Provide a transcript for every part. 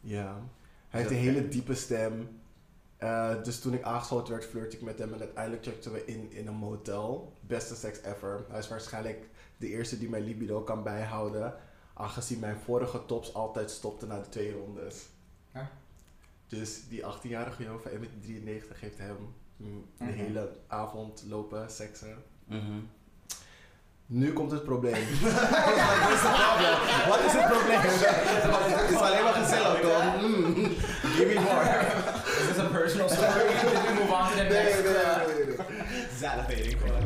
Ja. Hij Is heeft een dat- hele diepe stem. Eh, dus toen ik aangeschoten werd, flirte ik met hem. En uiteindelijk checkten we in in een motel. Beste seks ever. Hij is waarschijnlijk de eerste die mijn libido kan bijhouden. Aangezien mijn vorige tops altijd stopten na de twee rondes. Ja. Dus die 18-jarige jongen van 93 heeft hem mm, de Mhm. hele avond lopen seksen. Mhm. Nu komt het probleem. Wat is het probleem? Wat is het probleem? Het is alleen maar gezellig, toch? Mm. Give me more. Is this a personal story? Did we move on to the Nee, nee, next? nee, uh, nee, nee, nee. Salivating gewoon.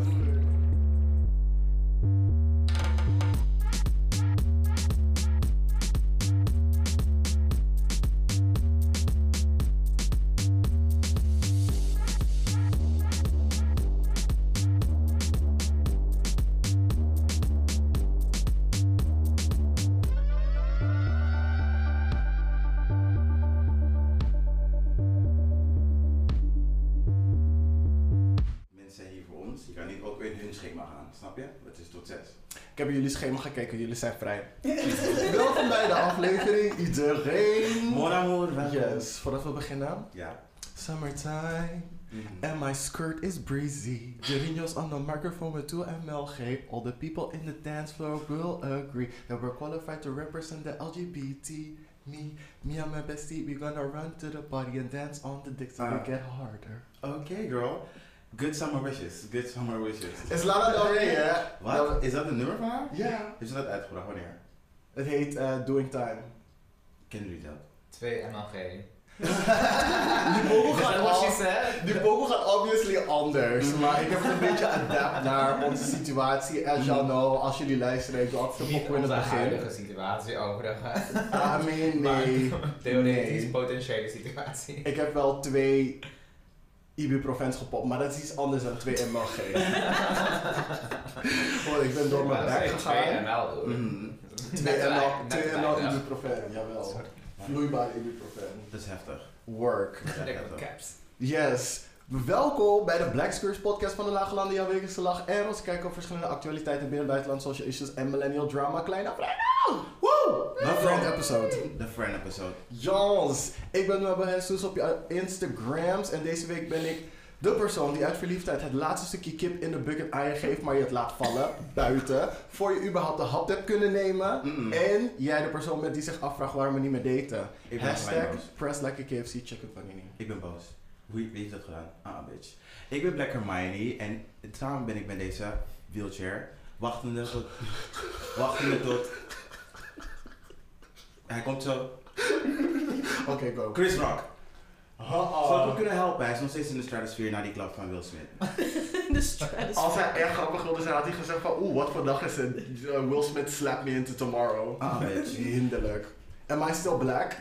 Mensen hier voor ons, je kan niet ook in hun schema gaan, snap je? Het is tot zes. Ik heb jullie schema gekeken, jullie zijn vrij. Welkom bij de aflevering, iedereen. Mon amour, welkom. Yes, voordat we beginnen. Ja. Summertime, and my skirt is breezy. Jerinos on the microphone with 2MLG. All the people in the dance floor will agree that we're qualified to represent the LGBT. Me, me and my bestie, we're gonna run to the party and dance on the dicks and Ah. we get harder. Oké, girl. Good summer wishes. Good summer wishes. Is Lana Del Rey, hè? Wat? Is dat een nummer van haar? Ja. Heeft ze dat uitgebracht? Wanneer? Het heet eh, Doing Time. Kennen jullie dat? 2 MLG. Die vogel Is gaat dat wat al- je zei? Die vogel gaat obviously anders, Mhm. maar ik heb het een beetje adapt naar onze situatie. As y'all know, als jullie luisteren, ik doe altijd een Niet pokoe in het Mhm. onze begin. Ah, huidige situatie overigens. I mean, nee. Theoretisch Nee. potentiële situatie. Ik heb wel twee ibuprofens gepopt, maar dat is iets anders dan twee MLG. Want ik ben door mijn Maar bek dat zijn gegaan. 2 ML doen. Mhm. Twee ML, Net twee wij- ML net wij, ibuprofen, jawel. Sorry. Vloeibaar ibuprofen. Dat is heftig. Work. Dat is echt Ik heb heftig. caps. Yes. Welkom bij de Black Spurs podcast van de Lage Landen, jouw wekelijkse lach. En ons kijken op verschillende actualiteiten binnen het buitenland, social issues en millennial drama. Kleine vrijdag! Woe! The friend episode. De friend episode. Jans, ik ben Mabel Jesus op je Instagrams. En deze week ben ik de persoon die uit verliefdheid het laatste stukje kip in de bucket aan je geeft, maar je het laat vallen buiten. Voor je überhaupt de hap hebt kunnen nemen. Mm. En jij de persoon bent die zich afvraagt waarom we niet meer daten. Ik ben Hashtag gewoon boos. press like a KFC chicken panini. Ik ben boos. Wie, wie heeft dat gedaan? Ah, bitch. Ik ben Black Hermione en samen ben ik met deze wheelchair. Wachtende tot. wachtende tot. Hij komt zo. Oké, go. Chris Rock. Ha-ha. Zou ik hem kunnen helpen? Hij is nog steeds in de stratosfeer na die klap van Will Smith. De stress. Als hij echt grappig wilde zijn, had hij gezegd van... Oeh, wat voor dag is het? Uh, Will Smith slapped me into tomorrow. Ah, bitch. Hinderlijk. Am I still black?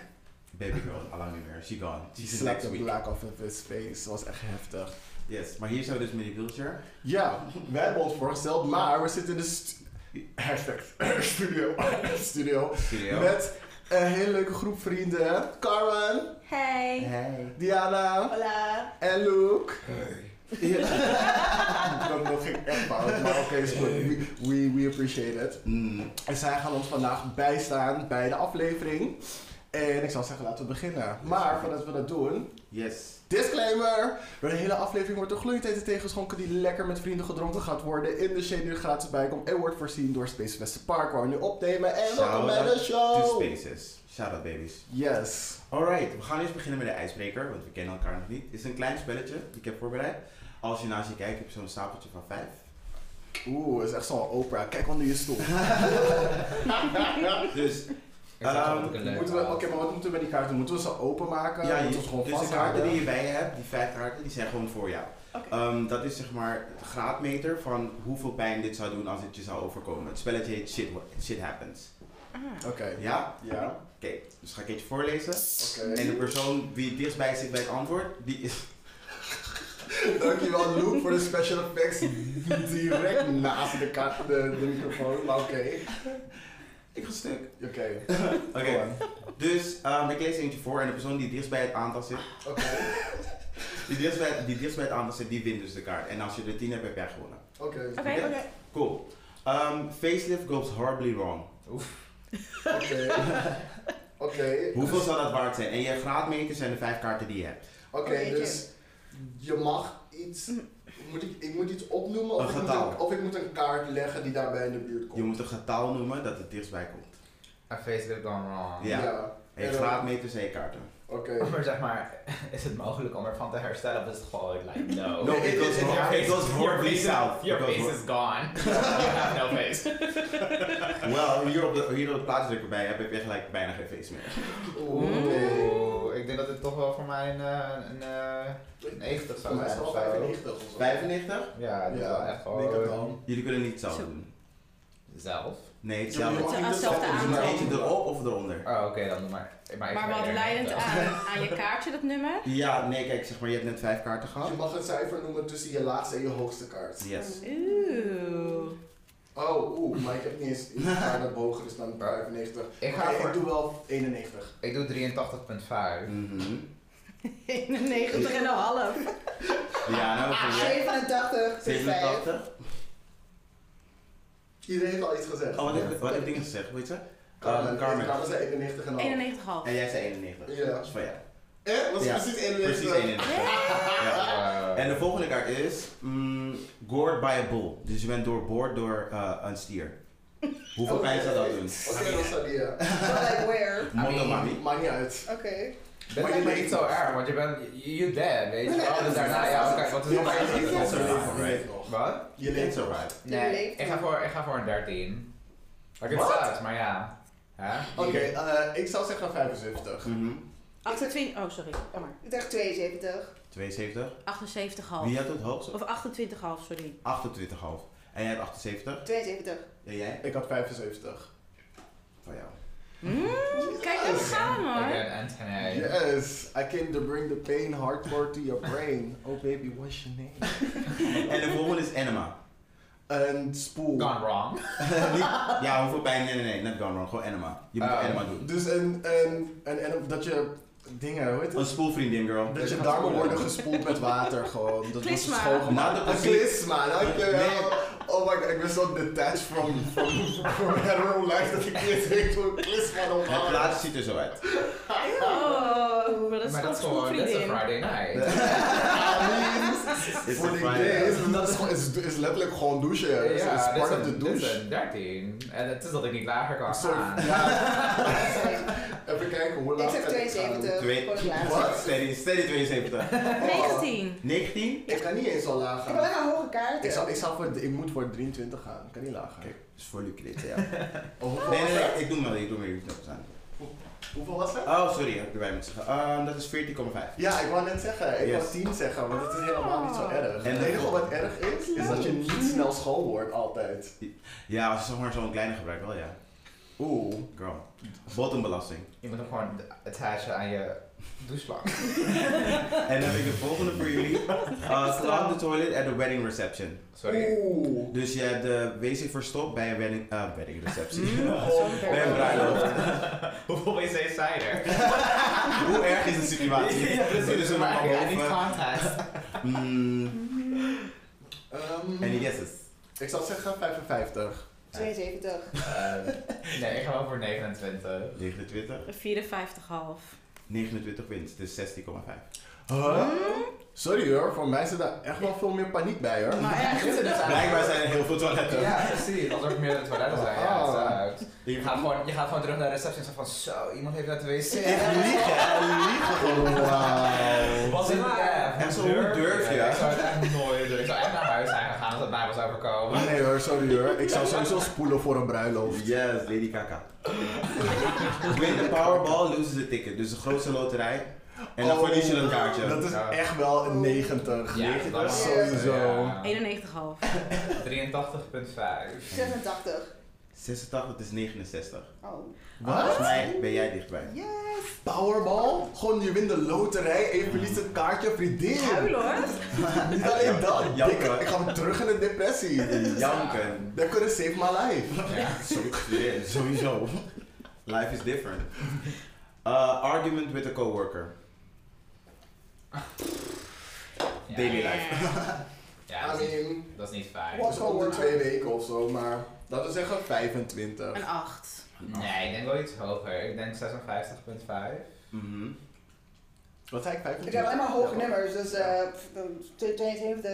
Baby girl, allang niet meer. She gone. Die She's in slapped next the week. black off of his face. Dat was echt heftig. Yes, maar hier zijn we dus met die wheelchair. Ja, wij hebben ons voorgesteld, maar we zitten in de... stu- Hashtag studio. studio. Studio. Met een hele leuke groep vrienden. Carmen, Hey. Hey. Diana Hola. en Luke. Ja. Dat nog ging echt fout, maar oké, is goed. We, we, we appreciate it. Mm, En zij gaan ons vandaag bijstaan bij de aflevering. En ik zou zeggen, laten we beginnen. Maar voordat we dat doen, yes. disclaimer! Door de hele aflevering wordt er gloeiend tegengeschonken die lekker met vrienden gedronken gaat worden. In de shade die er gratis bij komt en wordt voorzien door Space Westen Park, waar we nu opnemen. En welkom bij de Two show! spaces. Shout out, babies. Yes. Alright, we gaan eerst beginnen met de ijsbreker, want we kennen elkaar nog niet. Het is een klein spelletje die ik heb voorbereid. Als je naast je kijkt, heb je zo'n stapeltje van vijf. Oeh, is echt zo'n opera. Kijk onder je stoel. Dus Ik zag Ehm, dat ook een leuk Moeten we- Oké, verhaal. maar wat moeten we met die kaarten? Moeten we ze openmaken? ja, moeten je, we ze eh, gewoon dus de vasthouden? kaarten die je bij je hebt, die vijf kaarten, die zijn gewoon voor jou. Oké. Ehm, dat is zeg maar de graadmeter van hoeveel pijn dit zou doen als het je zou overkomen. Het spelletje heet Shit, shit Happens. Ah. Oké. Ja? Ja. Oké, dus ga ik eentje voorlezen. Oké. En de persoon die het dichtstbij zit bij het antwoord, die is... Dankjewel Luke voor de special effects direct naast de, ka- de, de microfoon. Maar oké, Ik ga stuk. oké. Oké, dus ehm, ik lees eentje voor en de persoon die het dichtst bij het aantal zit, Oké, Die dichtst bij, die dichtst bij het aantal zit, die wint dus de kaart. En als je er 10 hebt, heb jij gewonnen. oké, Oké, oké. Cool. Ehm, Um, facelift goes horribly wrong. oké. Oké, Hoeveel zou dat waard zijn? En je graadmeter zijn de vijf kaarten die je hebt. oké, Oké, dus je mag iets. Moet ik, ik moet iets opnoemen Een of ik, moet getal. een, of ik moet een kaart leggen die daarbij in de buurt Je komt. moet een getal noemen dat het dichtstbij komt. A Facebook gone wrong. Ja. En je En dan- graadmeters en je kaarten. Ehm, Oké. Oh Maar zeg maar, is het mogelijk om ervan te herstellen of is het gewoon like no? No, it was wrong. It was your wrong. face Peace out. is- Your It was face wrong. is gone. You have no face. Wel, hier op de, hier op de plaats dat ik erbij heb, heb je gelijk bijna geen feest meer. Oeh. Oeh, ik denk dat het toch wel voor mij een, eh, een, eh, een 90 Voor zou mij is zijn het of wel zo. 95 of zo. 95? Ja, dat is wel echt denk het gewoon wel. Jullie kunnen niet zelf Zo. doen. zelf. Nee, Ja, maar je hetzelfde. mag Het- niet hetzelfde dezelfde Dus doen. maar aantal. eentje erop of eronder? Oh, oké, dan doe maar. Maar, ik Maar ben wat er leidend niet op. aan, aan je kaartje, dat nummer? Ja, nee, kijk, zeg maar, je hebt net vijf kaarten gehad. Dus Je mag een cijfer noemen tussen je laagste en je hoogste kaart. Yes. Oeh. Oh, oeh, maar ik heb niet eens een kaart dat hoger is dus dan 95. Ik Oké, ga ik voor. doe wel 91. Ik doe 83,5. Mhm. 91 en een half. Diana, Ah, wat vind jij? 87! 87? Iedereen heeft al iets gezegd. Oh, wat heb ik- wat heb ik dingen gezegd, weet je? Carmen. Ehm, Carmen. Carmen zei 91 en al. 91 half. En jij zei 91. Ja. Dat is van jou. Eh, was Ja, precies 91. Precies 91. Ja. En En de volgende kaart is mm, gored by a bull. Dus je bent doorboord door eh, een stier. Hoeveel Oké. pijn zou dat doen? Oké, dat zou die, ja. like where? Mondo mami. Maakt niet uit. Oké. dat Maar is je eigenlijk bent- niet zo erg, want je bent, you, you dead, weet je wel. Dus daarna, Ja, ja, oké, wat is Ja, nog maar je leeft That's nog. Je leeft alright, even? alright. nog. Wat? Je leeft It's nog. alright. Nee, leeft ik ga, nog. voor, ik ga voor een 13. Like, het Wat? sucks, maar ja. Huh? Oké, eh, ik zou zeggen 75. Mhm. 28, oh sorry, kom maar. Ik dacht 72. 72. 78 Wie half. had het hoogste? Of 28 half, sorry. 28,5. En jij hebt 78. 72. En jij? Ik had 75. Van jou. Mm, kijk, dat Again, gaan hoor. Again, Anthony. eh, Yes, I came to bring the pain hardcore to your brain. Oh baby, what's your name? En de volgende is Enema. Een spoel. Gone wrong. Niet- ja, hoeveel pijn? Nee, nee, nee. Net gone wrong. Gewoon Enema. Je moet Oh. Enema doen. Dus een, een, een, en dat je dingen, hoe heet Een het? spoelvriendin, girl. Dat je darmen worden gespoeld met water gewoon. Dat was Klisma. Na schoongemaakt. de Een muziek. klisma, dankjewel. Oh my god, ik ben zo detached from, from, from hetero life dat ik niet weet hoe een klisma dan Het gaat. plaatje ziet er zo uit. Oh, maar dat is maar dat gewoon is gewoon, dat is een schoolvriendin. Friday night. Is Voor een die Friday. days, dat is gewoon- is, is letterlijk gewoon douchen. Ja, is, is Ja, dit part is of the een- dit Ah. is douche. een 13. En het is dat ik niet lager kan Sorry, gaan. ja. Even kijken hoe Ik laag zeg kan ik gaan. 72. Twee- Gewoon laag. Wat? Steady, steady 72. 19. 19? Ik kan niet eens al laag Ik heb alleen gaan. maar hoge kaarten. Ik, zou, ik, zou voor, ik moet voor 23 gaan, ik kan niet laag gaan. Oké, is voor Lucrete, ja. Oh, hoeveel, Nee, nee, was nee, ik doe maar, ik doe maar, ik doe maar. het? hoeveel was het? Oh, sorry, heb ik erbij moeten zeggen. Ehm, dat is 14,5. Ja, ik wou net zeggen, ik Yes. wou 10 zeggen, want het is helemaal niet zo erg. En En Mm. het de- enige wat erg is, is dat je niet snel school wordt altijd. Ja, als je zeg maar zo'n kleine gebruikt, wel ja. Oeh. Girl. Bottombelasting. Je moet hem gewoon attachen aan je doucheplank. En dan heb ik de volgende voor jullie. Uh, Clown the toilet at a wedding reception. Sorry. Oeh. Dus je hebt de wc verstopt bij een wedding, eh, wedding receptie. Mm. Oh. Bij een Ben bruiloft. Hoeveel wc's zijn er? Hoe erg is de situatie? Ja, Dus precies. we Maar maar I need boven. context. Mm, Any guesses? Ehm, ik zou zeggen 55. 72. Eh, Nee, ik ga wel voor 29. 29. 54 half. 29 wint, dus 16,5. Huh? Sorry hoor, voor mij zit daar echt wel veel meer paniek bij hoor. Maar echt, Is het dus Blijkbaar zijn er heel veel toiletten. Ja, precies. Als er meerdere toiletten zijn, ja, het is Oh. uit. Je Je gaat gaat gewoon, je gaat gewoon terug naar de receptie en zegt van zo, iemand heeft uit de wc. echt liegen, hè? liegen gewoon. Wauw. Wat een En app. zo, hoe durf je? Ik zou het echt nooit doen. Ik zou echt naar huis zijn gegaan als het mij was overkomen. Oh, Nee hoor, sorry hoor. Ik zou sowieso spoelen voor een bruiloft. Yes, Lady Kaka. Win the Powerball, loses the ticket. Dus de grootste loterij. En dan Oh, verlies je een kaartje. Dat is Ja. echt wel een 90. dat was- sowieso. ja. 91 half. 83,5. 86. 86, het is 69. Oh. Wat? Volgens mij ben jij dichtbij. Yes. Powerball? Gewoon je wint de loterij en je verliest het kaartje vriendin. Huilen hoor. Niet alleen dat, Jammer. dikke, ik ga weer terug in de depressie. Janken. That could have saved my life. Zo- yeah, Sowieso. Life is different. Uh, argument with a coworker. Ja. Daily life. Ja, dat I is, mean, dat is niet fijn. was al de twee weken of zo, maar laten we zeggen 25. Een 8. Nee, ik denk wel iets hoger. Ik denk 56,5. Mhm. Wat zei ik? Ik 25? heb alleen maar hoge nummers, dus eh, pff, eh, 72.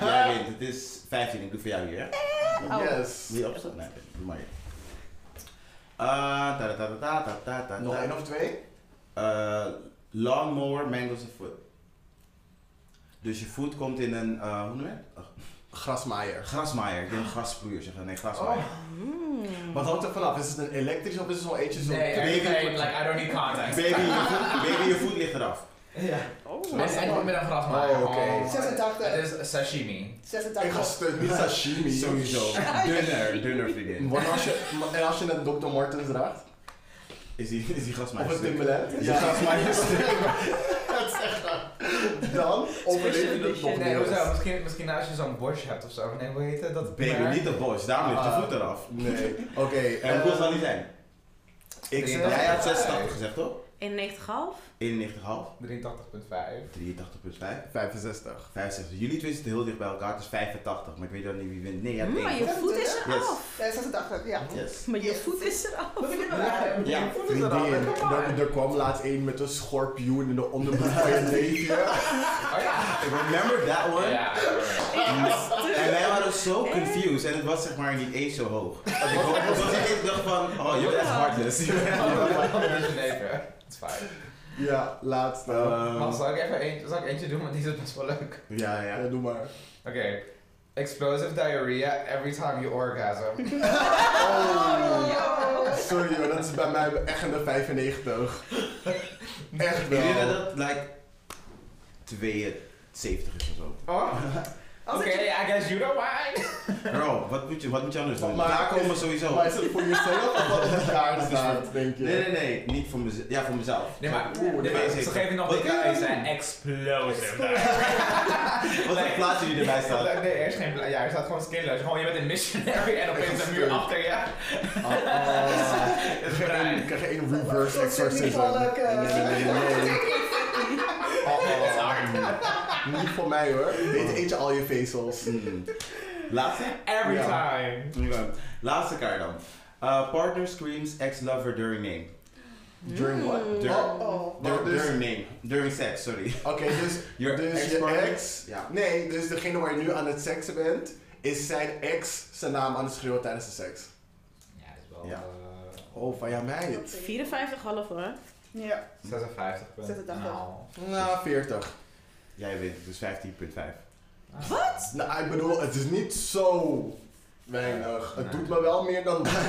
Ja, ik weet het, het is 15. Ik doe voor jou hier. hè? Oh. Yes. Wil je opstaan? Nee, doe maar je. Eh, ta ta ta ta ta ta ta. Nog één of twee? Eh, lawnmower mangles a foot. Dus je voet komt in een, eh, hoe noem je het? Grasmaaier. Grasmaaier. Ik denk grasproeier zeggen. Nee, grasmaaier. Oh. Mm. Wat hangt er vanaf? Is het een elektrisch of is het zo'n eentje zo'n... Nee, nee, nee, nee. like, I don't need contact. Baby, je voet, baby, je voet ligt eraf. Ja. Oh. En, en niet met een grasmaaier. Oh, oké. gewoon- 86. Het is sashimi. Ik ga 86. steun, niet sashimi. Sowieso. Dunner, dunner vriendin. Want als je, maar- en als je een Dr. Martens draagt? Is die, is die grasmaaier Of een stuk? Timberland? Is die grasmaaier stuk? Dan overleef je het Special nog edition. Nee, hoezo? niet. Misschien, misschien als je zo'n borstje hebt of zo. Nee, hoe heet het? Dat merk? Baby, niet de bos. Daarom ligt Ah. je voet eraf. Nee, oké. En eh, hoe zal dat niet zijn? ik zeg- Jij had 86 gezegd, toch? 91,5? 91,5. 83,5. eh, 83,5. 65. 65. Jullie twee zitten heel dicht bij elkaar, het is 85. Maar ik weet dan niet wie wint. Nee, ja, Mm, Hm, Maar nee. je voet is Yes. eraf. Ja, 86, Eh, ja. Yes. Maar je Yes. voet is eraf. Ja, Vriendin, er, er kwam laatst een met een schorpioen in de onderbroek van je neefje. Oh ja. Remember that one? Ja. En wij waren zo confused en het was zeg maar niet eens zo hoog. Ik hoor- Het was niet eens dacht van, oh, je bent echt heartless. Het is fijn. Ja, laatst. Ehm, Man, zal ik even eentje, zal ik eentje doen, want die is best wel leuk. ja, ja. ja, doe maar. Oké. Explosive diarrhea every time you orgasm. Oh, sorry hoor, dat is bij mij echt een 95. Echt Ik denk dat wel. dat, like, 72 is of zo. Oh. Oké, I guess you don't mind. Bro, wat moet je, wat moet je anders doen? Maar- Daar komen we sowieso. Maar is het voor jezelf of wat het jaar staat, denk je? Nee, nee, nee. Niet voor mezelf. Ja, voor mezelf. Nee, maar, Oeh, nee, maar nee, ze zeker. geven nog Wat wat kan je hij doen? zei explosive diarrhea. Wat voor plaats jullie erbij staan? Nee, er is geen pla- Ja, er staat gewoon skinless. Gewoon, je bent een missionary en opeens een muur achter je. Ah, ah. Het Ik is krijg vrij. een- ik krijg een reverse exorcism. Niet wel, eh, Nee, nee, nee, nee. Ah, ah. Niet voor mij hoor. Dit eet je al je vezels. Hmm. Laatste? Every Ja. time. Oké. Laatste kaart dan. Uh, partner screams ex-lover during name. During what? Mm. During- Oh, Oh. Dur- Oh, dus- during name. During sex, sorry. Oké, dus, Your dus je ex-partner? ex. Ja. Nee, dus degene waar je nu aan het seksen bent, is zijn ex zijn naam aan het schreeuwen tijdens de seks. Ja, dat is wel... Ja. eh, Oh, van jouw meid. 54,5 hoor. Ja. 56 punten. 86. Nou. Nou, 40. Jij wint, dus 15.5. Nou, ik bedoel, het is niet zo weinig. Het Nee. doet me wel meer dan dat. It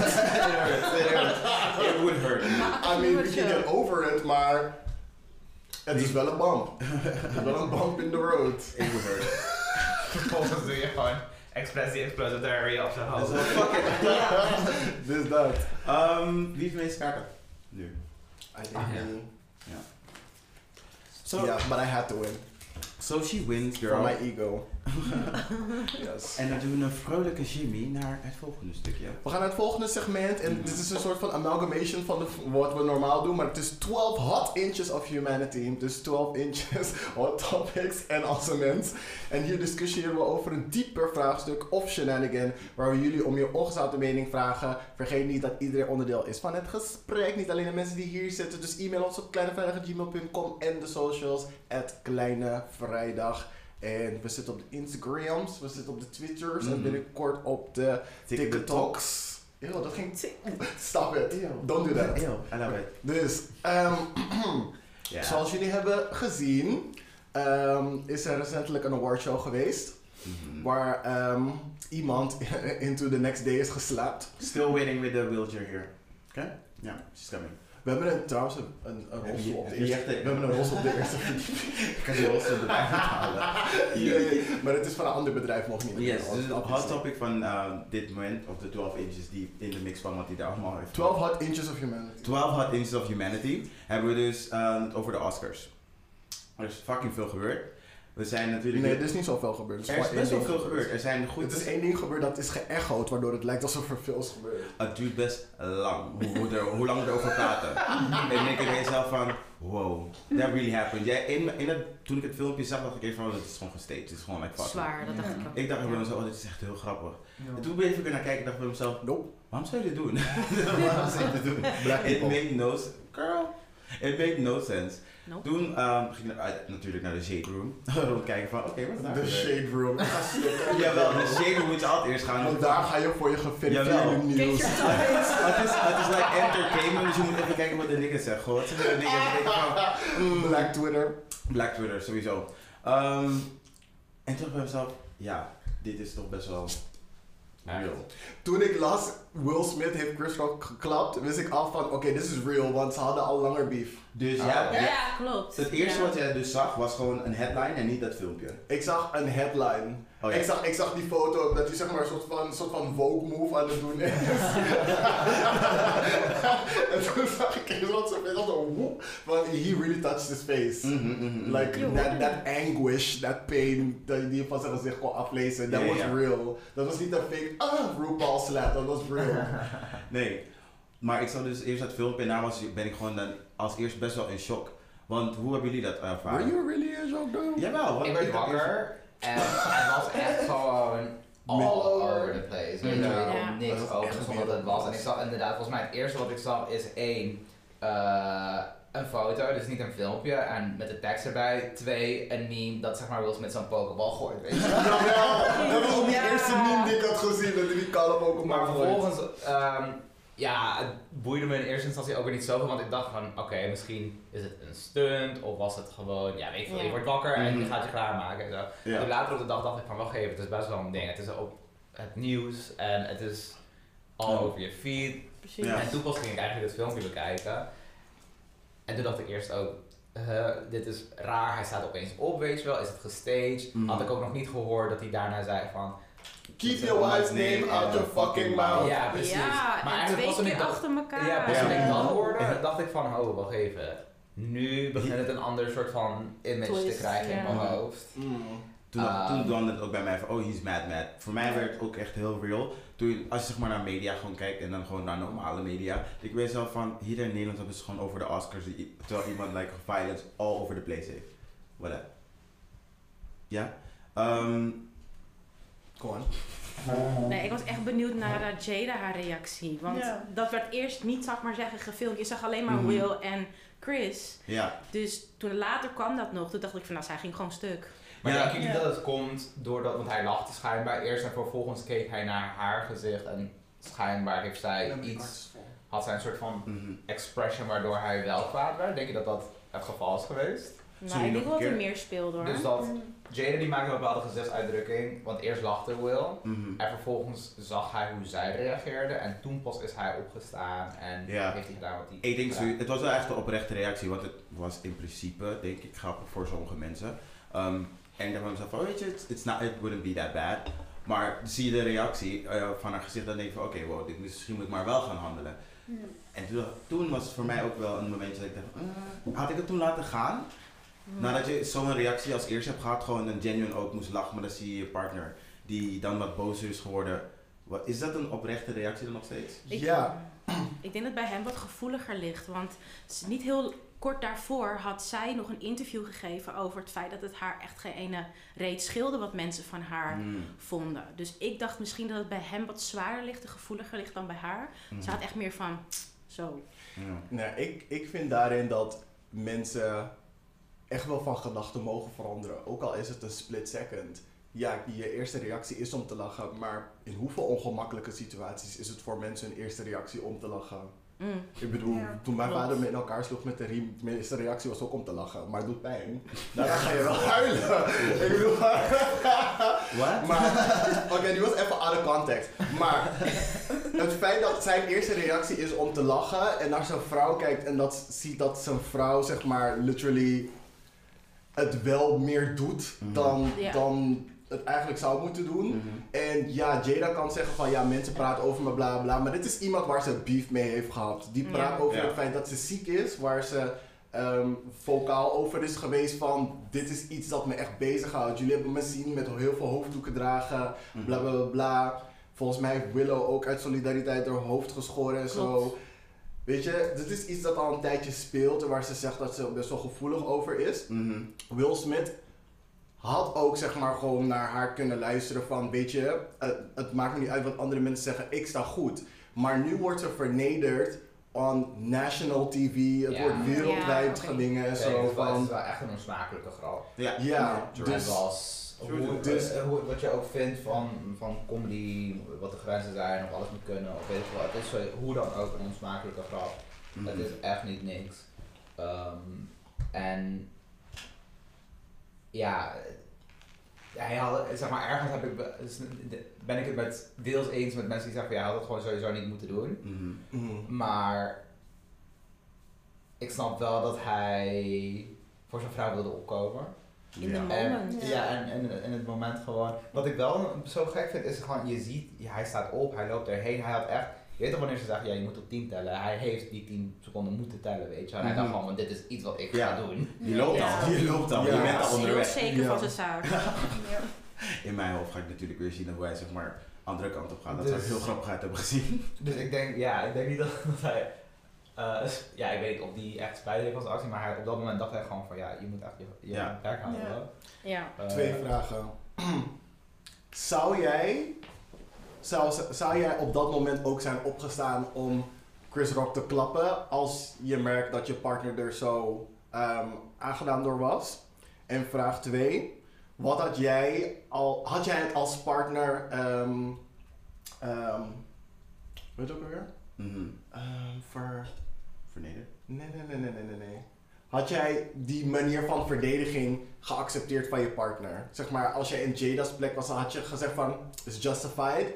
would hurt. I mean, we can get over it, maar het is wel een bump. Het is wel een bump in the road. It would hurt. Vervolgens doe je gewoon expres die explosive diarrhea op de Dus hoofd. eh, fuck it. Dus dat. Ehm, wie heeft de meeste kaarten? Nu. I didn't Ah, ja. mean- So, yeah, but I had to win. so she wins, For girl. my ego. yes. En dan doen we een vrolijke Jimmy naar het volgende stukje. We gaan naar het volgende segment. En dit is een soort van amalgamation van de, wat we normaal doen. Maar het is 12 hot inches of humanity. Dus 12 inches hot topics en als een mens. En hier discussiëren we over een dieper vraagstuk of shenanigan. Waar we jullie om je ongezouten mening vragen. Vergeet niet dat iedereen onderdeel is van het gesprek. Niet alleen de mensen die hier zitten. Dus e-mail ons op kleinevrijdag.gmail.com en de socials. Het Kleine Vrijdag. En we zitten op de Instagrams, we zitten op de Twitters en Mhm. binnenkort op de TikToks. Eeuw, dat ging... Stop it. Ew. Don't do that. Ew, I love it. Dus, ehm, Ja. zoals jullie hebben gezien, ehm, is er recentelijk een awardshow geweest. Mhm. Waar ehm, iemand into the next day is geslapt. Still waiting with the wheelchair here. Oké? Ja, she's coming. We hebben een, trouwens een, een, een rolstoel op de Je- je eerste... zegt We het. hebben een rolstoel op de eerste Ik kan je rolstoel erbij halen. Nee, nee, maar het is van een ander bedrijf nog niet. Yes, dus het hot Obviously. topic van eh, dit moment, of de 12 inches die in de mix van wat hij daar allemaal heeft. 12 hot inches of humanity. 12 Hot Inches of Humanity hebben we dus eh, het over de Oscars. Er is fucking veel gebeurd. We zijn natuurlijk... Nee, er is niet zoveel gebeurd. er is gewoon best wel één veel ding gebeurd. Er zijn Het is goed... één ding gebeurd dat is geëchoed, waardoor het lijkt alsof er veel is gebeurd. Het duurt best lang. Hoe, hoe, er, hoe lang we erover praten. en ik denk mezelf van... Wow, that really happened. Jij, in, in dat, toen ik het filmpje zag, dacht ik even van... Het is gewoon gestaged. Het is gewoon like fucking. Zwaar, dat dacht ik ook. Ik dacht bij Ja. mezelf, oh, dit is echt heel grappig. Ja. En toen ben ik even naar kijken en dacht bij mezelf, Nope. waarom zou je dit doen? waarom zou je dit doen? Black It people. made no sense. Girl, it made no sense. Nope. Toen ehm, ging ik uit- natuurlijk naar de shade room. Om te kijken van, oké, wat is daar De gebeurd? shade room. Ik ga stikken. Jawel, de shade room moet je altijd eerst gaan. Want daar ga je voor je geverifieerde Jawel. nieuws. Het is, het is like entertainment, dus je moet even kijken wat de niggas zeggen. Gewoon, Wat zeggen de niggas? Ik denk van, Black Twitter. Black Twitter, sowieso. Ehm, en toen dacht ik bij mezelf, ja, dit is toch best wel real. Toen ik las Will Smith heeft Chris Rock geklapt, wist ik al van oké, dit is real, want ze hadden al langer beef. Dus Ah. ja, Ja, ja, klopt. Het eerste Ja. wat jij dus zag was gewoon een headline en niet dat filmpje. Ik zag een headline. Oh ja. ik, zag, ik zag die foto dat hij zeg maar een soort van, soort van woke move aan het doen is. en toen zag ik Chris Rock zo van, zo woep, want he really touched his face. Mhm, mhm, mhm. Mm-hmm. Like Je that, hoorde that anguish, that pain dat je die van zijn gezicht kon aflezen, that Ja, was ja. real. Dat was niet een fake ah, RuPaul slap, dat was real. Nee, maar ik zag dus eerst dat filmpje en daar was, ben ik gewoon dan als eerst best wel in shock. Want hoe hebben jullie dat ervaren? you really a joke dude? Jawel, want Ik werd dacht eerst- wakker en het was echt gewoon all over the place. Weet je wel, Ja. Dat was niks over echt zonder dat het was. En ik zag inderdaad, volgens mij het eerste wat ik zag is één, eh, een foto, dus niet een filmpje, en met de tekst erbij. Twee, een meme dat zeg maar Will met zo'n pokebal gooit, weet je wel. Jawel, dat was ook die Ja. eerste meme die ik had gezien, dat hij die kalm ook op Maar maar gooit. vervolgens, ehm, ja, het boeide me in eerste instantie ook weer niet zoveel, want ik dacht van, oké, misschien is het een stunt, of was het gewoon, ja, weet je veel, je Ja. wordt wakker en je Mhm. gaat je klaarmaken en zo. Ja. Toen later op de dag dacht ik van, wacht even, het is best wel een ding. Het is op het nieuws en het is al Ja. over je feed. Precies. Ja. En toen pas ging ik eigenlijk het filmpje bekijken. En toen dacht ik eerst ook, eh, dit is raar, hij staat opeens op, weet je wel, is het gestaged? Mhm. Had ik ook nog niet gehoord dat hij daarna zei van, Keep your wife's name out your fucking Oh. mouth. ja, precies. Ja, maar en eigenlijk twee was toen ik keer dat- achter elkaar. Ja, pas Ja. toen ik dat hoorde, Ja. dacht ik van, oh, wacht even. Nu begint het een ander soort van image te Twist, krijgen in ja. mijn hoofd. Mm. Toen, Ah. toen dawnde het ook bij mij van, oh, he's mad, mad. Voor mij werd het ook echt heel real. Toen, als je zeg maar naar media gewoon kijkt en dan gewoon naar normale media. Ik weet zelf van, hier in Nederland hebben ze gewoon over de Oscars. i- Terwijl iemand like violence all over the place heeft. What up? Ja? Ehm, Kom on. Nee, ik was echt benieuwd naar eh, Jada haar reactie. Want Ja. dat werd eerst niet, zal ik maar zeggen, gefilmd. Je zag alleen maar Mhm. Will en Chris. ja. Dus toen later kwam dat nog. Toen dacht ik van, nou, zij ging gewoon stuk. Maar Ja. denk jullie Ja. dat het komt doordat, want hij lachte schijnbaar eerst en vervolgens keek hij naar haar gezicht en schijnbaar heeft zij iets, had zij een soort van mhm. expression waardoor hij wel kwaad werd. Denk je dat dat het geval is geweest? Zullen Nou, we ik nog een denk wel dat er keer? meer speelde hoor. Dus dat Jada die maakte een bepaalde gezichtsuitdrukking, want eerst lachte Will Mhm. en vervolgens zag hij hoe zij reageerde en toen pas is hij opgestaan en Ja. heeft hij gedaan wat hij Ik denk, gedaan zo, het was wel echt een oprechte reactie, want het was in principe, denk ik, grappig voor sommige mensen. Ehm, en dan was ik van, weet je, it's, it's not, it wouldn't be that bad. Maar zie je de reactie eh, van haar gezicht, dan denk je van, oké, wow, dit, misschien moet ik maar wel gaan handelen. En toen, toen was het voor mij ook wel een momentje dat ik dacht, eh, had ik het toen laten gaan? Nadat je zo'n reactie als eerst hebt gehad, gewoon een genuine ook moest lachen, maar dan zie je je partner die dan wat bozer is geworden. Wat, is dat een oprechte reactie dan nog steeds? Ik, Ja. Ik denk dat bij hem wat gevoeliger ligt. Want het is niet heel kort daarvoor had zij nog een interview gegeven over het feit dat het haar echt geen ene reet scheelde wat mensen van haar Mm, vonden. Dus ik dacht misschien dat het bij hem wat zwaarder ligt en gevoeliger ligt dan bij haar. mhm, Ze had echt meer van, zo. ja. Nee, Nou, ik, ik vind daarin dat mensen echt wel van gedachten mogen veranderen. Ook al is het een split second. Ja, je eerste reactie is om te lachen, maar in hoeveel ongemakkelijke situaties is het voor mensen hun eerste reactie om te lachen? Mm. Ik bedoel, Ja, toen mijn klopt. vader me in elkaar sloeg met de riem, mijn eerste reactie was ook om te lachen, maar het doet pijn. Daarna ga je wel huilen. Ik bedoel, Wat? maar, oké, die was even out of context. Maar het feit dat zijn eerste reactie is om te lachen en naar zijn vrouw kijkt en dat ziet dat zijn vrouw, zeg maar, literally het wel meer doet Mhm. dan, Ja. dan het eigenlijk zou moeten doen. Mhm. En ja, Jada kan zeggen van ja, mensen praten over me, bla bla. Maar dit is iemand waar ze beef mee heeft gehad. Die praat Ja. over Ja. het feit dat ze ziek is, waar ze eh, ehm, vocaal over is geweest van dit is iets dat me echt bezighoudt. Jullie hebben me zien met heel veel hoofddoeken dragen, bla bla bla. bla. Volgens mij heeft Willow ook uit solidariteit haar hoofd geschoren en zo. Klopt. Weet je, dit is iets dat al een tijdje speelt en waar ze zegt dat ze best wel gevoelig over is. Mhm. Will Smith had ook zeg maar gewoon naar haar kunnen luisteren van weet je, het, het maakt me niet uit wat andere mensen zeggen, ik sta goed. Maar nu wordt ze vernederd on national tv, het Ja. wordt wereldwijd Ja, oké. gedingen en Oké, dit zo was- Het is van. wel echt een onsmakelijke grap. Ja. Ja, Ja, Dus, dus was, True hoe, dus- eh, hoe- wat je ook vindt van, van comedy, wat de grenzen zijn, of alles moet kunnen, of weet ik wat. Het is zo- hoe dan ook een onsmakelijke grap. Mhm. Het is echt niet niks. Ehm, en ja, hij had, zeg maar, ergens heb ik, be- is- ben ik het met deels eens met mensen die zeggen van ja, hij had het gewoon sowieso niet moeten doen. Mhm. mm, Maar ik snap wel dat hij voor zijn vrouw wilde opkomen. In de Ja. mo- En, Moment. ja, Ja. en, en in het moment gewoon. Wat ik wel zo gek vind, is gewoon, je ziet, ja, hij staat op, hij loopt erheen, hij had echt... Je weet toch wanneer ze zeggen, ja, je moet tot 10 tellen. Hij heeft die 10 seconden moeten tellen, weet je. En hij dacht Mhm. gewoon, want dit is iets wat ik Ja. ga doen. Je loopt Ja. al, je loopt al, Ja. je bent Ze al is heel onderweg. zeker Ja. van zijn zaak. Ja. In mijn hoofd ga ik natuurlijk weer zien hoe hij zeg maar andere kant op gaat. Dat Dus- zou ik heel grappig uit hebben gezien. Dus ik denk, ja, ik denk niet dat, dat hij... eh, ja, ik weet niet of die echt spijt heeft van zijn actie, maar hij, op dat moment dacht hij gewoon van, ja, je moet echt je, je Ja. werk houden. Ja. hoor. Ja. Eh, twee vragen. zou jij, zou, zou jij op dat moment ook zijn opgestaan om Chris Rock te klappen als je merkt dat je partner er zo ehm, aangedaan door was? En vraag 2. Wat had jij al, had jij het als partner, ehm ehm weet je ook alweer? Mhm. Ehm, ver, Vernederd. Nee, nee, nee, nee, nee, nee, nee. Had jij die manier van verdediging geaccepteerd van je partner? Zeg maar, als jij in Jada's plek was, dan had je gezegd van, is justified.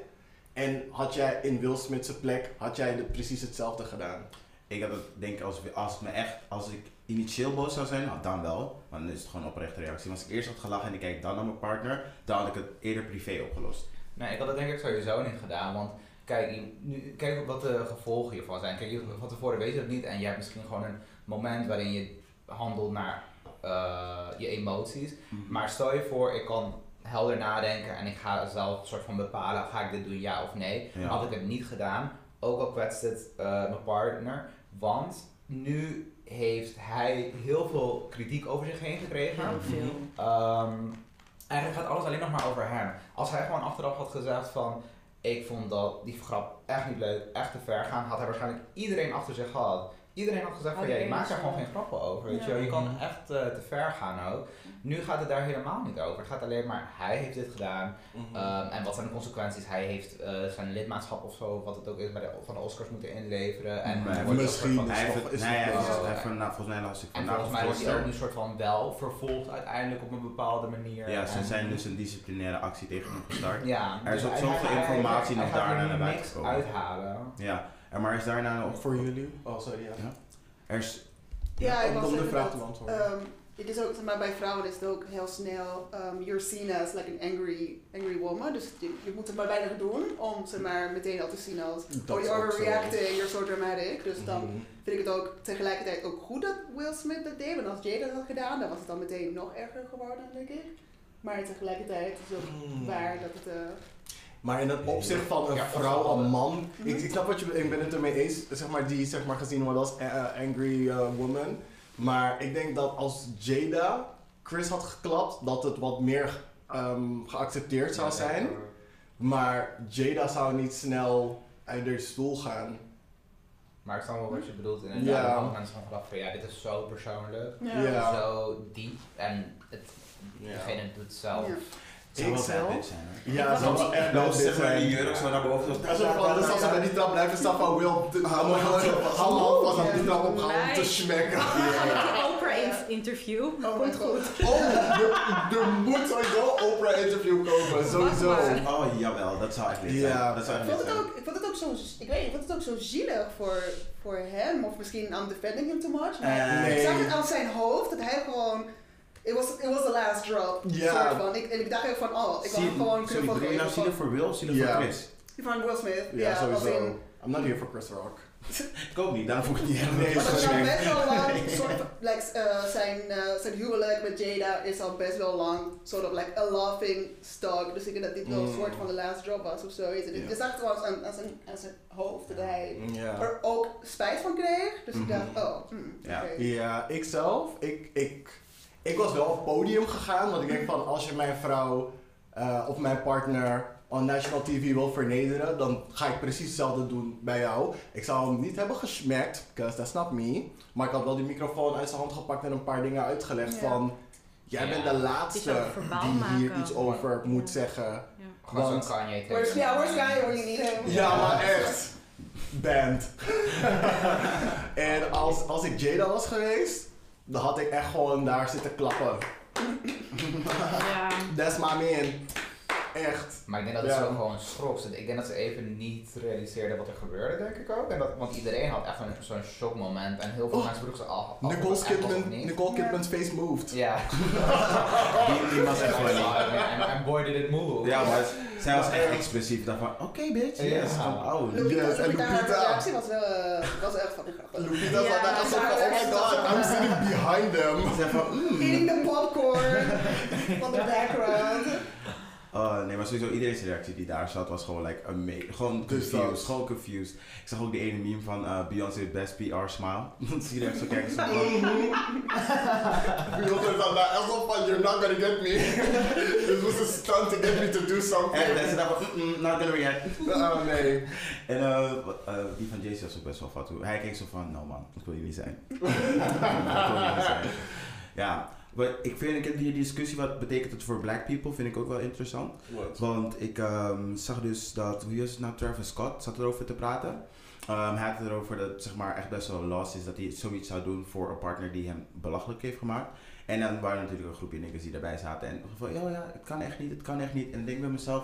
En had jij in Will Smith's plek, had jij de- precies hetzelfde gedaan? Ik had het denk ik als, als, het me echt, als ik initieel boos zou zijn, nou, dan wel. Maar dan is het gewoon een oprechte reactie. Maar als ik eerst had gelachen en ik kijk dan naar mijn partner, dan had ik het eerder privé opgelost. Nee, ik had dat denk ik sowieso niet gedaan, want kijk, je- nu, kijk wat de gevolgen hiervan zijn. Kijk, je- van tevoren weet je dat niet en je hebt misschien gewoon een moment waarin je handelt naar eh, je emoties. Maar stel je voor, ik kan helder nadenken en ik ga zelf een soort van bepalen, ga ik dit doen ja of nee. Ja. Had ik het niet gedaan, ook al kwetst het eh, mijn partner, want nu heeft hij heel veel kritiek over zich heen gekregen. Heel veel. Ehm, eigenlijk gaat alles alleen nog maar over hem. Als hij gewoon achteraf had gezegd van... Ik vond dat die grap echt niet leuk, echt te ver gaan, had hij waarschijnlijk iedereen achter zich gehad. Iedereen had gezegd van ja, Had je iedereen maakt daar gewoon geen gezegd. grappen over. Weet je, Ja. wel. je kan echt eh, te ver gaan ook. Nu gaat het daar helemaal niet over. Het gaat alleen maar, hij heeft dit gedaan. ehm, en wat zijn de consequenties? Hij heeft eh, zijn lidmaatschap of zo, wat het ook is, bij de, van de Oscars moeten inleveren. En Maar dus hij wordt misschien een soort van- hij nog- heeft het, is nee, nog hij heeft het, wel- hij heeft vandaag- volgens mij las ik En vandaag volgens mij een wordt hij ook voorstel. nu soort van wel vervolgd uiteindelijk op een bepaalde manier. Ja, ze En- zijn dus een disciplinaire actie tegen hem gestart. Ja, Er is ook hij- zoveel hij- hij- informatie hij nog gaat er daarna nu naar buiten niks gekomen. uithalen. Ja, en maar er is daarna nog... Voor jullie? Oh, sorry, ja. Er is, Ja, ik om, was om de vraag inderdaad, te beantwoorden. ehm, het is ook, zeg maar, bij vrouwen is het ook heel snel, ehm, you're seen as like an angry, angry woman. Dus je, je moet het maar weinig doen om, zeg maar, meteen al te zien als, Dat oh, is you're ook zo. overreacting, you're so dramatic. Dus dan Mhm. vind ik het ook tegelijkertijd ook goed dat Will Smith dat deed. Want als Jada dat had gedaan, dan was het dan meteen nog erger geworden, denk ik. Maar tegelijkertijd is het ook Hmm. waar dat het... eh, Maar in het opzicht van een Ja, vrouw, of- een man. Mhm. Ik, ik snap wat je Ik ben het ermee eens. Zeg maar, die zeg maar, gezien wordt als eh, eh, angry eh, woman. Maar ik denk dat als Jada Chris had geklapt, dat het wat meer ehm, geaccepteerd zou zijn. Maar Jada zou niet snel uit haar stoel gaan. Maar ik snap wel wat je bedoelt. En Ja. daar hadden mensen van gedacht van ja, dit is zo persoonlijk, Ja. zo diep en het, Ja. degene doet het zelf. Ja. het zou wel zelf- bad bitch zijn, hè? Ja, was ze was ook- echt Nou, dood zeg maar die zijn. jurk zo naar boven. zo- Alsof we- Dus als ze bij die trap blijven staan van Will, hou hand vast aan die trap op gaan om te Meid. smekken. Die Oprah-interview. Oh Komt mijn god. goed. Oh, er- er moet sowieso Oprah interview komen, sowieso. Wacht maar. Oh, jawel, dat zou echt lid zijn. Ja. Dat zou Ik echt vond lid het zijn. ook, ik vond het ook zo, ik weet, niet, ik vond het ook zo zielig voor, voor hem. Of misschien I'm defending him too much. Maar Eh, Nee. ik zag het aan zijn hoofd dat hij gewoon. It was, it was the last drop. Ja. Soort van. Ik, en ik dacht ook van, oh, ik had Zie- gewoon Sorry, knuffel bedoel je nou zielig van, voor Will of zielig Ja. voor Chris? van Will Smith. Ja, als sowieso. in- I'm not here for Chris Rock. Ik ook niet, daarom voel ik het niet Nee, helemaal Want het sorry. was best wel lang. een soort van- like, eh, zijn, eh, zijn huwelijk met Jada is al best wel lang. Sort of like a laughing stock. Dus ik denk dat dit wel een Mm. soort van de last drop was of zoiets. En Ja. Ik zag het wel eens aan, aan, zijn, aan zijn hoofd dat hij Ja. er ook spijt van kreeg. Dus Mhm. ik dacht, oh, hmm, Ja. oké. Ja, ikzelf, ik, ik, ik was wel op podium gegaan, want ik denk van als je mijn vrouw eh, of mijn partner on national TV wil vernederen, dan ga ik precies hetzelfde doen bij jou. Ik zou hem niet hebben gesmekt, because that's not me, maar ik had wel die microfoon uit zijn hand gepakt en een paar dingen uitgelegd Ja. van, jij Ja. bent de Het is laatste ook verbaal die hier maken. iets over Ja. moet zeggen. Gewoon Want- zo'n Kanye tegen. Where's, yeah, where's Guy when you need him? Ja, maar echt. Band. en als, als ik Jada was geweest, dan had ik echt gewoon daar zitten klappen. Ja. That's my man. Echt. Maar ik denk dat het Ja. zo gewoon schroks. Ik denk dat ze even niet realiseerden wat er gebeurde, denk ik ook. En dat, want iedereen had echt een- zo'n shockmoment. En heel veel Oh. mensen vroegen ze al. al- Nicole, of het echt was of Kidman, niet. Nicole Ja. Kidman's face moved. Ja. Die, die was echt funny. En en boy did it move. Ja, maar zij was echt explicief. Dan van, oké bitch, yes. Ja. Van, oh, Yes, Lupita, en Lupita, haar Lupita. reactie was wel, eh, was echt fucking grappig. Lupita Ja, zat daar als van, ja, oh my ja, ja. god, I'm sitting behind them. Zij van, mm. Eating the popcorn van de background. Oh, nee, maar sowieso iedereen's reactie die daar zat was gewoon like amazing. Gewoon Dus confused, dat. gewoon confused. Ik zag ook die ene meme van eh, Beyoncé best PR smile. Dan zie je echt zo kijken, zo van, Beyoncé zat daar echt zo van, you're not gonna get me. This was a stunt to get me to do something. En mensen dachten van, mm, mm, not gonna react. Oh nee. En eh, wat, eh, die van Jay-Z was ook best wel fatu. Hij keek zo van, nou man, ik wil hier niet zijn. ik wil hier niet zijn. Ja, maar ik vind ik heb die discussie, wat betekent het voor black people, vind ik ook wel interessant. Want ik ehm, zag dus dat, wie was het nou, Travis Scott zat erover te praten. Ehm, hij had het erover dat zeg maar echt best wel last is dat hij zoiets zou doen voor een partner die hem belachelijk heeft gemaakt. En dan waren er natuurlijk een groepje niggers die daarbij zaten. En van, ja, ja, het kan echt niet, het kan echt niet. En ik denk bij mezelf,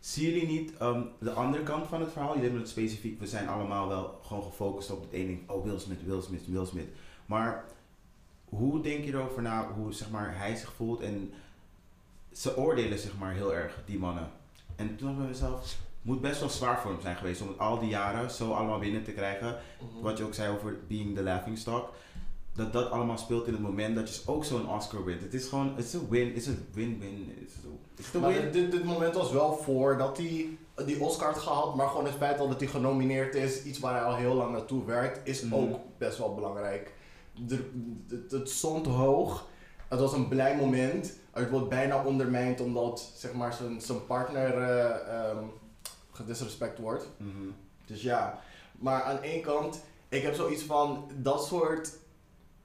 zien jullie niet ehm, de andere kant van het verhaal? Jullie hebben het specifiek, we zijn allemaal wel gewoon gefocust op het ene ding. Oh, Will Smith, Will Smith, Will Smith. Maar hoe denk je erover na hoe zeg maar, hij zich voelt? En ze oordelen zeg maar heel erg, die mannen. En toen dacht ik bij mezelf, het moet best wel zwaar voor hem zijn geweest om het al die jaren zo allemaal binnen te krijgen. Mhm. Wat je ook zei over being the laughing stock. Dat dat allemaal speelt in het moment dat je ook zo'n Oscar wint. Het is gewoon, het is een win, het is een win-win. Het is een- het is een Maar win. dit, dit- dit moment was wel voor dat hij die Oscar had gehad, maar gewoon het feit al dat hij genomineerd is, iets waar hij al heel lang naartoe werkt, is Mhm. ook best wel belangrijk. Er- het, het stond hoog, het was een blij moment. Het wordt bijna ondermijnd omdat zeg maar, zijn, zijn partner eh, ehm, gedisrespect wordt. Mhm. Dus ja, maar aan één kant, ik heb zoiets van dat soort.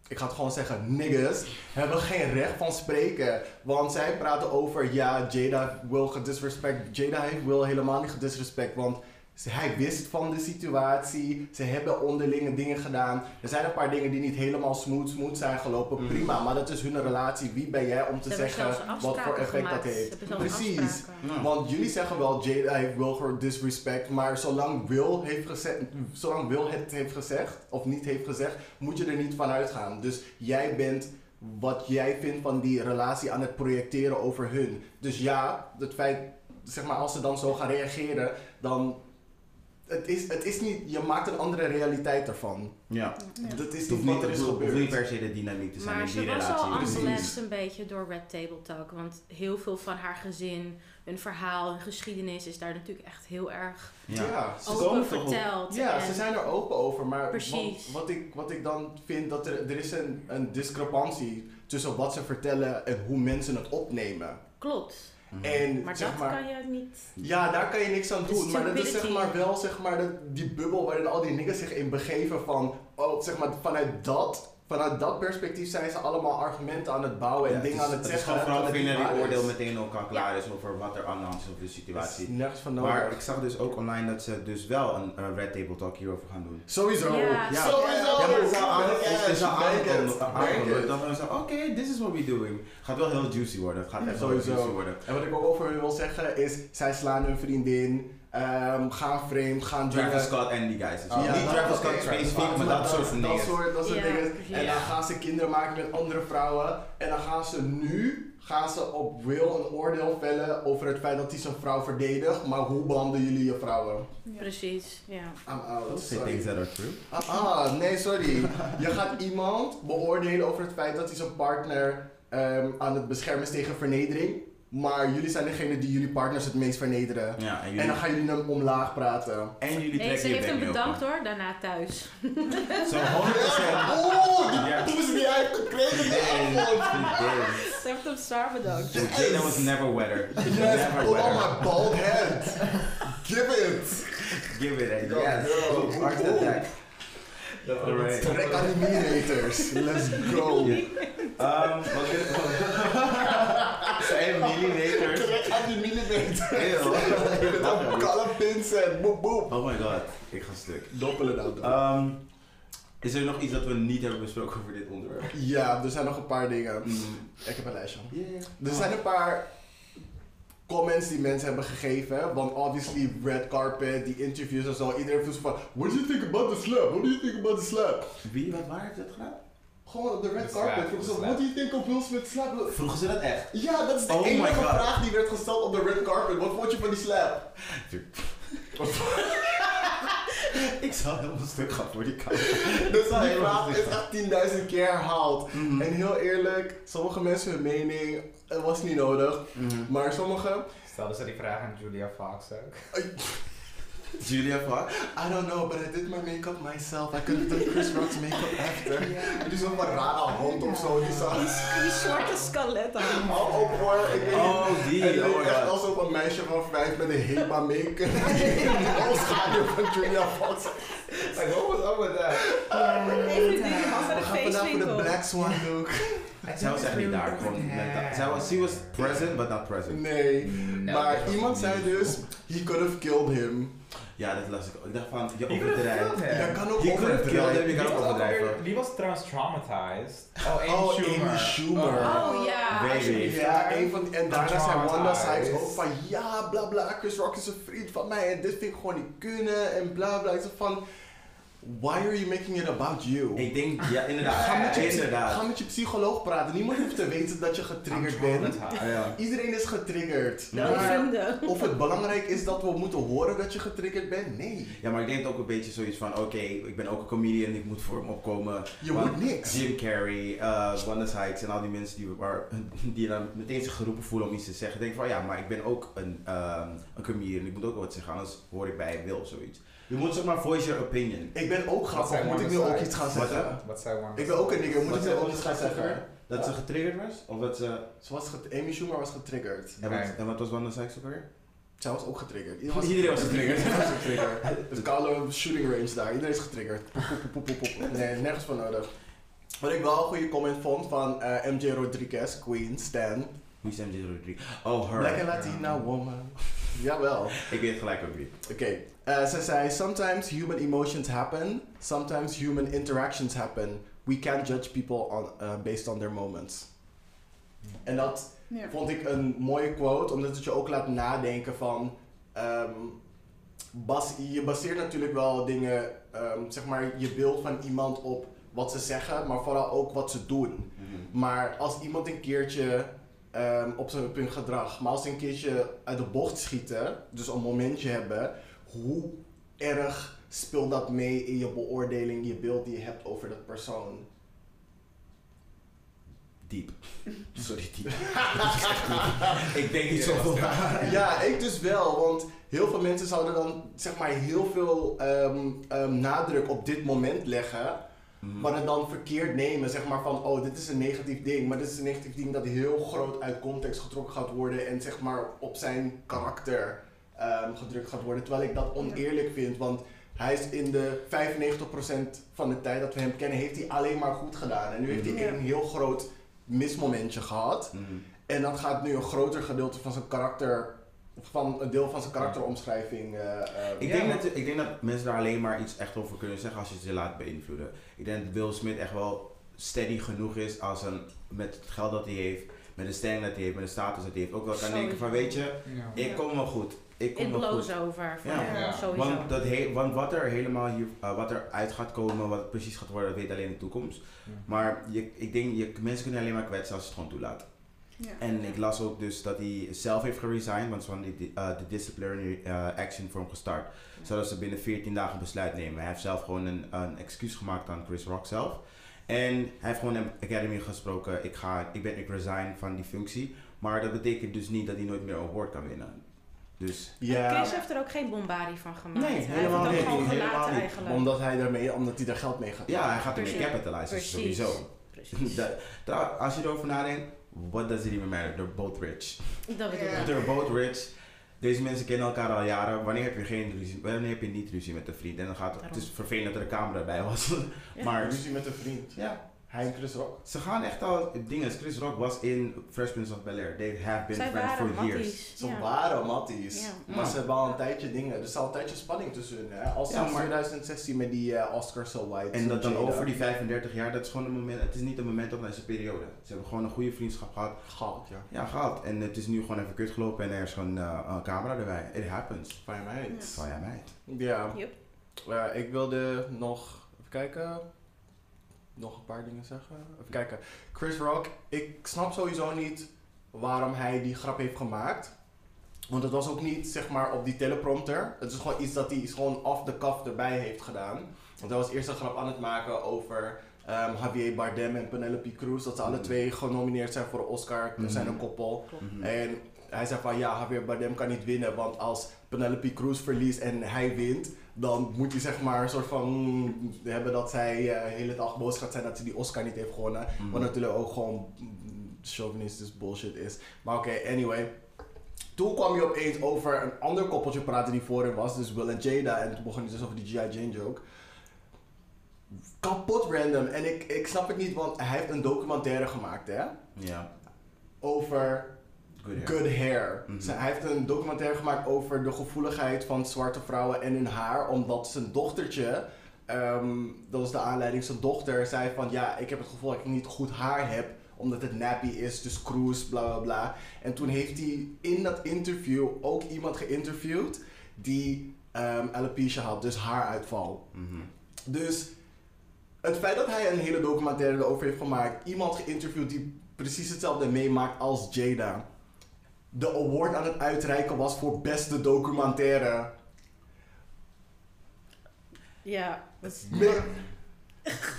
Ik ga het gewoon zeggen, niggas hebben geen recht van spreken. Want zij praten over, ja, Jada wil gedisrespect. Jada heeft wil helemaal niet gedisrespect, want ze- hij wist van de situatie. Ze hebben onderlinge dingen gedaan. Er zijn een paar dingen die niet helemaal smooth, smooth zijn gelopen. Mhm. Prima, maar dat is hun relatie. Wie ben jij om te Ze hebben zeggen zelfs wat voor afspraken effect dat gemaakt. Ze heeft? hebben zelfs Precies. afspraken. Ja. Want jullie zeggen wel, Jada heeft Will voor disrespect, maar zolang Will, heeft gezegd, zolang Will het heeft gezegd, of niet heeft gezegd, moet je er niet van uitgaan. Dus jij bent wat jij vindt van die relatie aan het projecteren over hun. Dus ja, het feit, zeg maar, als ze dan zo gaan reageren, dan... Het is, het is niet, je maakt een andere realiteit ervan. Ja, Dat is niet het hoeft wat niet, er is het hoeft niet gebeurd. per se de dynamiek te zijn Maar in die ze was al relatie. Precies. ambulance een beetje door Red Table Talk. Want heel veel van haar gezin, hun verhaal, hun geschiedenis is daar natuurlijk echt heel erg Ja. Ze open komen toch op- verteld. Ja, En- ze zijn er open over, maar Precies. wat, wat, ik, wat ik dan vind, dat er, er is een, een discrepantie tussen wat ze vertellen en hoe mensen het opnemen. Klopt. Mhm. En Maar zeg dat maar, kan Dus je niet... ja, daar kan je niks aan De doen, maar dat is zeg stupidity. maar wel zeg maar dat, die bubbel waarin al die niggas zich in begeven van, oh, zeg maar vanuit dat... Vanuit dat perspectief zijn ze allemaal argumenten aan het bouwen en Oh Ja, dingen het is- aan het, het is zeggen. gewoon vooral terwijl het vinden niet die waar is. oordeel meteen elkaar klaar is over wat er aan de hand is of de Het is situatie. nergens van nodig. Maar ik zag dus ook online dat ze dus wel een eh, Red Table Talk hierover gaan doen. Sowieso. Ja. Ja. Sowieso. Ja, maar het is Yes, al aan- het is al make it. aangekondigd. Make it. aangekondigd. Dan gaan we zo, oké, this is what we doing. Gaat wel heel juicy worden. Het gaat echt wel heel Sowieso. juicy worden. En wat ik ook over wil zeggen is, zij slaan hun vriendin. Eh, ehm, gaan frame, gaan Travis dingen- Scott en die guys. Oh, ja, niet dat- Travis oké, Scott specifiek, Maar maar dat soort dat, dingen. dat soort, dat soort Ja, dingen. precies. En dan Ja. gaan ze kinderen maken met andere vrouwen. En dan gaan ze nu gaan ze op Will een oordeel vellen over het feit dat hij zijn vrouw verdedigt. Maar hoe behandelen jullie je vrouwen? Precies, ja. I'm out. Say sorry. things that are true. Ah, ah, nee, sorry. Je gaat iemand beoordelen over het feit dat hij zijn partner ehm, aan het beschermen is tegen vernedering. Maar jullie zijn degene die jullie partners het meest vernederen. Ja, en En jullie, dan gaan jullie hem omlaag praten. en jullie Hey, trekken ze je heeft hem bek niet bedankt open. hoor, daarna thuis. Zo 100%. Oh, Ja. toen ze die uitgekregen. She Ze heeft hem zwaar bedankt. did. Jada was never wetter. Yes, Oh, Never put on wetter. my bald head. Give it. Give it a Go, yes. go. Go, Arts Oeh. attack. Alright. Trek aan die millimeters. Let's go. Um, wat kunnen we... Zijn millimeters. Trek aan die millimeters. Heel. Met een kalle pincet. Boep, boep. Oh my god, ik ga stuk. Doppelen dan. Ehm, is er nog iets dat we niet hebben besproken over dit onderwerp? Ja, er zijn nog een paar dingen. Mm. Ik heb een lijstje. Yeah. Er zijn een paar comments die mensen hebben gegeven. Want obviously, red carpet, die interviews en zo. Iedereen voelt zo van, what do you think about the slap? What do you think about the slap? Wie, wat, waar heeft dat gedaan? Gewoon op de red De carpet slap, vroegen de ze, slap. what do you think of Will Smith slap? Vroegen ze dat echt? Ja, dat is de Oh my enige God. vraag die werd gesteld op de red carpet. Wat vond je van die slap? Ik zou helemaal stuk gaan voor die kant. Dus die helemaal vraag is goed. echt 10.000 keer herhaald. En heel eerlijk, sommige mensen hun mening, het was niet nodig. Mhm. Maar sommige, Stelden ze die dus vraag aan Julia Fox ook? Julia Fox? I don't know, but I did my make-up myself. I could have done Chris Rock's make-up after. Ja. Het is zo'n rare hond of zo, die zag Die zwarte skelet aan. al op hoor. Ik weet niet. Oh, die. En die Oh my echt god. als op een meisje van vijf met een HEMA make-up. Al schaduw van Julia Fox. Like, what was up with that? Even We die man met een gaan vandaag voor de feestwinkel. Black Swan look. Zij was echt niet daar. gewoon met dat- Zij was, she was present, but not present. Nee. No, Maar iemand zei dus, he could have killed him. Ja, dat las ik ook. Ik dacht van, je Je could have overdrijft. killed Je him. kan ook Je could have killed him, overdrijven. je kan Wie ook was ook overdrijven. alweer- Wie was trouwens traumatized? Oh, Amy Oh, Schumer. Amy Schumer. Oh ja, Baby. alsjeblieft. Ja, een van, en daarna zei Traumatized. Wanda Sykes ook van ja, bla bla, Chris Rock is een vriend van mij en dit vind ik gewoon niet kunnen en bla bla. Ik zei van, why are you making it about you? Ik denk, ja, Ga met inderdaad. je, psy- Inderdaad. ga met je psycholoog praten, niemand hoeft te weten dat je getriggerd bent. Traumatized. Ah, ja. Iedereen is getriggerd. Ja. Maar Vrienden. of het belangrijk is dat we moeten horen dat je getriggerd bent, nee. Ja, maar ik denk ook een beetje zoiets van, oké, ik ben ook een comedian, ik moet voor hem opkomen. Je Want moet niks. Jim Carrey, eh, Wanda Sykes en al die mensen die, waar, die dan meteen zich geroepen voelen om iets te zeggen. Denk van, ja, maar ik ben ook een, ehm, een comedian, ik moet ook wel wat zeggen, anders hoor ik bij en wil zoiets. Je moet zeg maar voice your opinion. Ik ben ook grappig, zijn moet ik nu Wanda ook Sykes? iets gaan Wat, zeggen? Wat zei Wanda Ik ben ook een nigger, moet Wat ik nu zij ook anders iets gaan zeggen? Dat ze getriggerd was? Of dat ze... Ze was get- Amy Schumer was getriggerd. En wat, Nee. en wat was Wanda Sykes ook weer? Zij was ook getriggerd. Iedereen was getriggerd. Iedereen was getriggerd. De koude shooting range daar. Iedereen is getriggerd. Poep, poep, poep, poep, poep. Nee, nergens voor nodig. Wat ik wel een goede comment vond van eh, MJ Rodriguez, Queen, Stan. Hoe is MJ Rodriguez? Oh, her. Black and Latina woman. Jawel. Ik weet gelijk ook wie. Oké. Eh, ze zei, sometimes human emotions happen. Sometimes human interactions happen. We can't judge people on, eh, based on their moments. En dat Ja. vond ik een mooie quote, omdat het je ook laat nadenken van. ehm, bas, je baseert natuurlijk wel dingen, ehm, zeg maar, je beeld van iemand op wat ze zeggen, maar vooral ook wat ze doen. Maar als iemand een keertje ehm, op zijn op hun gedrag, maar als ze een keertje uit de bocht schieten, dus een momentje hebben, hoe erg speelt dat mee in je beoordeling, je beeld die je hebt over dat persoon? Diep. Sorry, diep. ik denk niet zoveel Ja, ik dus wel, want heel veel mensen zouden dan zeg maar heel veel ehm, ehm, nadruk op dit moment leggen, maar het dan verkeerd nemen, zeg maar van oh dit is een negatief ding, maar dit is een negatief ding dat heel groot uit context getrokken gaat worden en zeg maar op zijn karakter ehm, gedrukt gaat worden, terwijl ik dat oneerlijk vind, want hij is in de 95% van de tijd dat we hem kennen, heeft hij alleen maar goed gedaan en nu heeft hij Ja. een heel groot mismomentje gehad. Mhm. En dat gaat nu een groter gedeelte van zijn karakter, van een deel van zijn karakteromschrijving. eh, eh, Ik, Ja, denk maar- dat, ik denk dat mensen daar alleen maar iets echt over kunnen zeggen als je ze laat beïnvloeden. Ik denk dat Will Smith echt wel steady genoeg is als een, met het geld dat hij heeft, met de stelling dat hij heeft, met de status dat hij heeft. Ook wel kan Sorry. denken van weet je, Ja. ik kom wel goed. ik kom It wel blows goed. over voor Ja. hem, Ja. sowieso. Want, dat he- want wat er helemaal hier, eh, wat er uit gaat komen, wat het precies gaat worden, dat weet alleen de toekomst. Ja. Maar je, ik denk, je, mensen kunnen alleen maar kwetsen als je het gewoon toelaat. Ja. En ik las ook dus dat hij zelf heeft geresigned, want ze hadden die, eh, de disciplinary eh, action voor hem gestart. Zodat ze binnen 14 dagen een besluit nemen. Hij heeft zelf gewoon een, een excuus gemaakt aan Chris Rock zelf. En hij heeft gewoon een academy gesproken, ik, ga, ik ben ik resign van die functie. Maar dat betekent dus niet dat hij nooit meer een award kan winnen. Dus Ja, Chris heeft er ook geen bombardie van gemaakt. Nee, hij heeft het helemaal ook niet. gewoon Helemaal gelaten niet. eigenlijk. omdat hij daarmee, omdat hij er geld mee gaat. ja, hij gaat ermee Precies. capitalizen Precies. sowieso. Precies. Dat- trouw- als je erover nadenkt, what does it even matter? They're both rich. Dat bedoel Ja. ik. They're both rich. Deze mensen kennen elkaar al jaren. Wanneer heb je geen ruzie? Wanneer heb je niet ruzie met een vriend? En dan gaat het. Het is vervelend dat er een camera bij was. Ja. maar Ruzie met een vriend. ja, Hij en Chris Rock. ze gaan echt al. Dingen. Chris Rock was in Fresh Prince of Bel Air. They have been Zij friends waren for years. matties. Ze ja. waren matties. Ja. Maar Ja. ze hebben al een tijdje dingen. Er is al een tijdje spanning tussen hun. Hè? Al Ja, sinds maar- 2016 met die eh, Oscar So White. En dat dan Jada. over die 35 jaar, dat is gewoon een moment. Het is niet een moment op, maar het is een periode. Ze hebben gewoon een goede vriendschap gehad. Goud, ja. Ja, gehad. En het is nu gewoon even kut gelopen en er is gewoon eh, een camera erbij. It happens. Fijn meid. Van ja, meid. Ja. Yep. Eh, ik wilde nog, even kijken, nog een paar dingen zeggen. Even kijken. Chris Rock, ik snap sowieso niet waarom hij die grap heeft gemaakt. Want het was ook niet, zeg maar, op die teleprompter. Het is gewoon iets dat hij is gewoon off the cuff erbij heeft gedaan. Want hij was eerst een grap aan het maken over ehm, Javier Bardem en Penelope Cruz. Dat ze alle Mhm. twee genomineerd zijn voor de Oscar. Ze zijn een Mhm. koppel. Mhm. En hij zei van ja, Javier Bardem kan niet winnen, want als Penelope Cruz verliest en hij wint, dan moet hij zeg maar een soort van mm, hebben dat zij eh de hele dag boos gaat zijn dat ze die Oscar niet heeft gewonnen. Mhm. Wat natuurlijk ook gewoon mm, chauvinistisch bullshit is. Maar oké, anyway. Toen kwam je opeens over een ander koppeltje praten die voor hem was, dus Will en Jada. En toen begon hij dus over die G.I. Jane joke. Kapot random. En ik, ik snap het niet, want hij heeft een documentaire gemaakt, hè? Ja. Over Good hair. Good Hair. Mhm. Ze- hij heeft een documentaire gemaakt over de gevoeligheid van zwarte vrouwen en hun haar. Omdat zijn dochtertje, ehm, dat was de aanleiding, zijn dochter zei van ja, ik heb het gevoel dat ik niet goed haar heb omdat het nappy is, dus cruise, bla bla bla. En toen heeft hij in dat interview ook iemand geïnterviewd die ehm alopecia had, dus haaruitval. Mhm. Dus het feit dat hij een hele documentaire erover heeft gemaakt, iemand geïnterviewd die precies hetzelfde meemaakt als Jada, de award aan het uitreiken was voor beste documentaire. Ja, dat is- Me-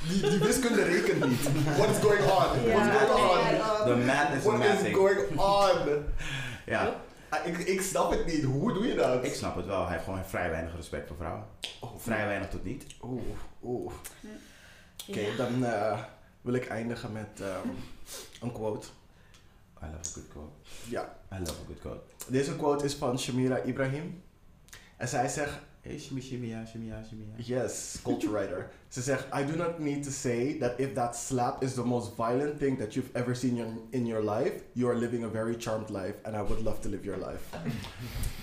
die, die wiskunde rekent niet. What is going on? Ja. What's going on? The math is What is amazing. going on? Ja. Ah, Ik, ik snap het niet. Hoe doe je dat? Ik snap het wel, hij heeft gewoon vrij weinig respect voor vrouwen. Oh, Vrij weinig tot niet. Oeh, oeh. ja. Oké, dan eh, wil ik eindigen met ehm, een quote. I love a good quote. Ja. I love a good quote. Deze quote is van Shamira Ibrahim. En zij zegt Hey, shimmy, shimmy, ja, shimmy, ja, shimmy, ja. Yes, culture writer. Ze zegt, I do not need to say that if that slap is the most violent thing that you've ever seen in, in your life, you are living a very charmed life and I would love to live your life.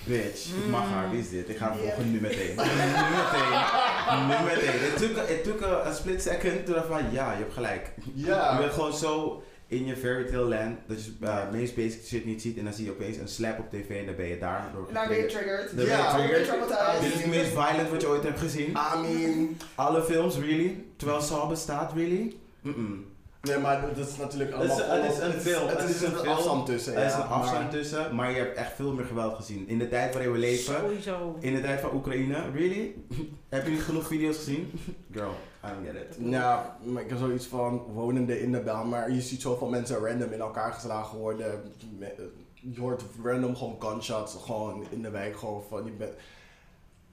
Bitch, ik mag haar, wie is dit? Ik ga hem Ja. volgen nu meteen. nu meteen. Nu meteen. Het took, het took a, a split second, toen dacht ik van ja, je hebt gelijk. Je Ja. bent gewoon zo in je fairy tale land dat je eh, meest basic shit niet ziet en dan zie je opeens een slap op tv en dan ben je daar door Daar ben je getriggerd. triggered. Dan ben je Ja. triggered. Traumatized. Dit is het meest violent wat je ooit hebt gezien. I mean... Alle films, really? Terwijl Saw bestaat, really? Mm-mm. Nee, maar dat is natuurlijk Het is- allemaal... het is een film. Het Het is is een een film. afstand tussen, Er is ja, een afstand maar- tussen, maar je hebt echt veel meer geweld gezien. In de tijd waarin we leven, Sowieso. in de tijd van Oekraïne, really? Heb je niet genoeg video's gezien? Girl, I don't get it. Ja, maar ik heb zoiets van wonende in de bel, maar je ziet zoveel mensen random in elkaar geslagen worden. Me- eh, Je hoort random gewoon gunshots, gewoon in de wijk, gewoon van je bent...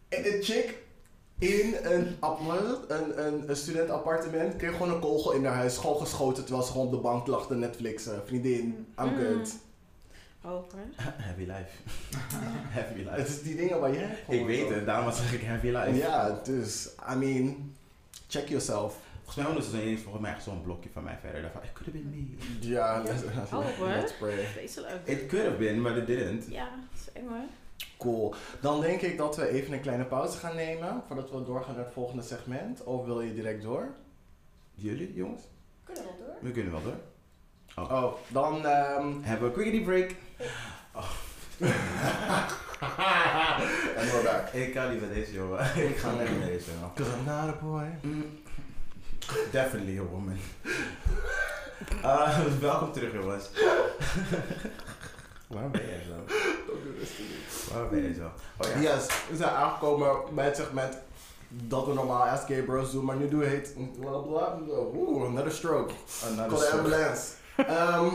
En een chick in een, app- wat is het? een, een, een studentappartement kreeg gewoon een kogel in haar huis, gewoon geschoten terwijl ze gewoon op de bank lag te Netflixen. Vriendin, I'm Mm. good. Ook, hè? Happy life. Happy Het life. Oh is die dingen waar jij gewoon Ik weet zo- het, daarom zeg ik happy life. Ja, dus, I mean, check yourself. Volgens mij wonen ze niet eens volgens mij echt zo'n blokje van mij verder. Daarvan, it could have been me. Ja, let's, Oh, hoor. let's pray. Vreselijk. It could have been, but it didn't. Ja, dat is eng, hoor. Cool. Dan denk ik dat we even een kleine pauze gaan nemen voordat we doorgaan naar het volgende segment. Of wil je direct door? Jullie, jongens? Kunnen we wel door? We kunnen wel door. Oh, dan. ehm, Hebben we een quickie break. Oh. En we're back. Ik kan niet met deze jongen. Ik ga niet met deze jongen. Because I'm not a boy. Definitely a woman. Eh, welkom terug jongens. Waar ben jij zo? Waar ben jij zo? Oh ja. Yes, we zijn aangekomen bij het segment dat we normaal as gay bros doen, maar nu doen we het. Bla bla bla. Oeh, another stroke. Call Another the story. ambulance. Ehm,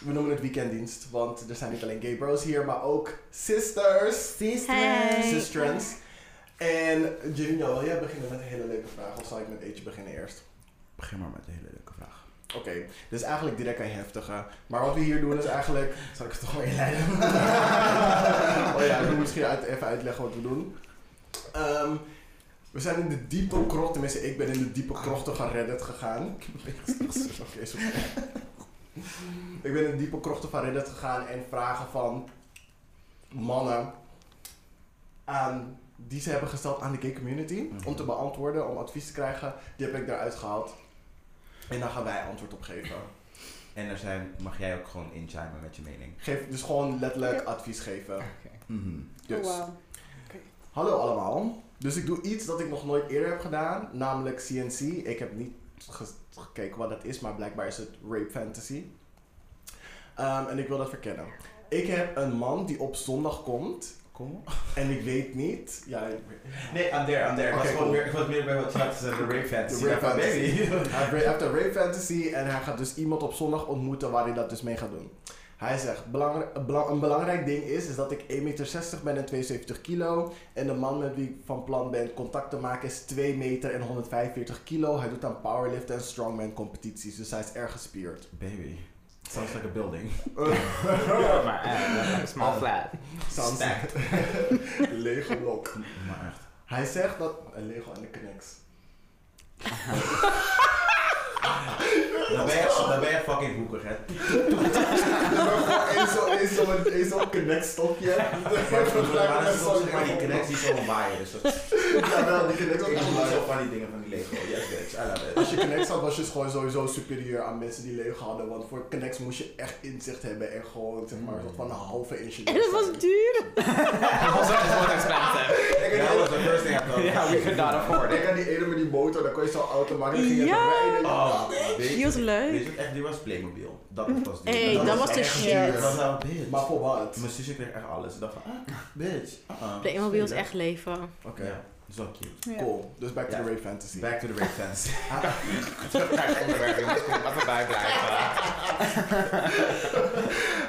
we noemen het weekenddienst, want er zijn niet alleen gay bros hier, maar ook sisters. Hey. Sistrens. En Janine, wil jij beginnen met een hele leuke vraag? Of zal ik met eentje beginnen eerst? Begin maar met een hele leuke vraag. Oké, dit is eigenlijk direct een heftige. Maar wat we hier doen is eigenlijk... Zal ik het toch maar inleiden? oh ja, ik moet misschien uit, even uitleggen wat we doen. Ehm, we zijn in de diepe krocht, tenminste ik ben in de diepe krochten van Reddit gegaan. Oké, sorry. Ik ben in de diepe krochten van Reddit gegaan en vragen van mannen aan, die ze hebben gesteld aan de gay community om te beantwoorden, om advies te krijgen. Die heb ik daaruit gehaald. En daar gaan wij antwoord op geven. En er zijn, mag jij ook gewoon inchimen met je mening. Geef dus gewoon letterlijk advies geven. Mhm. Dus. Oh, wow. Hallo allemaal. Dus ik doe iets dat ik nog nooit eerder heb gedaan, namelijk CNC. Ik heb niet ge- gekeken wat dat is, maar blijkbaar is het rape fantasy. Ehm, en ik wil dat verkennen. Ik heb een man die op zondag komt Kom. en ik weet niet. Ja, ik- Nee, I'm there, I'm there. Ik was Oké, gewoon cool. meer- ik was meer bij wat je had gezegd, de rape fantasy. De rape Ja, van fantasy. baby. Hij heeft- hij heeft een rape fantasy en hij gaat dus iemand op zondag ontmoeten waar hij dat dus mee gaat doen. Hij zegt, belangrij- een bela- een belangrijk ding is, is dat ik 1,60 meter ben en 72 kilo. En de man met wie ik van plan ben contact te maken is 2 meter en 145 kilo. Hij doet aan powerliften en strongman competities, dus hij is erg gespierd. Baby. Sounds like a building. Ja, maar eh, small flat. Sounds- Stacked. Lego blok. Maar echt. Hij zegt dat... Een Lego en de Knex. Dan ben je, dan ben je fucking hoekig, hè. Eén zo'n zo, één zo'n Knex-stokje. Maar dat is ook maar die connectie zo waaien. Dus dat Ja, wel, die Ik Knex hou ook. zo van die dingen van die Lego. Yes, bitch. I love it. Als je Connect had, was je gewoon sowieso superieur aan mensen die Lego hadden. Want voor Connect moest je echt inzicht hebben en gewoon zeg maar, een Mm. soort van een halve ingenieur. En dat was zijn. duur. Dat was ook gewoon expensive. That was the first thing I thought. Ja, we could not afford it. Denk aan die ene met die motor, dan kon je zo'n auto maken en ging je Ja. het rijden. Oh, weet je- Die was leuk. Weet je wat echt duur was? Playmobil. Dat was duur. Hey, dat was was de echt duur. Dat shit. was wel bitch. Maar voor wat? Mijn zusje kreeg echt alles. Ik dacht van, ah, bitch. Uh-uh. Playmobil is echt leven. Oké, Oké, ja, dat is wel cute. Ja. cool. Dus back to Ja. the Ray Fantasy. Back to the rape fans. Ga ik onderwerp, jongens. Kom, laten we bijblijven.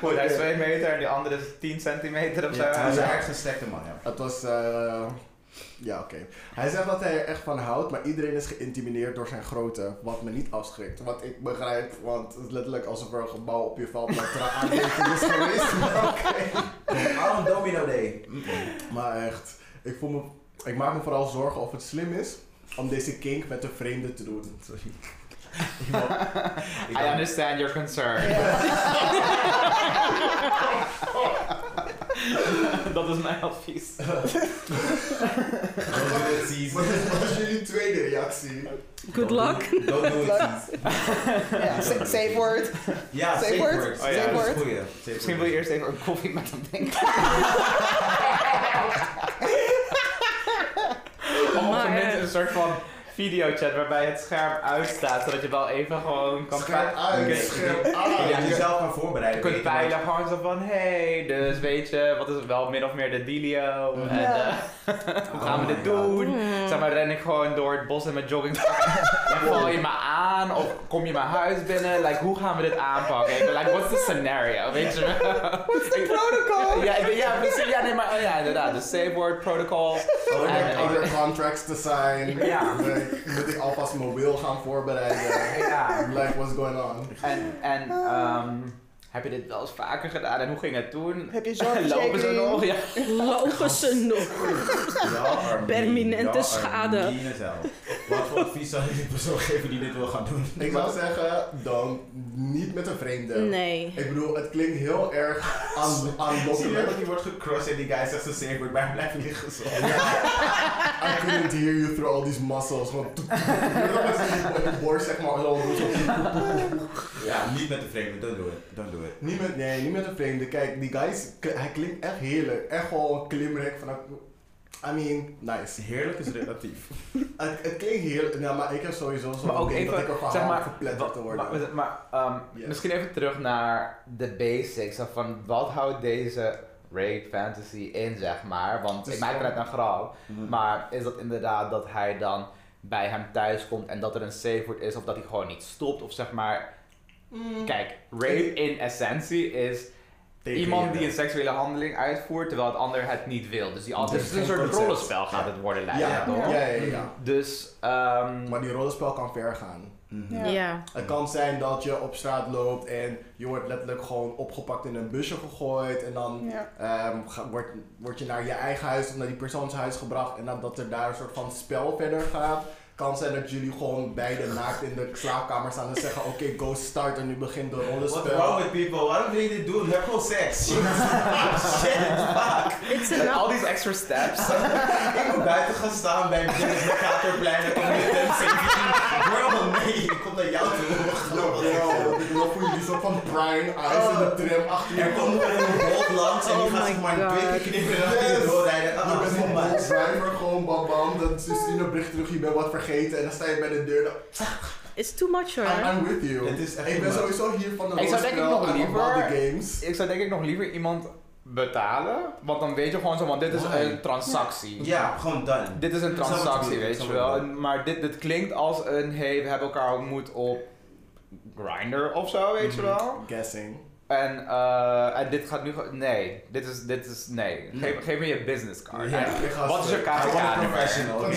Oké. Hij is 2 meter en die andere is 10 centimeter of zo. Hij is Ja. echt een sterke man, ja. Het was, eh, ja oké. Hij zegt dat hij er echt van houdt, maar iedereen is geïntimideerd door zijn grootte. Wat me niet afschrikt. Wat ik begrijp, want het is letterlijk alsof er een gebouw op je valt, maar aan is geweest. Maar oké. Arm Domino Day. Maar echt, ik, voel me, ik maak me vooral zorgen of het slim is om deze kink met een vreemde te doen. Sorry. I understand your concern. Dat is mijn advies. Don't do it, C's. Wat is, wat is jullie tweede reactie? Good luck. Don't do it, C's. Ja, sa- safe word. Ja, Safe safe word. word. Oh ja, dat is safe een goeie. Safe Misschien wil word. je eerst even een koffie met hem drinken. Of op zijn Maar, minst eh, een soort van videochat waarbij het scherm uitstaat, zodat je wel even gewoon kan Scherp pa- uit, Oké. dus scherp Ah, uit. ja, jezelf gaan voorbereiden. Je kunt weet je, maar- peilen gewoon zo van, hey, dus weet je, wat is wel min of meer de dealio? En, Ja. eh, hoe gaan we Oh dit my God. doen? Zeg maar, ren ik gewoon door het bos in mijn jogging. en val je me aan? Of kom je mijn huis binnen? Like, hoe gaan we dit aanpakken? Ik ben like, what's the scenario? Weet je wel? Protocol. ja, ik ben- ja, precies. Ja, nee, maar, oh ja, inderdaad. De safe word protocol. Oh, ik Ja, heb ja. andere contracts te sign. Ja. Like, moet ik alvast mijn wil gaan voorbereiden. Ja. Like, what's going on? En, en Ah. ehm, heb je dit wel eens vaker gedaan? En hoe ging het toen? Heb je zorgverzekering? Lopen ze nog? Ja. Logen ze nog. Y'all are mean. Permanente Y'all are schade. mean as hell. Wat voor advies zou je die persoon geven die dit wil gaan doen? Ik zou zeggen, dan niet met een vreemde. Nee. Ik bedoel, het klinkt heel erg aan- Zie je dat aanlokkelijk. die wordt gecrossed en die guy zegt zijn safe word, maar hij blijft liggen zo. I couldn't hear you through all these muscles. Want je borst zeg maar zo. Ja, Niet met de vreemde, don't do it. Don't do it. Niet met, nee, niet met een vreemde. Kijk, die guy is, k- hij klinkt echt heerlijk. Echt gewoon een klimrek vanaf... I mean, nice. Heerlijk is relatief. Het, het klinkt heerlijk, nou, maar ik heb sowieso zo'n Maar ook ding even, dat ik er verhaal zeg maar, verpletterd te worden. Maar, maar, ehm, Yes. misschien even terug naar de basics. of Van wat houdt deze rape fantasy in, zeg maar? Want Dus ik maak eruit gewoon- een grap. Mhm. Maar is dat inderdaad dat hij dan bij hem thuis komt en dat er een safe word is of dat hij gewoon niet stopt? Of zeg maar, Mm. kijk, rape in essentie is Tegen iemand je die een wel. seksuele handeling uitvoert terwijl het ander het niet wil. Dus die altijd Dus het is een geen soort concept. rollenspel gaat Ja. het worden ja, lijken. ja, toch? ja, ja, ja. Dus, ehm, Maar die rollenspel kan ver gaan. Mhm. Ja. Ja. Het kan zijn dat je op straat loopt en je wordt letterlijk gewoon opgepakt in een busje gegooid. En dan Ja. ehm, ga- word, word je naar je eigen huis of naar die persoons huis gebracht. En nadat er daar een soort van spel verder gaat. Kan zijn dat jullie gewoon beide naakt in de slaapkamer staan en zeggen: Oké, go start. En nu begint de What's wrong rollenspel. with people? Waarom wil je dit doen? Heb gewoon seks. Shit, fuck. It's met al enough. die extra steps. Ik ben buiten gaan staan bij een Katerplein. Dan kom je ten 17. Bro, nee, ik kom naar jou toe. Dan voel je die soort van bruin ijs in de tram achter Er je. komt een bold langs en die Oh gaat my zich maar God. een beetje knippen en dan ga je Yes. doorrijden. Je Ah, bent kom een maar. bold driver, gewoon bam bam. Dan stuurt hij een bericht terug, je bent wat vergeten. En dan sta je bij de deur. dan- It's too much hoor. I'm, I'm with you. Het is echt ik ben een- sowieso hier van de Ik zou denk ik nog rollenspel en van liever- de games. Ik zou denk ik nog liever iemand betalen, want dan weet je gewoon zo, want dit is Why? een transactie. Ja, gewoon done. Dit is een Snap wat je transactie, bedoelt, weet snap je wat je wel. bedoelt. Maar dit, dit klinkt als een, hey, we hebben elkaar ontmoet op Grindr of zo, weet Mhm. je wel. Guessing. En, eh, en dit gaat nu gewoon, nee, dit is, dit is, nee. Nee. Geef, geef me je business card. Ja. Eigenlijk. Wat is je I want a KVK-nummer? professional, oké?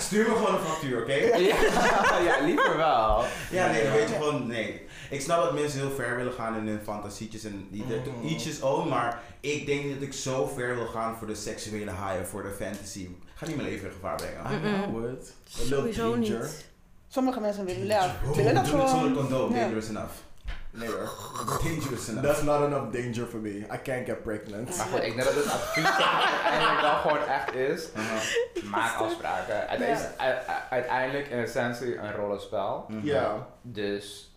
Stuur me gewoon een factuur, oké? Ja, ja, liever wel. Ja, nee, dan weet je gewoon, nee. Ik snap dat mensen heel ver willen gaan in hun fantasietjes en ieder, Mhm. each is own, maar ik denk dat ik zo ver wil gaan voor de seksuele high of voor de fantasy. Ik ga niet mijn leven in gevaar brengen. I know it. A little Sowieso danger. niet. Sommige mensen willen, ja, Oh, willen dat doe het zonder gewoon. condoom, Ja. dangerous enough. Nee hoor. Dangerous enough. That's not enough danger for me. I can't get pregnant. Maar goed, ik denk dat het advies uiteindelijk wel gewoon echt is. Aha. Maak afspraken. Het Ja. is u- u- uiteindelijk in essentie een rollenspel. Mhm. Ja. Dus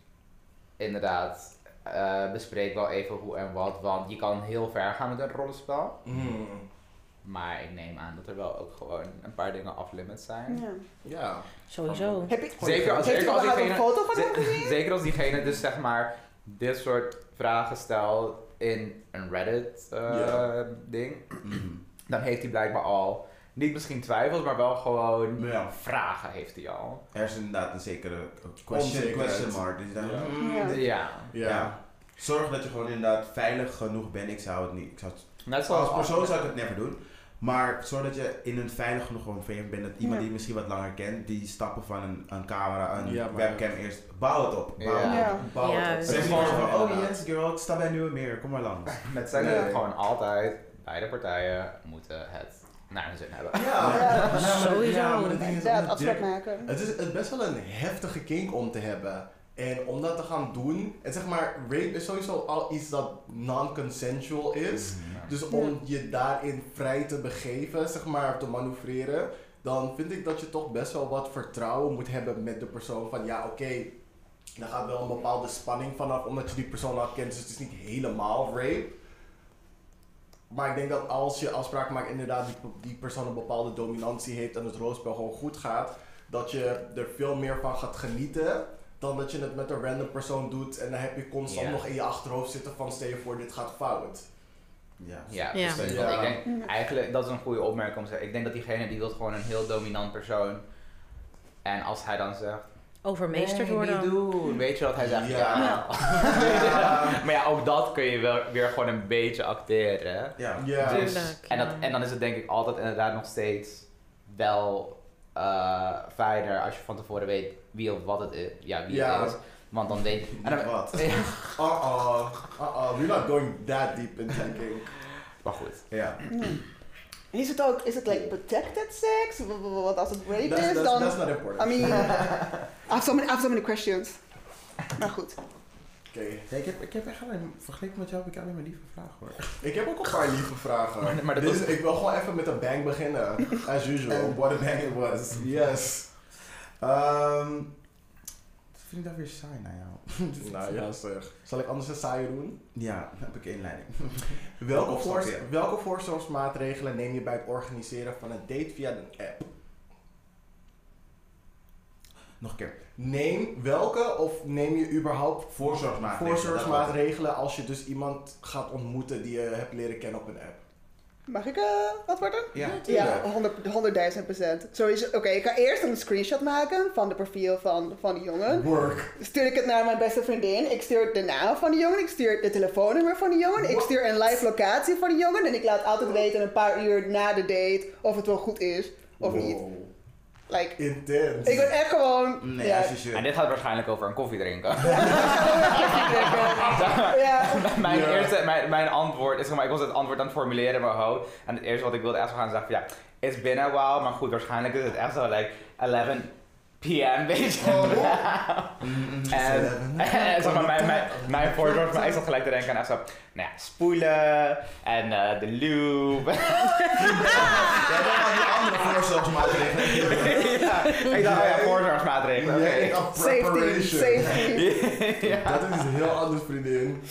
inderdaad, eh, bespreek wel even hoe en wat. Want je kan heel ver gaan met een rollenspel. Mm. Maar ik neem aan dat er wel ook gewoon een paar dingen off-limit zijn. Ja. Ja. Sowieso. Heb ik Zeker als, heeft zeker er als überhaupt een diegene, foto van hem gezien? ze- zeker als diegene dus zeg maar dit soort vragen stelt in een Reddit eh, Ja. ding. Mhm. Dan heeft hij blijkbaar al, niet misschien twijfels, maar wel gewoon Ja. vragen heeft hij al. Er is inderdaad een zekere question, Onzekerheid. question mark. Dus dan, Ja. mm, Ja. dit- Ja. Ja. Ja. Zorg dat je gewoon inderdaad veilig genoeg bent. Ik zou het niet. Ik zou het Net zoals Als persoon zou ik het never doen. Maar zorg dat je in een veilig genoeg omgeving bent. Dat iemand Ja. die je misschien wat langer kent, die stappen van een, een camera, een Ja, maar- webcam eerst. Bouw het op. Bouw Ja. het op. Ja. Bouw Ja, het op. dus- Zeg Het is gewoon gewoon van, oh inderdaad. yes girl, ik sta bij Nieuwe Meer. Kom maar langs. Met zijn Nee. nee. gewoon altijd, beide partijen moeten het naar hun zin hebben. Ja. Ja. maar- maar- Sowieso. ja, maar het ding is Inderdaad, ook afspraak dat- maken. Het is het best wel een heftige kink om te hebben. En om dat te gaan doen, en zeg maar, rape is sowieso al iets dat non-consensual is. Dus om je daarin vrij te begeven, zeg maar, te manoeuvreren, dan vind ik dat je toch best wel wat vertrouwen moet hebben met de persoon. Van ja, oké, daar gaat wel een bepaalde spanning vanaf, omdat je die persoon al kent, dus het is niet helemaal rape. Maar ik denk dat als je afspraak maakt, inderdaad, die, die persoon een bepaalde dominantie heeft en het rolspel gewoon goed gaat, dat je er veel meer van gaat genieten. Dan dat je het met een random persoon doet en dan heb je constant Ja. nog in je achterhoofd zitten van stel je voor dit gaat fout. Ja. Ja, Ja. precies. Ja. Want ik denk, eigenlijk, dat is een goede opmerking om te zeggen. Ik denk dat diegene die wil gewoon een heel dominant persoon. En als hij dan zegt, Overmeesterd nee, worden. niet doen. Weet je wat hij zegt? Ja. Ja. maar ja, ook dat kun je wel weer gewoon een beetje acteren. hè. Ja. Ja. Dus- Tuurlijk, en, dat, ja. en dan is het denk ik altijd inderdaad nog steeds wel eh fijner als je van tevoren weet wie of wat het is. Ja, wie Ja. het is. Want dan weet je... en dan- Wat? Uh-oh. Uh-oh. We're not going that deep into the game. maar goed. Ja. Nee. Is het ook, is het like protected sex? W- w- Want als het rape That's, is, that's, dan... that's not I important. mean, I have so many, I have so many questions. Maar goed. Oké. ik, heb, ik heb echt alleen, vergeleken met jou, heb ik alleen mijn lieve vraag hoor. Ik heb ook een paar lieve vragen. Maar- maar dat dus was- ik wil gewoon even met een bang beginnen. As usual. And what a bang it was. Yes. Ehm, vind ik dat weer saai naar jou? nou ja, zeg. Zal ik anders een saai doen? Ja, dan heb ik inleiding. Welke, Of stap voorz- je? welke voorzorgsmaatregelen neem je bij het organiseren van een date via een app? Nog een keer. Neem welke of neem je überhaupt Voorzorgsmaatregelen. voorzorgsmaatregelen als je dus iemand gaat ontmoeten die je hebt leren kennen op een app? Mag ik eh antwoorden? Ja. Ja, 100 100.000 procent. Sowieso. Oké, ik ga eerst een screenshot maken van de profiel van, van die jongen. Work. Stuur ik het naar mijn beste vriendin. Ik stuur de naam van die jongen. Ik stuur de telefoonnummer van die jongen. Ik stuur een live locatie van die jongen. En ik laat altijd weten een paar uur na de date of het wel goed is of niet. Wow. Like, Intens. ik ben echt gewoon... Nee, dus, ja, als je En zeur. dit gaat waarschijnlijk over een koffie drinken. ja. mijn, Ja. eerste, mijn, mijn antwoord is, zeg maar, ik was het antwoord aan het formuleren in mijn hoofd. En het eerste wat ik wilde echt gaan zeggen, van, ja, it's been a while, maar goed, waarschijnlijk is het echt zo, like, 11 p.m. weet Oh. je. En, en zeg maar, mijn, mijn, mijn voorzorg, maar ik zat gelijk te denken aan echt zo, nou ja, spoelen en eh, de loop. Ja, dan had je andere voorzorgsmaatregelen. ja, ik dacht, oh ja, voorzorgsmaatregelen, oké. Nee, of Safety, preparation. safety. Dat is heel anders, vriendin.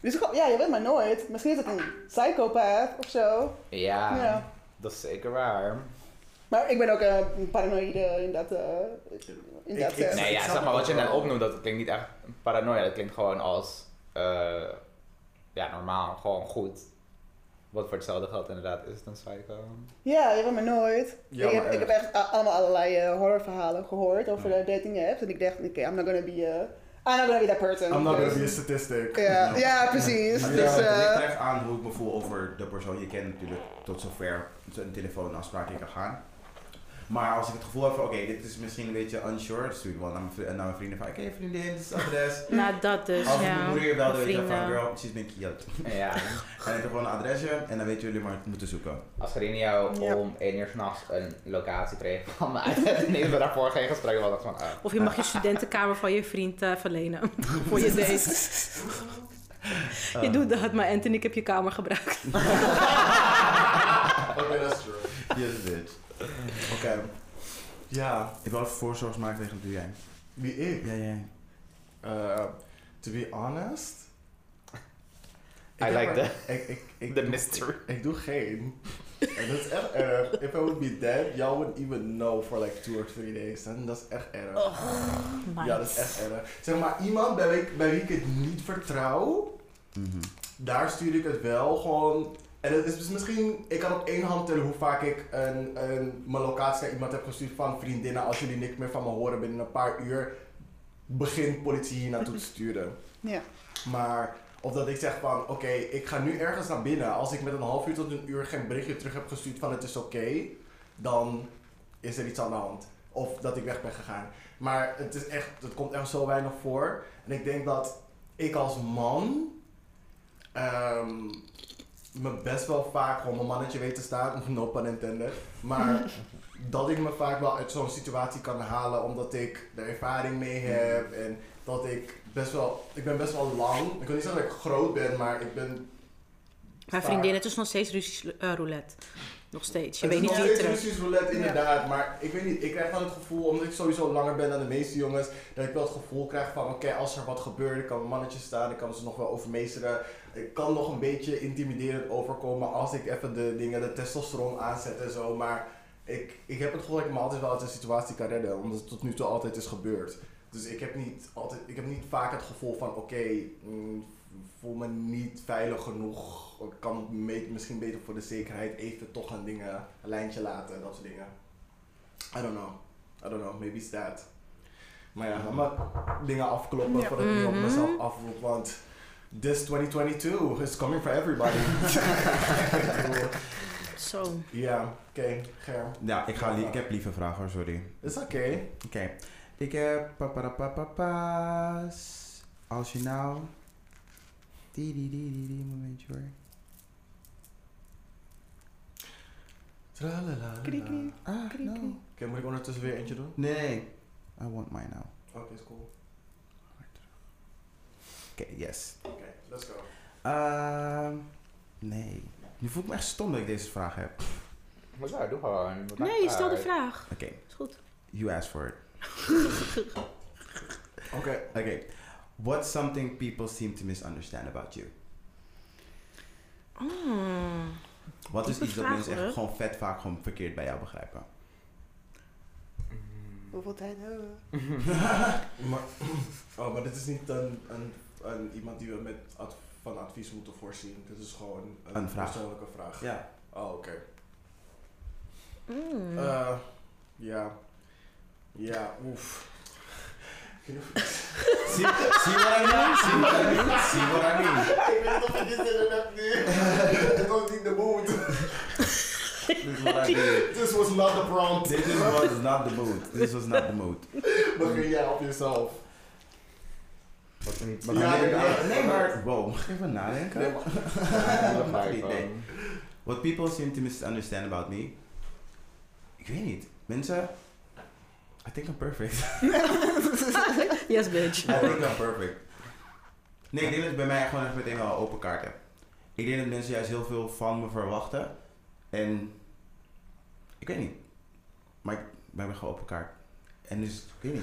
Dus gewoon- ja, je weet maar nooit. Misschien is het een psychopath of zo. Ja, Ja. dat is zeker waar. Maar ik ben ook eh, een paranoïde in dat... eh, in dat Ik- ik- eh, Nee, ja, snap zeg maar het wat je wel. net opnoemt, dat klinkt niet echt paranoia. Dat klinkt gewoon als, eh, ja, normaal, gewoon goed. Wat voor hetzelfde geld inderdaad is het een psycho. Ja, je weet maar nooit. Ja, ik, maar heb, ik heb echt. echt a- allemaal allerlei eh, horrorverhalen gehoord over de dating apps. En ik dacht, oké, I'm not gonna be... eh, I'm not gonna be that person. I'm not gonna be a Dus- statistic. Ja, No. ja, precies. Maar het Dus, ligt- het eh, ligt echt aan hoe ik me voel over de persoon. Je kent natuurlijk tot zover een telefoonafspraak in kan gaan. Maar als ik het gevoel heb van, oké, dit is misschien een beetje unsure, stuur ik wel naar mijn, vri- naar mijn vrienden van, oké vriendin, dit is het adres. Nou, dat dus, als ja. mijn moeder je belde, weet je van, Vrienden. girl, she's been killed. Ja, En ik heb gewoon een adresje en dan weten jullie maar moeten zoeken. als Gerine jou Ja. om 1 uur s'nachts een locatie kreeg van mij, en ik ben daarvoor geen gesprek, we hadden van, eh, Of je mag je studentenkamer van je vriend eh, verlenen voor je date. Eh. Je doet dat, maar Anthony, ik heb je kamer gebruikt. Oké, that's true. Yes, bitch. Oké, Ja, ik wil even voorzorgsmaatregelen, doe jij? wie ik? Ja, ja. Eh, to be honest. ik I heb like er- Ik, ik, ik, the doe- mystery. ik doe geen. En dat is echt erg. If I would be dead, y'all wouldn't even know for like two or three days. En dat is echt erg. Ja, dat is echt erg. Zeg maar, iemand bij wie, ik- bij wie ik het niet vertrouw, Mhm. daar stuur ik het wel gewoon. En het is dus misschien, ik kan op één hand tellen hoe vaak ik een, een, mijn locatie naar iemand heb gestuurd van vriendinnen. Als jullie niks meer van me horen binnen een paar uur, begint politie hier naartoe te sturen. Ja. Maar of dat ik zeg van, oké, ik ga nu ergens naar binnen. Als ik met een half uur tot een uur geen berichtje terug heb gestuurd van het is oké, dan is er iets aan de hand. Of dat ik weg ben gegaan. Maar het, is echt, het komt echt zo weinig voor. En ik denk dat ik als man ehm, me best wel vaak gewoon mijn mannetje weet te staan. No pun intended. Maar dat ik me vaak wel uit zo'n situatie kan halen omdat ik er ervaring mee heb. En dat ik best wel, ik ben best wel lang. Ik wil niet zeggen dat ik groot ben, maar ik ben... Mijn vriendin, het is nog steeds Russisch eh, roulette. Nog steeds. Je Het weet is niet nog wie je steeds terug... Russisch roulette, inderdaad. Maar ik weet niet, ik krijg wel het gevoel, omdat ik sowieso langer ben dan de meeste jongens, dat ik wel het gevoel krijg van, oké, als er wat gebeurt, ik kan mijn mannetje staan, ik kan ze nog wel overmeesteren. Ik kan nog een beetje intimiderend overkomen als ik even de dingen, de testosteron aanzet en zo. Maar ik, ik heb het gevoel dat ik me altijd wel uit een situatie kan redden, omdat het tot nu toe altijd is gebeurd. Dus ik heb niet, altijd, ik heb niet vaak het gevoel van, oké, mm, voel me niet veilig genoeg. Ik kan me- misschien beter voor de zekerheid even toch een, dingen, een lijntje laten en dat soort dingen. I don't know. I don't know. Maybe it's that. Maar ja, laat maar dingen afkloppen Ja. voordat ik niet op Mhm. mezelf afroep, want this 2022 is coming for everybody. Zo. Ja, oké, Germ. Ja, ik, ga li- ik heb lieve vragen hoor, sorry. Is oké. Oké, ik heb paparapapapa's. Als je nou... Die, die, die, die, die, momentje hoor. Tralalala. Krie, krie. Ah, Krie, krie. no. Oké, moet ik ondertussen weer eentje doen? Nee. I want mine now. Oké, is cool. Oké, yes. Oké, let's go. Ehm, nee. Nu voel ik me echt stom dat ik deze vraag heb. Maar zo, doe gewoon. Ah. Nee, stel de vraag. Oké, Is goed. you asked for it. Okay. Okay. What's something people seem to misunderstand about you? Mm. Wat is Diepe iets dat vraag, mensen echt hoor. gewoon vet vaak gewoon verkeerd bij jou begrijpen? Hoeveel tijd hebben we? Maar, oh, maar dit is niet een, een, een, iemand die we met ad- van advies moeten voorzien. Dit is gewoon een, Een vraag. persoonlijke vraag. Ja. Oh, oké. Mm. Eh, ja. Ja, oef. See, see what I mean? See what I mean? See what I mean? Ik weet niet of je dit inderdaad nu. Het was niet de mood. This is what I mean. This was not the prompt. This is what is not the mood. This was not the mood. Begin jij op jezelf. Wat niet. maar- Ja, nee, ja. maar, nee, maar... Wow, mag ik even nadenken? Nee, maar- Mag niet, nee. What people seem to misunderstand about me. Ik weet niet. Mensen. I think I'm perfect. yes, bitch. I think I'm perfect. Nee, ik denk dat ik bij mij gewoon echt meteen wel een open kaart heb. Ik denk dat mensen juist heel veel van me verwachten. En ik weet niet. Maar ik ben wel gewoon open kaart. En dus, ik weet niet.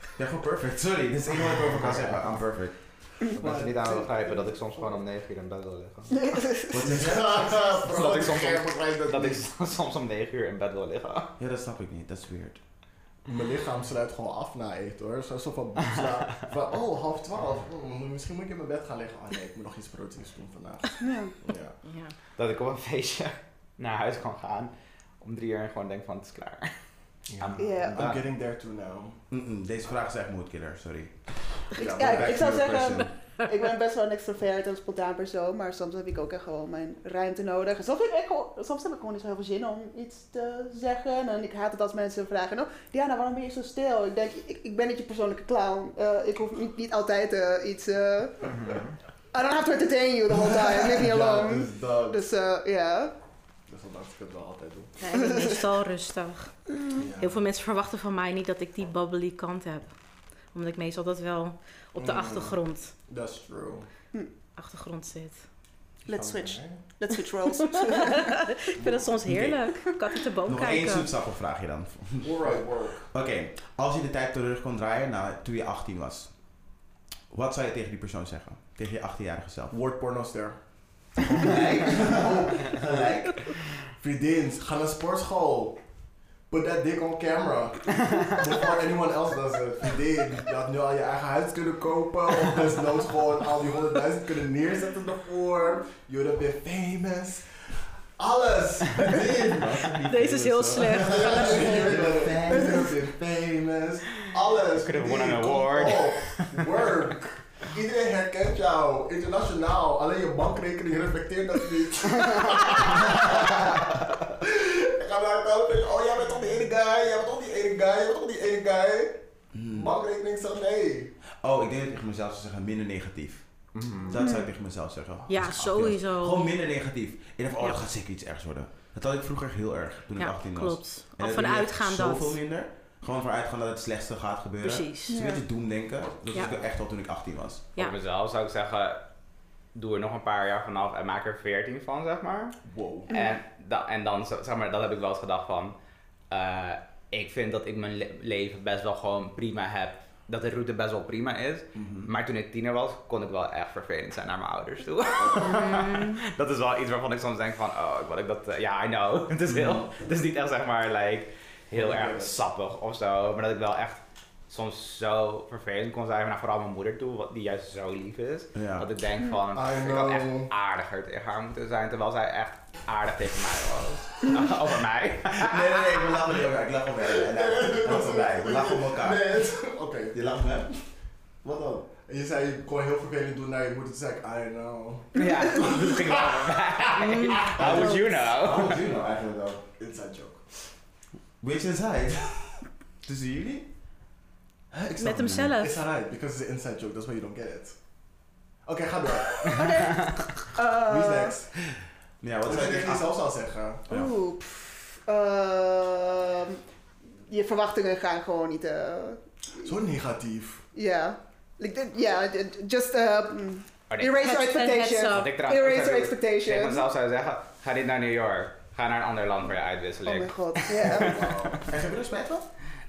Ik ben gewoon perfect. Sorry, dit is één wat ik over kan zeggen. I'm perfect. Dat mensen niet aan het begrijpen dat ik soms gewoon om 9 uur in bed wil liggen. Wat zeg je? Bro, Dat ik soms jij om- begrijpt het Dat ik niet. soms om 9 uur in bed wil liggen. Ja, dat snap ik niet. Dat is weird. Mijn lichaam sluit gewoon af na eten hoor. Zo, zo van, sla- van, oh, half twaalf. Hmm, misschien moet ik in mijn bed gaan liggen. Oh nee, ik moet nog iets proteïns doen vandaag. Ja. Ja. Ja. Dat ik op een feestje naar huis kan gaan om 3 uur en gewoon denk van het is klaar. Ja. Ja. I'm getting there too now. Mm-mm, deze vraag is echt moodkiller, sorry. Ja, Ja, maar- Back to ik zou your zeggen, question. Ik ben best wel een extrovert en spontaan persoon, maar soms heb ik ook echt gewoon mijn ruimte nodig. En soms, heb ik gewoon, soms heb ik gewoon niet zo heel veel zin om iets te zeggen. En ik haat het als mensen vragen, nou, Diana, waarom ben je zo stil? Ik denk, ik, ik ben niet je persoonlijke clown. Eh, ik hoef niet, niet altijd eh, iets... eh I don't have to entertain you the whole time, leave me Ja, alone. dus dat. Dus Dus eh, ja. dat mag ik het wel altijd doen. Nee, ik ben meestal rustig. Mhm. Ja. Heel veel mensen verwachten van mij niet dat ik die bubbly kant heb. Omdat ik meestal dat wel op de Mm. achtergrond, That's true. achtergrond zit. Let's Van- switch. Let's switch roles. ik vind dat soms heerlijk. Ik kan uit de boom Nog één kijken. zoetsappel vraag je dan. Alright, work. Oké, als je de tijd terug kon draaien naar toen je 18 was. Wat zou je tegen die persoon zeggen? Tegen je 18-jarige zelf? Word pornoster. Gelijk. Gelijk. Vriendin, ga naar sportschool. Put that dick on camera. Before anyone else does it. Vriendin, je had nu al je eigen huis kunnen kopen. Of desnoods gewoon al die 100.000 kunnen neerzetten ervoor. You would have been famous. Alles. Vriendin. Deze is heel dus, eh, slecht. You would have been famous. Alles. We kunnen gewoon vriendin, een kom award. op. Work. Iedereen herkent jou. Internationaal. Alleen je bankrekening reflecteert dat niet. Ik ga naar elkaar en oh jij bent toch die ene guy, jij bent toch die ene guy, jij bent toch die ene guy. Hmm. Bankrekening zegt nee. Oh, ik denk dat ik tegen mezelf zou zeggen minder negatief. Dat zou ik tegen mezelf zeggen. Ja, Als ik 18 was. sowieso. Gewoon minder negatief. Ik dacht, oh, Ja. dat gaat zeker iets ergs worden. Dat had ik vroeger heel erg toen ik Ja, 18 was. klopt. En Of dat- nu heb ik vanuitgaan Zoveel dat. minder. Gewoon vanuitgaan dat het slechtste gaat gebeuren. Precies. Dus een Ja. beetje doemdenken. Dat Ja. was ik echt al toen ik 18 was. Ja. Voor mezelf zou ik zeggen, doe er nog een paar jaar vanaf en maak er 14 van, zeg maar. Wow. En, da- en dan, zo- zeg maar, dat heb ik wel eens gedacht van, eh, ik vind dat ik mijn le- leven best wel gewoon prima heb. Dat de route best wel prima is. Maar toen ik tiener was, kon ik wel echt vervelend zijn naar mijn ouders toe. dat is wel iets waarvan ik soms denk van, oh, wat ik dat... eh, Ja, I know. het, is heel, het is niet echt, zeg maar, like, heel erg sappig of zo. Maar dat ik wel echt soms zo vervelend kon zijn naar vooral mijn moeder toe, wat- die juist zo lief is. Ja. Dat ik denk van, I ik had echt know. aardiger tegen haar moeten zijn, terwijl zij echt aardig tegen mij was. Over mij. Nee, nee, nee, we lachen niet om elkaar. Ik lach om hem. eh, Ik lach om mij. We lachen om elkaar. Nee, het- oké. Je lacht om hem? Wat dan? En je zei je kon heel vervelend doen naar je moeder. Toen zei ik, I know. Ja, dat ging wel over mij. Mm. How would you know? How would you know nou eigenlijk wel? Inside joke. Which inside? Tussen jullie? Huh, ik snap Met het niet. It's hemzelf. alright, because it's an inside joke. That's why you don't get it. Oké, ga door. Eh, Who's next? Ja, Wat wat zou je tegen ik jezelf zou zeggen? Ja. Oeh, pff, ehm, je verwachtingen gaan gewoon niet... eh, Zo negatief. Ja, like that, yeah, d- d- just uh, mm, Oh, nee. erase your Heads- and expectations. heads Wat ik trouwens ook Erase your zou- tegen expectations. mezelf zou zeggen, ga niet naar New York. Ga naar een ander land voor je Oh mijn uitwisseling. god, ja. Wow. En heb je er spijt van?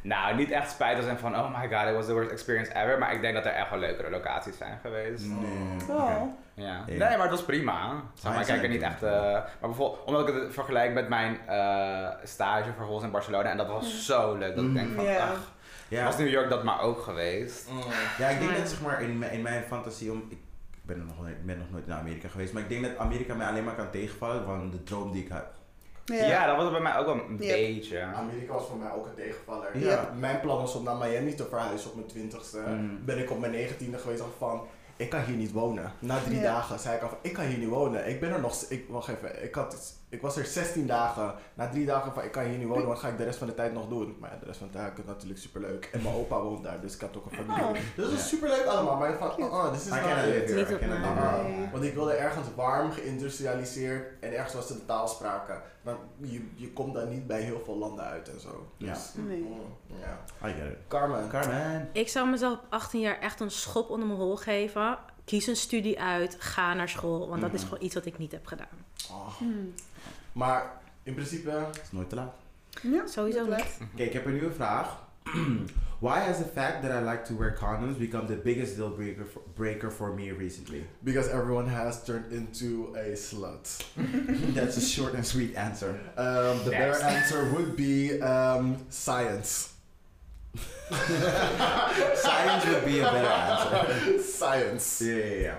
Nou, niet echt spijt als in van, oh my god, it was the worst experience ever. Maar ik denk dat er echt wel leukere locaties zijn geweest. Nee. Oh. Oké. Ja. Ja. Nee, maar het was prima. Maar Zeg maar, het ik kijk er zijn niet prima. echt... eh, maar bijvoorbeeld, omdat ik het vergelijk met mijn eh, stage voor Hols in Barcelona. En dat was zo leuk dat ik denk van, Mm. Ja. ach, Ja. was New York dat maar ook geweest? Mm. Ja, ik denk dat zeg maar in, mijn- in mijn fantasie om. Ik ben, er nog, nooit- ik ben nog nooit naar Amerika geweest, maar ik denk dat Amerika mij alleen maar kan tegenvallen van de droom die ik had. Ja, dat was er het bij mij ook wel een Ja. beetje. Amerika was voor mij ook een tegenvaller. Ja. Mijn plan was om naar Miami te verhuizen op mijn twintigste. Mm. Ben ik op mijn negentiende geweest en van, ik kan hier niet wonen. Na drie Ja. dagen zei ik al van, ik kan hier niet wonen. Ik ben er nog, s- ik, wacht even, ik, had, ik was er 16 dagen. Na drie dagen van, ik kan hier niet wonen, wat ga ik de rest van de tijd nog doen? Maar ja, de rest van de tijd had ik het natuurlijk superleuk. En mijn opa woont daar, dus ik had ook een familie. Oh. Dus het was superleuk allemaal, maar ik van, oh, oh, this is I not cannot it. live here. Niet I op cannot mij. live here. Nee. Want ik wilde ergens warm, geïndustrialiseerd en ergens was ze de taal spraken. Maar je, je komt daar niet bij heel veel landen uit en zo. Dus, Nee. mm, ja. I get it. Carmen. Carmen. Ik zou mezelf op 18 jaar echt een schop onder mijn hol geven. Kies een studie uit, ga naar school, want dat is Mhm. gewoon iets wat ik niet heb gedaan. Oh. Hmm. Maar in principe, Het is nooit te laat. Ja, Sowieso dat niet. Oké, ik heb een nieuwe vraag. Why has the fact that I like to wear condoms become the biggest deal breaker for, breaker for me recently? because everyone has turned into a slut. That's a short and sweet answer. Um, the better Next. answer would be um, science. Science would be a better answer. science. Yeah, yeah,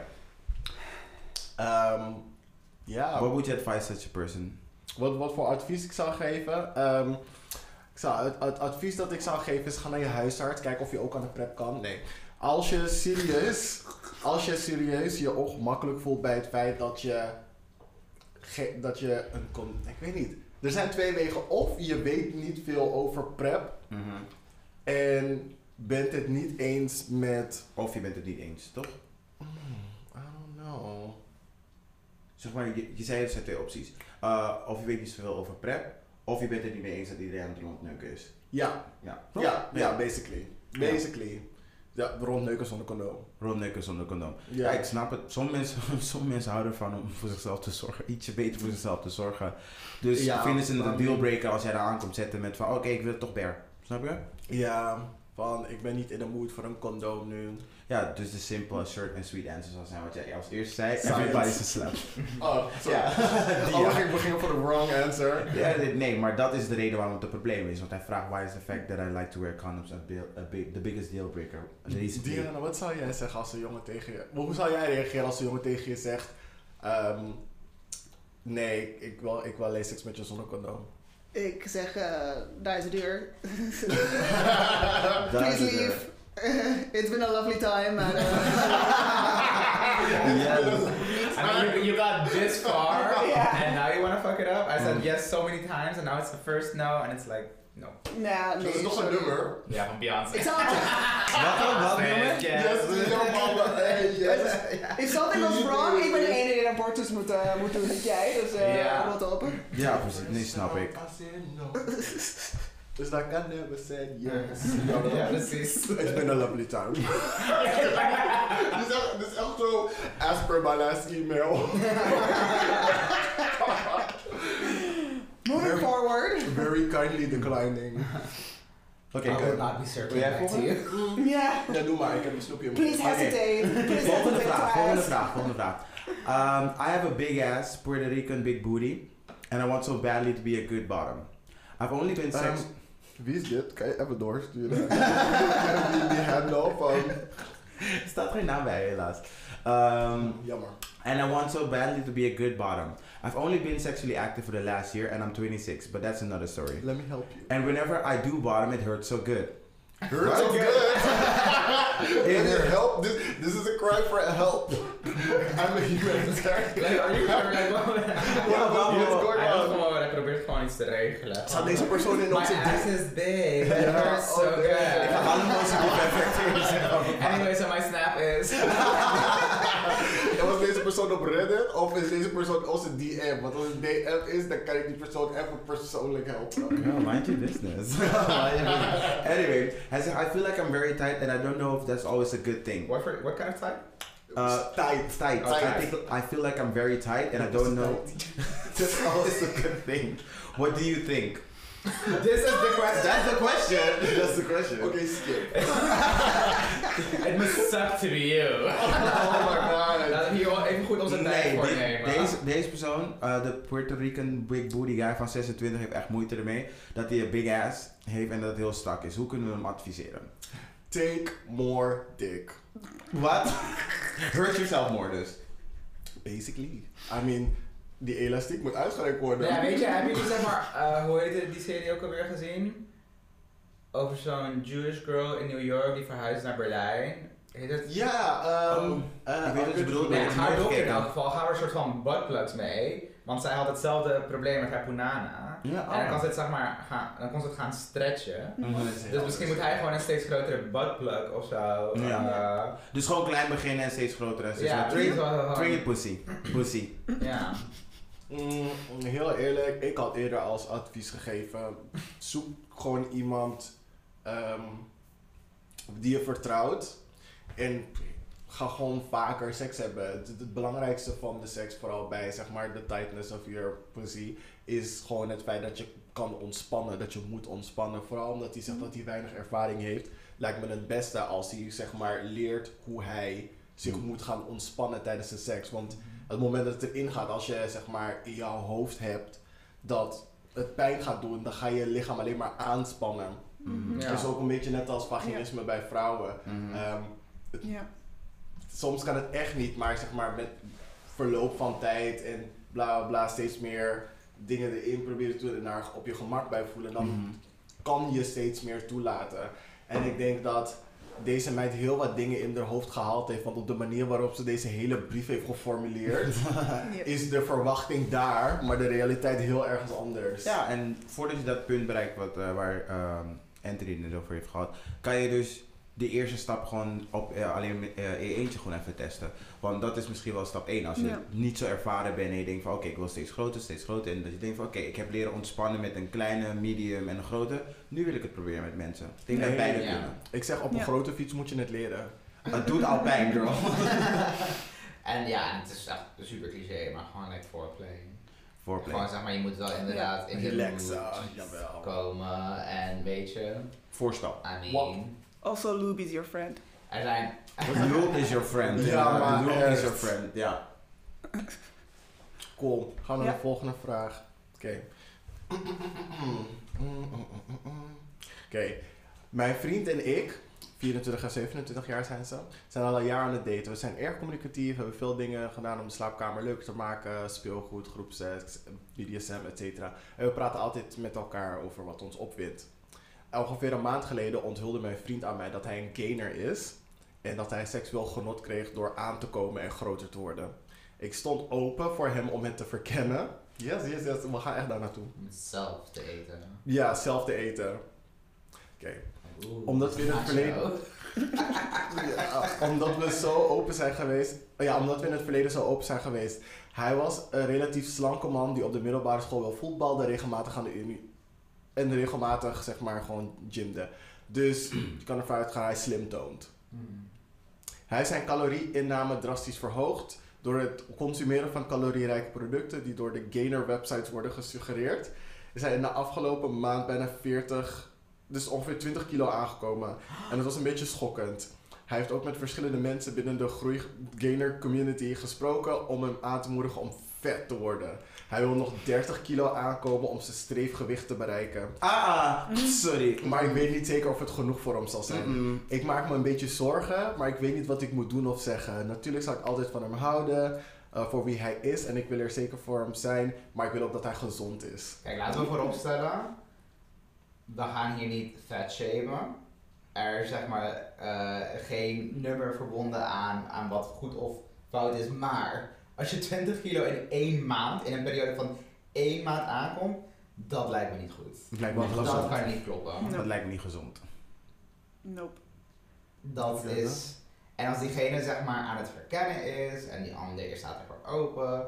yeah. Um, ja. What would you advise such a person? Wat, wat voor advies ik zou geven? Ehm, ik zou, het, het advies dat ik zou geven is: ga naar je huisarts, kijk of je ook aan de prep kan. Nee. Als je serieus, als je, serieus je ongemakkelijk voelt bij het feit dat je, ge- dat je een. con- Ik weet niet. Er zijn twee wegen. Of je weet niet veel over prep en bent het niet eens met. Of je bent het niet eens, toch? I don't know. Zeg maar, je, je zei er zijn twee opties. Uh, of je weet niet zoveel over prep, of je bent het niet mee eens dat iedereen aan het rondneuken is. Ja, Ja, toch? ja, ja, basically. Ja. Basically. Ja, rondneuken zonder condoom. Rondneuken zonder condoom. Ja, Ja. ik snap het. Sommige mensen, sommige mensen houden ervan om voor zichzelf te zorgen. Ietsje beter voor zichzelf te zorgen. Dus Ja, vinden ze het een waarom niet? dealbreaker als jij daar aankomt zetten met van... "Oh, Oké, ik wil het toch bear. Snap je? Ja, van ik ben niet in de mood voor een condoom nu. Ja, dus de simpele, short en sweet answer zal zijn wat jij als eerst zei. Science. Everybody's a slut. Oh, sorry. Ja. Die, oh, ja. we gingen- we gingen voor de wrong answer. Ja, dit- nee, maar dat is de reden waarom het een probleem is. Want hij vraagt, why is the fact that I like to wear condoms a bil- a big- the biggest dealbreaker? Deze Diana, wat zou jij zeggen als een jongen tegen je... Hoe zou jij reageren als een jongen tegen je zegt... ehm, nee, ik wil, ik wil alleen seks met je zonder condoom. Ik zeg, eh, daar is de deur. Daar is Please de deur. leave. It's been a lovely time. maar, eh, I mean, you, you got this far, Yeah. and now you want to fuck it up. I said yes so many times, and now it's the first no, and it's like no. nou, nee, sorry. Ja, van Beyoncé. Ik zou het- Wat, wat, jongen? Yes. If something was wrong, ik ben de ene die een rapport dus moet, eh, moet doen, niet jij. Dus eh Ja. rot op. Ja, precies. Nee, snap ik. Dus dan kan never say yes. Ja, precies. It's been a lovely time. dit, is echt, dit is echt zo as per my last email. Moving Very- forward. Very kindly declining. Oké, I oké. will not be Wil circling jij back to volgen? you. Ja. Ja, doe maar. Ik heb een snoepje in mijn Please mond. hesitate. Please Volgende hesitate vraag, twice. volgende vraag, volgende vraag. Um, I have a big ass, Puerto Rican big booty, and I want so badly to be a good bottom. I've only been sex. Um, Wie is dit? Kan je even doorsturen? die, die handle van... Er staat geen naam bij, helaas. Um, Jammer. and I want so badly to be a good bottom. I've only been sexually active for the last year, and I'm 26, but that's another story. Let me help you. And whenever I do bottom, it hurts so good. Hurts so good. Can you help? This, this is a cry for help. I'm a humanitarian. Like, are you sure? Like, Ja, wauw, what- wauw. Hij was gewoon, hij probeert gewoon iets te regelen. Oh, Staat deze persoon in My onze ass dick? is big. Ja, It hurts so oh, good. ja. Ik ga allemaal zo goed perfect zeggen. Anyway, so my snap is. En was deze persoon op Reddit of is deze persoon onze DM? Want als het DM is, dan kan ik die persoon even persoonlijk helpen. Girl, mind your business. Mind your business. anyway, I said, I feel like I'm very tight, and I don't know if that's always a good thing. What, for, what kind of type? Uh, tight, tight. I, Tight. think, I feel like I'm very tight, and I don't know. that's always a good thing. What do you think? This is the question. That's the question. That's the question. Okay, skip. It must suck to be you. Oh my god. Laten we hier wel even goed onze tijd Nee, voor dit- nemen. deze, deze persoon, eh, de Puerto Rican big booty guy van 26, heeft echt moeite ermee dat hij een big ass heeft en dat het heel strak is. Hoe kunnen we hem adviseren? Take more dick. Wat? Hurt yourself more dus. Basically. I mean, die elastiek moet uitgerekt worden. Ja, weet je, hebben jullie zeg maar, eh, hoe heet het, die serie ook alweer gezien? Over zo'n Jewish girl in New York die verhuisd naar Berlijn. Heet het? Ja, ehm... Oh, eh, ik weet wat je bedoelt, Nee, maar- haar nooit dochter in gekeken. elk geval gaan we een soort van buttplugs mee. Want zij had hetzelfde probleem met haar punana. Ja, En dan kon oh. ze het zeg maar gaan, dan kon ze het gaan stretchen. Mhm. Dus misschien moet hij gewoon een steeds grotere buttplug of zo. eh, Ja. Dus gewoon klein beginnen en steeds groter en steeds ja, groter. Train- precies. Train je pussy. Pussy. Ja. Mm, heel eerlijk, ik had eerder als advies gegeven: zoek gewoon iemand ehm, die je vertrouwt en ga gewoon vaker seks hebben. Het, het belangrijkste van de seks, vooral bij zeg maar de tightness of your pussy, is gewoon het feit dat je kan ontspannen, dat je moet ontspannen. Vooral omdat hij zegt dat hij weinig ervaring heeft, lijkt me het beste als hij zeg maar leert hoe hij zich Mm. moet gaan ontspannen tijdens de seks. Want het moment dat het erin gaat, als je zeg maar in jouw hoofd hebt dat het pijn gaat doen, dan ga je je lichaam alleen maar aanspannen. Mhm. Ja. Het is ook een beetje net als vaginisme bij vrouwen. Mhm. Ehm, Ja. soms kan het echt niet, maar zeg maar met verloop van tijd en bla bla, bla steeds meer dingen erin proberen te doen en daar op je gemak bij voelen, dan Mhm. kan je steeds meer toelaten. En ik denk dat deze meid heel wat dingen in haar hoofd gehaald heeft, want op de manier waarop ze deze hele brief heeft geformuleerd, Eh, is de verwachting daar, maar de realiteit heel ergens anders. Ja, en voordat je dat punt bereikt wat, eh, waar ehm Anthony het over heeft gehad, kan je dus de eerste stap gewoon op eh, alleen met, eh, in je eentje gewoon even testen. Want dat is misschien wel stap 1. Als je Ja. niet zo ervaren bent en je denkt van oké, ik wil steeds groter, steeds groter. En dat je denkt van oké, ik heb leren ontspannen met een kleine, medium en een grote. Nu wil ik het proberen met mensen. Ik denk dat Nee, beide ja. kunnen. Ik zeg, op een Ja. grote fiets moet je het leren. Het doet al pijn, girl. en ja, en het is echt super cliché, maar gewoon like foreplay. Gewoon Voorplay. zeg maar, je moet wel inderdaad in de ah, Relaxen, mood jawel. komen en weet je, Voorstap. I mean, Wat? Also, Lube is your friend. er zijn... Loop is your friend. Ja, Ja, maar Loop is echt. your friend. Ja. Kom, gaan we naar Ja. de volgende vraag. Oké. Oké. Mijn vriend en ik, 24 en 27 jaar zijn ze, zijn al een jaar aan het daten. We zijn erg communicatief, hebben veel dingen gedaan om de slaapkamer leuker te maken. Speelgoed, groepseks, BDSM, et cetera. En we praten altijd met elkaar over wat ons opwindt. Ongeveer een maand geleden onthulde mijn vriend aan mij dat hij een gainer is. En dat hij seksueel genot kreeg door aan te komen en groter te worden. Ik stond open voor hem om het te verkennen. Yes, yes, yes. We gaan echt daar naartoe. Om het zelf te eten. Ja, zelf te eten. Oké. Oeh, Omdat we in het macho. verleden- Ja, omdat we zo open zijn geweest. Ja, omdat we in het verleden zo open zijn geweest. Hij was een relatief slanke man die op de middelbare school wel voetbalde, regelmatig aan de unie. En regelmatig, zeg maar, gewoon gymde. Dus je kan ervan uitgaan, hij slim toont. Hmm. Hij heeft zijn calorie-inname drastisch verhoogd door het consumeren van calorierijke producten die door de gainer websites worden gesuggereerd. Is hij in de afgelopen maand bijna 40, dus ongeveer 20 kilo aangekomen. En dat was een beetje schokkend. Hij heeft ook met verschillende mensen binnen de groei gainer community gesproken om hem aan te moedigen om vet te worden. Hij wil nog 30 kilo aankomen om zijn streefgewicht te bereiken. Ah, ah, sorry. Maar ik weet niet zeker of het genoeg voor hem zal zijn. Mm-mm. Ik maak me een beetje zorgen, maar ik weet niet wat ik moet doen of zeggen. Natuurlijk zal ik altijd van hem houden, eh, voor wie hij is. En ik wil er zeker voor hem zijn, maar ik wil ook dat hij gezond is. Kijk, laten we vooropstellen, we gaan hier niet vet shamen. Er is zeg maar eh, geen nummer verbonden aan, aan wat goed of fout is, maar als je 20 kilo in één maand, in een periode van één maand aankomt, dat lijkt me niet goed. Dus Het lijkt me Wacht, niet wacht, Dat gezond. kan niet kloppen. Ja. Dat lijkt me niet gezond. Nope. Dat Ja. is. En als diegene zeg maar aan het verkennen is en die ander staat ervoor open.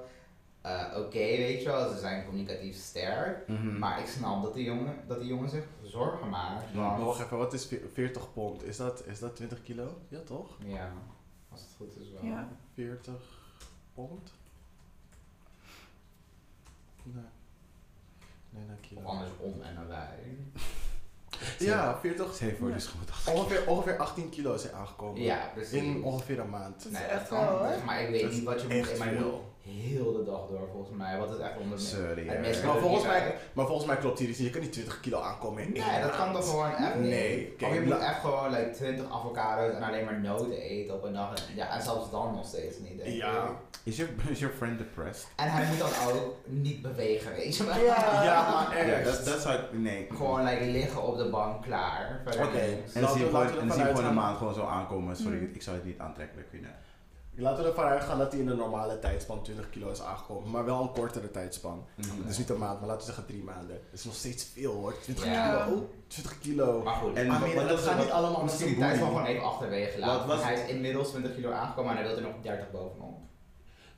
eh, Oké, weet je wel, ze zijn communicatief sterk. Mm. Mhm. Mm-hmm. Maar ik snap dat die jongen, dat die jongen zich zorgen maakt. Ja. Maar Want, wacht even, wat is ve- 40 pond? Is dat, is dat 20 kilo? Ja, toch? ja, als het goed is wel. Ja. 40 pond? Nee. Nee, dank je Of wel. andersom en dan wij. Ja, 40. Ze heeft voor dus goed Ongeveer, ongeveer 18 kilo is hij aangekomen. Ja, precies. In ongeveer een maand. Dat is Nee, dat echt kan, wel, hè? dus, maar ik weet Dat is niet wat je moet Echt eten, maar je moet veel. heel de dag door volgens mij. Wat is echt onder Sorry. eh. Hij hè. mist Maar wel- volgens, mij, maar volgens mij klopt hier iets niet. Je kan niet 20 kilo aankomen in één Nee, dat kan maand. toch gewoon echt niet? Nee, kijk, of je moet nou- echt gewoon like, 20 avocado's en alleen maar noten eten op een dag. En, ja, en zelfs dan nog steeds niet. denk ik. Ja. Is your, is your friend depressed? En hij moet dan ook niet bewegen, weet je wel. Ja. Ja, maar echt. Ja, dat, dat zou ik... Nee. Gewoon like, liggen op de bank, klaar. Verder Oké. niks. Mm-hmm. En dan Laten zie je we- gewoon, laten we en ervan dan zie je gewoon een uitgaan. maand gewoon zo aankomen. Sorry, ik zou het niet aantrekkelijk vinden. eh, Laten we ervan uitgaan dat hij in een normale tijdspan 20 kilo is aangekomen. Maar wel een kortere tijdspan. Mm-hmm. Dus niet een maand, maar laten we zeggen drie maanden. Dat is nog steeds veel hoor. 20 Ja. kilo. oh, 20 kilo. Maar goed, En I maar mean, wat- wat- dat gaat wat- niet allemaal misschien die met de tijd boeien. gewoon even achterwege Wat laten. was- Hij is inmiddels 20 kilo aangekomen, maar hij wil er nog 30 bovenop.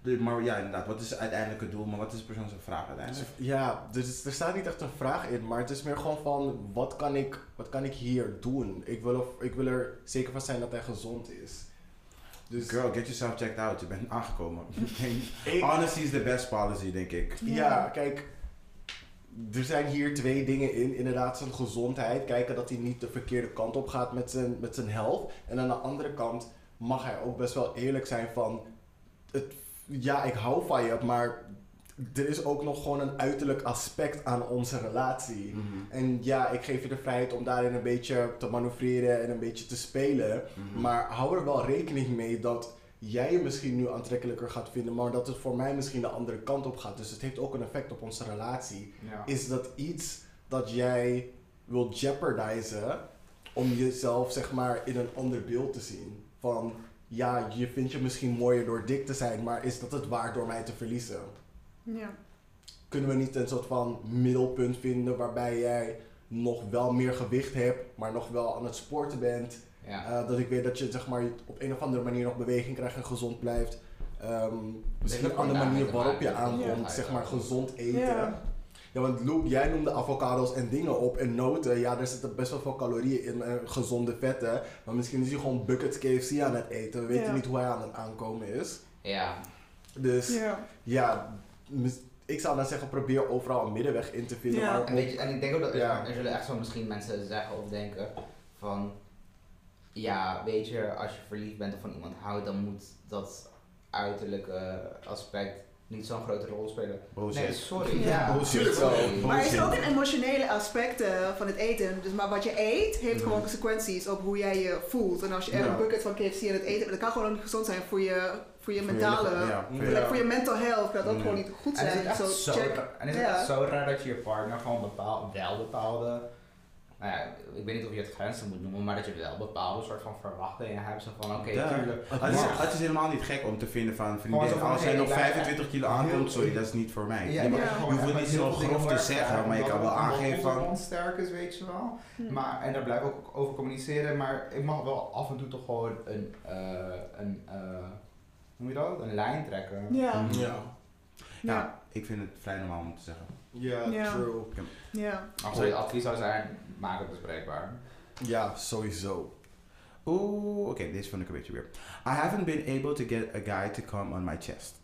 De- dus- Maar ja, inderdaad. Wat is uiteindelijk het doel? Maar wat is de persoon zijn vraag uiteindelijk? Ja, dus er staat niet echt een vraag in, maar het is meer gewoon van wat kan ik, wat kan ik hier doen? Ik wil, er- ik wil er zeker van zijn dat hij gezond is. Dus Girl, get yourself checked out. Je bent aangekomen. ik- Honesty is the best policy, denk ik. ja, kijk, er zijn hier twee dingen in. Inderdaad, zijn gezondheid, kijken dat hij niet de verkeerde kant op gaat met zijn, met zijn health. En aan de andere kant mag hij ook best wel eerlijk zijn van, het, ja, ik hou van je, maar er is ook nog gewoon een uiterlijk aspect aan onze relatie. Mhm. En ja, ik geef je de vrijheid om daarin een beetje te manoeuvreren en een beetje te spelen. Mhm. Maar hou er wel rekening mee dat jij je misschien nu aantrekkelijker gaat vinden, maar dat het voor mij misschien de andere kant op gaat. Dus het heeft ook een effect op onze relatie. Ja. Is dat iets dat jij wil jeopardizen om jezelf zeg maar in een ander beeld te zien? Van ja, je vindt je misschien mooier door dik te zijn, maar is dat het waard door mij te verliezen? Ja. kunnen we niet een soort van middelpunt vinden waarbij jij nog wel meer gewicht hebt, maar nog wel aan het sporten bent. Ja. Eh, dat ik weet dat je zeg maar, op een of andere manier nog beweging krijgt en gezond blijft. Ehm, misschien dat een andere kan manier daar waarop je maken. aankomt, Ja. zeg maar gezond eten. Ja. Ja. want Luke, jij noemde avocado's en dingen op en noten. Ja, daar zitten best wel veel calorieën in en gezonde vetten. Maar misschien is hij gewoon bucket KFC aan het eten. We weten Ja. niet hoe hij aan het aankomen is. ja. Dus Ja. ja, mis- ik zou dan zeggen, probeer overal een middenweg in te vinden. Ja. maar- En, weet je, en ik denk ook dat er, Ja. er zullen echt zo misschien mensen zeggen of denken van ja, weet je, als je verliefd bent of van iemand houdt, dan moet dat uiterlijke aspect niet zo'n grote rol spelen. Bullshit. Nee, sorry. Ja. Ja, Bullshit. sorry. Maar er is Bullshit. ook een emotionele aspect eh, van het eten. Dus maar wat je eet heeft gewoon consequenties op hoe jij je voelt. En als je echt Ja. een bucket van KFC aan het eten bent, dat kan gewoon ook niet gezond zijn voor je, voor je Voor je mentale. lichaam, ja, voor je- Like, voor je mental health kan dat Ja. gewoon niet goed En is het zijn. echt Zo, zo, check. ra- en is het Ja. echt zo raar dat je je partner gewoon bepaal, wel bepaalde, nou ja, ik weet niet of je het grenzen moet noemen, maar dat je wel bepaalde soort van verwachtingen hebt. Zo van, oké, Ja. tuurlijk. Het is, maar- het is helemaal niet gek om te vinden van Gewoon vriendin, zo van, als jij hey, nog ja, 25 kilo ja. aankomt, sorry, dat is niet voor mij. Ja, Je ja, mag- gewoon je hoeft echt niet met heel zo veel grof dingen te werken, zeggen, maar je omdat kan wel het een aangeven van- bond sterk is, weet je wel. Hm. Maar, en daar blijf ik ook over communiceren, maar ik mag wel af en toe toch gewoon een, eh, een eh, hoe noem je dat? Een lijn trekken. Ja. Mhm. Ja. Ja. Ja, ik vind het vrij normaal om te zeggen. Ja, Ja. true. Ja. Als er advies zou zijn, maak het bespreekbaar. Ja, sowieso. Oeh, oké, deze vond ik een beetje weird. I haven't been able to get a guy to come on my chest.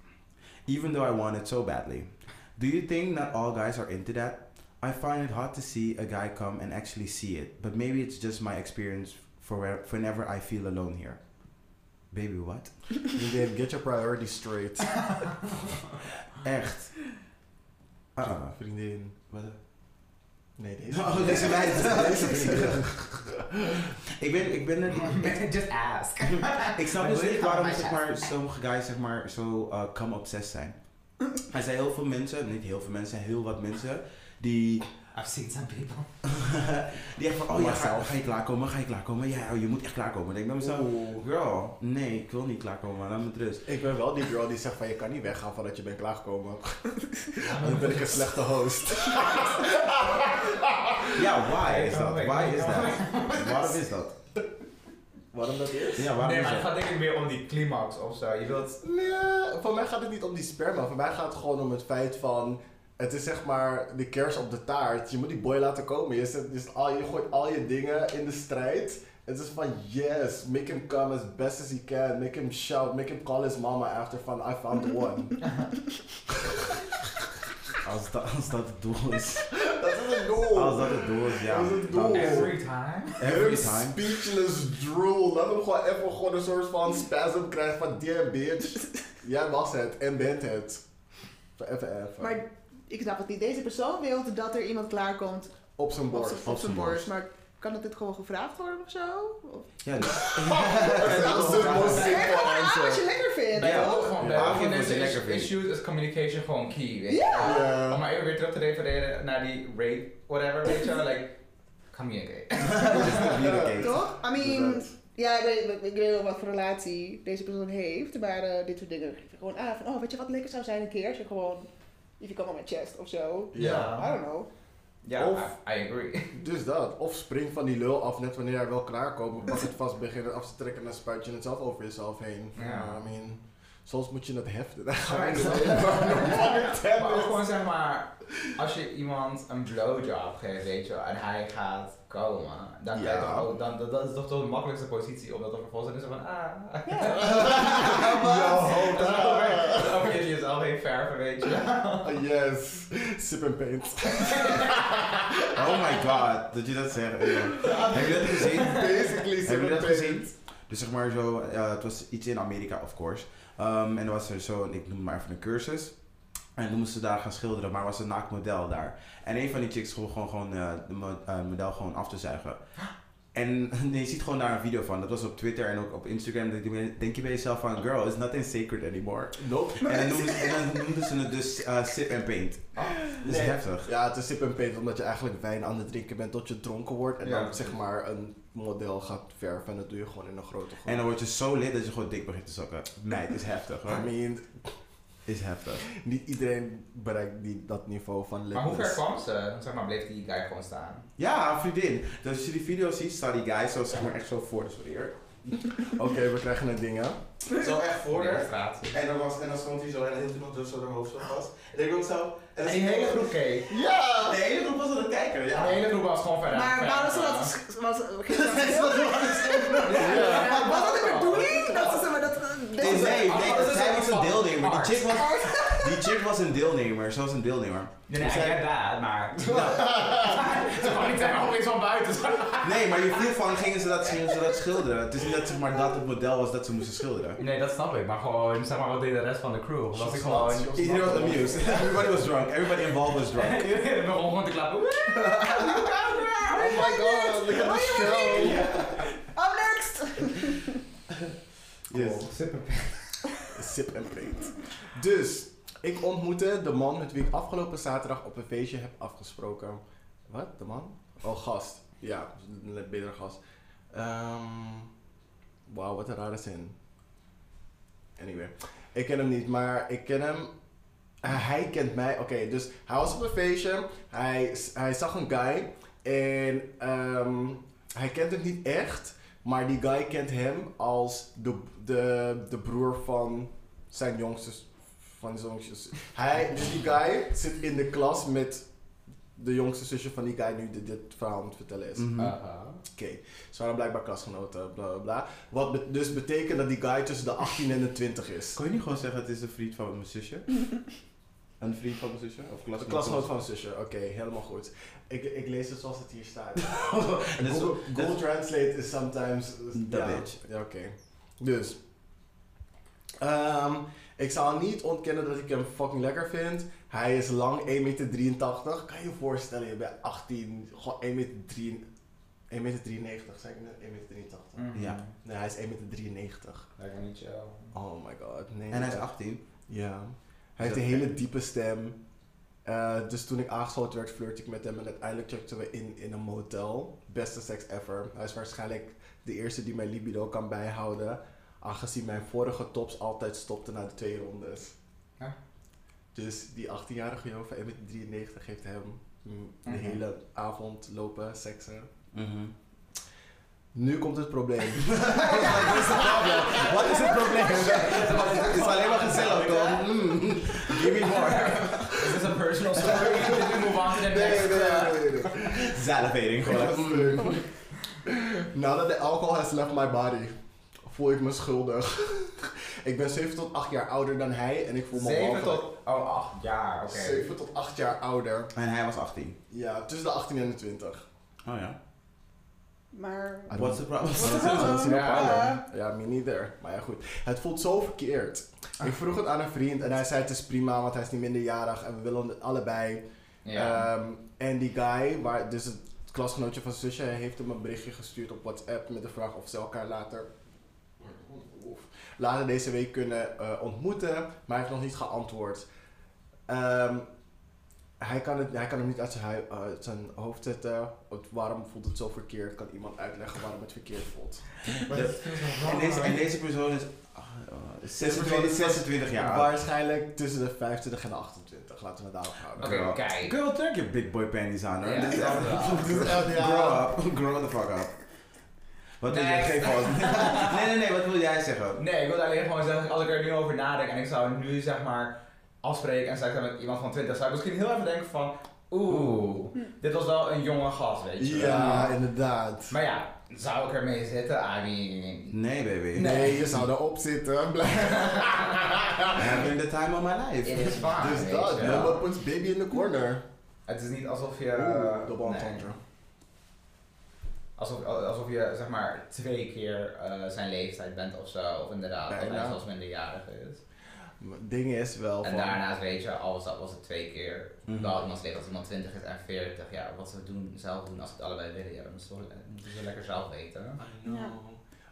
Even though I want it so badly. Do you think not all guys are into that? I find it hard to see a guy come and actually see it. But maybe it's just my experience for where- whenever I feel alone here. Baby, what? You did get your priorities straight. Ah. Echt. Uh-uh. Ah, Vriendin. Wat? Nee, deze. Oh, deze meid. Deze vriendin. ik ben, ik ben er... Just ask. Ik snap Maar dus niet wil je gaan waarom mij zeg maar, sommige guys zeg maar, zo eh come obsessed zijn. Er zijn heel veel mensen, niet heel veel mensen, heel wat mensen, die, I've seen some people. die echt van, oh ja, ga, Myself. ga je klaarkomen, ga je klaarkomen, ja, oh, je moet echt klaarkomen. Dan denk ik bij mezelf, Oeh. girl, nee, ik wil niet klaarkomen, laat me met rust. Ik ben wel die girl die zegt van je kan niet weggaan voordat je bent klaargekomen. Dan ben ik een slechte host. Ja, why is dat? Oh my Why is God. dat? Waarom is dat? Waarom dat is? Ja, waarom Nee, is maar het dat? gaat denk ik meer om die climax of zo. Je wilt... Nee, voor mij gaat het niet om die sperma. Voor mij gaat het gewoon om het feit van. Het is zeg maar de kers op de taart. Je moet die boy laten komen. Je, zet, je, zet al, je gooit al je dingen in de strijd. Het is van yes, make him come as best as he can. Make him shout. Make him call his mama after van I found the one. Als, dat als dat het doel is. Dat is een doel. Als dat het doel is, ja. Dat is Oh. het dan- doel. Every time. Every Een time. speechless drool. Laat hem gewoon even gewoon een soort van spasm krijgen van damn bitch. Jij was het en bent het. Zo Even even. Maar ik snap het niet. Deze persoon wil dat er iemand klaarkomt op zijn op bord. zijn- op op zijn zijn borst. borst. Maar kan dat dit gewoon gevraagd worden of zo? Of- Ja, dus- Dat is de most Zeg simple gewoon aan Ah, wat je answer. lekker vindt. Bij Ja. heel gewoon bij Ja. heel veel Ja. mensen Ja. is Lekker issues is communication gewoon key. Weet je. Ja. Om maar even weer terug te refereren naar die rape, whatever, weet je wel, like, communicate. dat is communicate. Toch? I mean, Inderdaad. ja, ik weet, ik weet wel wat voor relatie deze persoon heeft, maar eh, dit soort dingen geef je gewoon aan. Van, oh, weet je wat lekker zou zijn een keer als je gewoon, if you come on my chest of zo. Ja. I don't know. Ja, Of- I, I agree. Dus dat. Of spring van die lul af net wanneer hij wil klaarkomen. Pas het vast beginnen af te trekken en dan spuit je het zelf over jezelf heen. Ja. I mean, soms moet je het heften. Daar Ja, ga ik zo. ik snap het. Maar ook gewoon zeg maar, als je iemand een blowjob geeft, weet je wel, en hij gaat komen, dan kan je Ja. toch ook, dan, dat, dat is toch toch de makkelijkste positie, omdat er vervolgens is van, ah, Yo, dan daar. over je jezelf heen verven, weet je wel. Ah, Yes. Sip and paint. Oh my god, dat je dat zegt. Ja. Heb je dat gezien? Basically sip Heb je and dat gezien? paint. Dus zeg maar zo, eh, het was iets in Amerika, of course. Ehm, en er was er zo'n, ik noem het maar even een cursus. En toen moesten ze daar gaan schilderen, maar er was een naaktmodel daar. En een van die chicks vroeg gewoon, gewoon eh, de mo- eh, model gewoon af te zuigen. En je ziet gewoon daar een video van. Dat was op Twitter en ook op Instagram. Dan denk je- Denk je bij jezelf van, girl, it's nothing sacred anymore. Nope. En dan noemden ze, en dan noemden ze het dus eh, sip and paint. Dat is Nee. heftig. Ja, het is sip en paint omdat je eigenlijk wijn aan het drinken bent tot je dronken wordt. En Ja. dan zeg maar een model gaat verven en dat doe je gewoon in een grote groep. En dan word je zo lid dat je gewoon dik begint te zakken. Meid, is heftig hoor. I mean, Is heftig. niet iedereen bereikt die, dat niveau van Maar hoe ver lipness. kwam ze? Zeg maar, bleef die guy gewoon staan? Ja, vriendin. Dus als je die video ziet, staat die guy zo zeg maar echt zo voor. Sorry hoor. Oké, we krijgen het ding, hè? Zo echt voor In de haar. straat. En dan, was, en dan stond hij zo en dan hield hij nog dus zo haar hoofd zo vast. En ik ook zo. En En dan die hele groep keek. Ja! De hele groep was aan het kijken. De Ja. hele groep was gewoon verder. Maar verder waarom ze gaan. dat... Was, was, Ja. was dat de bedoeling? Dat ze ze maar dat... eh, Nee, dat- nee, nee, Oh, dat is zij was een een deelnemer. Die art. chick was, die chick was een deelnemer. Ze was een deelnemer. Dus Nee, nee, ik Zij- get that, maar... Ze kwam niet helemaal eens van buiten. Nee, maar je viel van, gingen ze dat, gingen ze dat schilderen. Het is niet dat, zeg maar, dat het model was dat ze moesten schilderen. Nee, dat snap ik, maar gewoon, zeg maar, wat deed de rest van de crew? Was ik gewoon... Shots, shots, Iedereen was shots. amused. Everybody was drunk. Everybody involved was drunk. Ik begon gewoon te klappen. Oh my god, look at the show! Up Oh, next! Yes. Sip en paint. Dus, ik ontmoette de man met wie ik afgelopen zaterdag op een feestje heb afgesproken. Wat? De man? Oh, gast. Ja, een betere gast. Ehm Wauw, wat een rare zin. Anyway. Ik ken hem niet, maar ik ken hem. eh, hij kent mij. Oké, dus hij was op een feestje. Hij, s- hij zag een guy. En ehm, hij kent hem niet echt. Maar die guy kent hem als de, de, de broer van zijn jongste. s- Van zijn jongste. s- Hij, dus die guy zit in de klas met de jongste zusje van die guy nu dit, dit verhaal aan het vertellen is. Mhm. Oké, ze waren blijkbaar klasgenoten, bla bla bla. Wat be- dus betekent dat die guy tussen de 18 en de 20 is. Kon je niet gewoon zeggen, het is een vriend van mijn zusje? een vriend van mijn zusje? Of klasgenoot De klasgenoot van zusje, oké, helemaal goed. Ik, ik lees het zoals het hier staat. Dat is- Google, dat Google is- Translate is sometimes... The ja, bitch. Ja, oké. Dus. Ehm, ik zal niet ontkennen dat ik hem fucking lekker vind. Hij is lang, 1,83 meter. Kan je je voorstellen, je bent 18, gewoon 1,93 meter. 1,93 meter, zei ik net? 1,83 meter. Mm. Ja. Nee, hij is 1,93 meter. Lekker niet chill. Oh my god, nee. En hij is 18. Ja. Hij heeft een hele diepe stem. Eh, dus toen ik aangeschoten werd, flirte ik met hem. En uiteindelijk checkten we in in een motel. Beste seks ever. Hij is waarschijnlijk de eerste die mijn libido kan bijhouden. Aangezien mijn vorige tops altijd stopte na de twee rondes. Ja. Dus die 18-jarige jongen van 1,93 heeft hem mm, de Mhm. hele avond lopen seksen. Mhm. Nu komt het probleem. Wat is het probleem? Wat is het probleem? Het is alleen maar gezellig, toch? Mm. Give me more. Is this a personal story? Did we move on to the Nee, next? nee, nee, nee, nee. Zelfvering, gewoon. Now that the alcohol has left my body voel ik me schuldig. ik ben 7 tot 8 jaar ouder dan hij en ik voel me 7 walgelijk. tot oh, 8 jaar, oké. 7 tot 8 jaar ouder. En hij was 18. Ja, tussen de 18 en de 20. Oh ja. Maar I don't- What's the problem? What's the problem? I don't see no Ja. problem. Ja, me neither. Maar ja, goed. Het voelt zo verkeerd. Ik vroeg het aan een vriend en hij zei het is prima, want hij is niet minderjarig en we willen het allebei. Eh, Ja. Ehm, en die guy, waar, dus het klasgenootje van zusje, hij heeft hem een berichtje gestuurd op WhatsApp met de vraag of ze elkaar later, Oef. later deze week kunnen eh, ontmoeten, maar hij heeft nog niet geantwoord. Ehm, hij, kan het, hij kan hem niet uit zijn, hui- uit zijn hoofd zetten. Het- waarom voelt het zo verkeerd? Kan iemand uitleggen waarom het verkeerd voelt? En deze, en deze persoon is, ah, eh, 26, 26 jaar oud. Waarschijnlijk tussen de 25 en de 28, laten we het daarop houden. Oké, Girl. kijk. Girl, trek je big boy panties aan hoor. Ja, Dit is dat echt- wel. dit is echt- Ja. Grow up. Grow the fuck up. Wat wil jij? Next. Geen fout. Nee, nee, nee. Wat wil jij zeggen? Nee, ik wil alleen gewoon zeggen, als ik er nu over nadenk en ik zou nu zeg maar afspreken en zou ik dan met iemand van 20, zou ik misschien heel even denken van, oeh, dit was wel een jonge gast, weet je wel. Ja, inderdaad. Maar ja, zou ik ermee zitten? I mean... Nee, baby. Nee, je zou erop zitten. I'm having the time of my life. It is waar, Dus weet dat, je wel. number puts baby in the corner. Het is niet alsof je... eh, Oeh, Double nee. entendre. Alsof, alsof je zeg maar twee keer eh, zijn leeftijd bent of zo, of inderdaad, dat hij Bijna. zelfs minderjarig is. Maar Het ding is wel En van... daarnaast weet je, alles dat was het twee keer. Mhm. Wel iemand leeft als iemand 20 is en 40, ja, wat ze doen, zelf doen als ze het allebei willen, ja, dat moeten ze, wel- moeten ze lekker zelf weten. I know. Ja.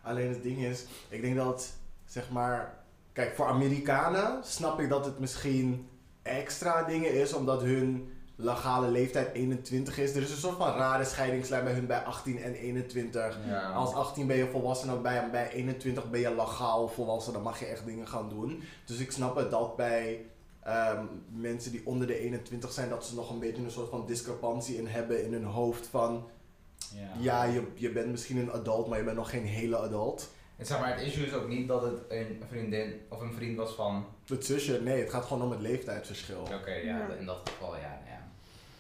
Alleen het ding is, ik denk dat, zeg maar... Kijk, voor Amerikanen snap ik dat het misschien extra dingen is, omdat hun legale leeftijd 21 is. Er is een soort van rare scheidingslijn bij hun bij 18 en 21. Ja. Als 18 ben je volwassen en bij, bij 21 ben je legaal volwassen, dan mag je echt dingen gaan doen. Dus ik snap het dat bij ehm, mensen die onder de 21 zijn, dat ze nog een beetje een soort van discrepantie in hebben in hun hoofd van, Ja. ja, je, je bent misschien een adult, maar je bent nog geen hele adult. En zeg maar, het issue is ook niet dat het een vriendin of een vriend was van, Het zusje, nee, het gaat gewoon om het leeftijdsverschil. oké, ja, Ja. in dat geval, ja, nou ja.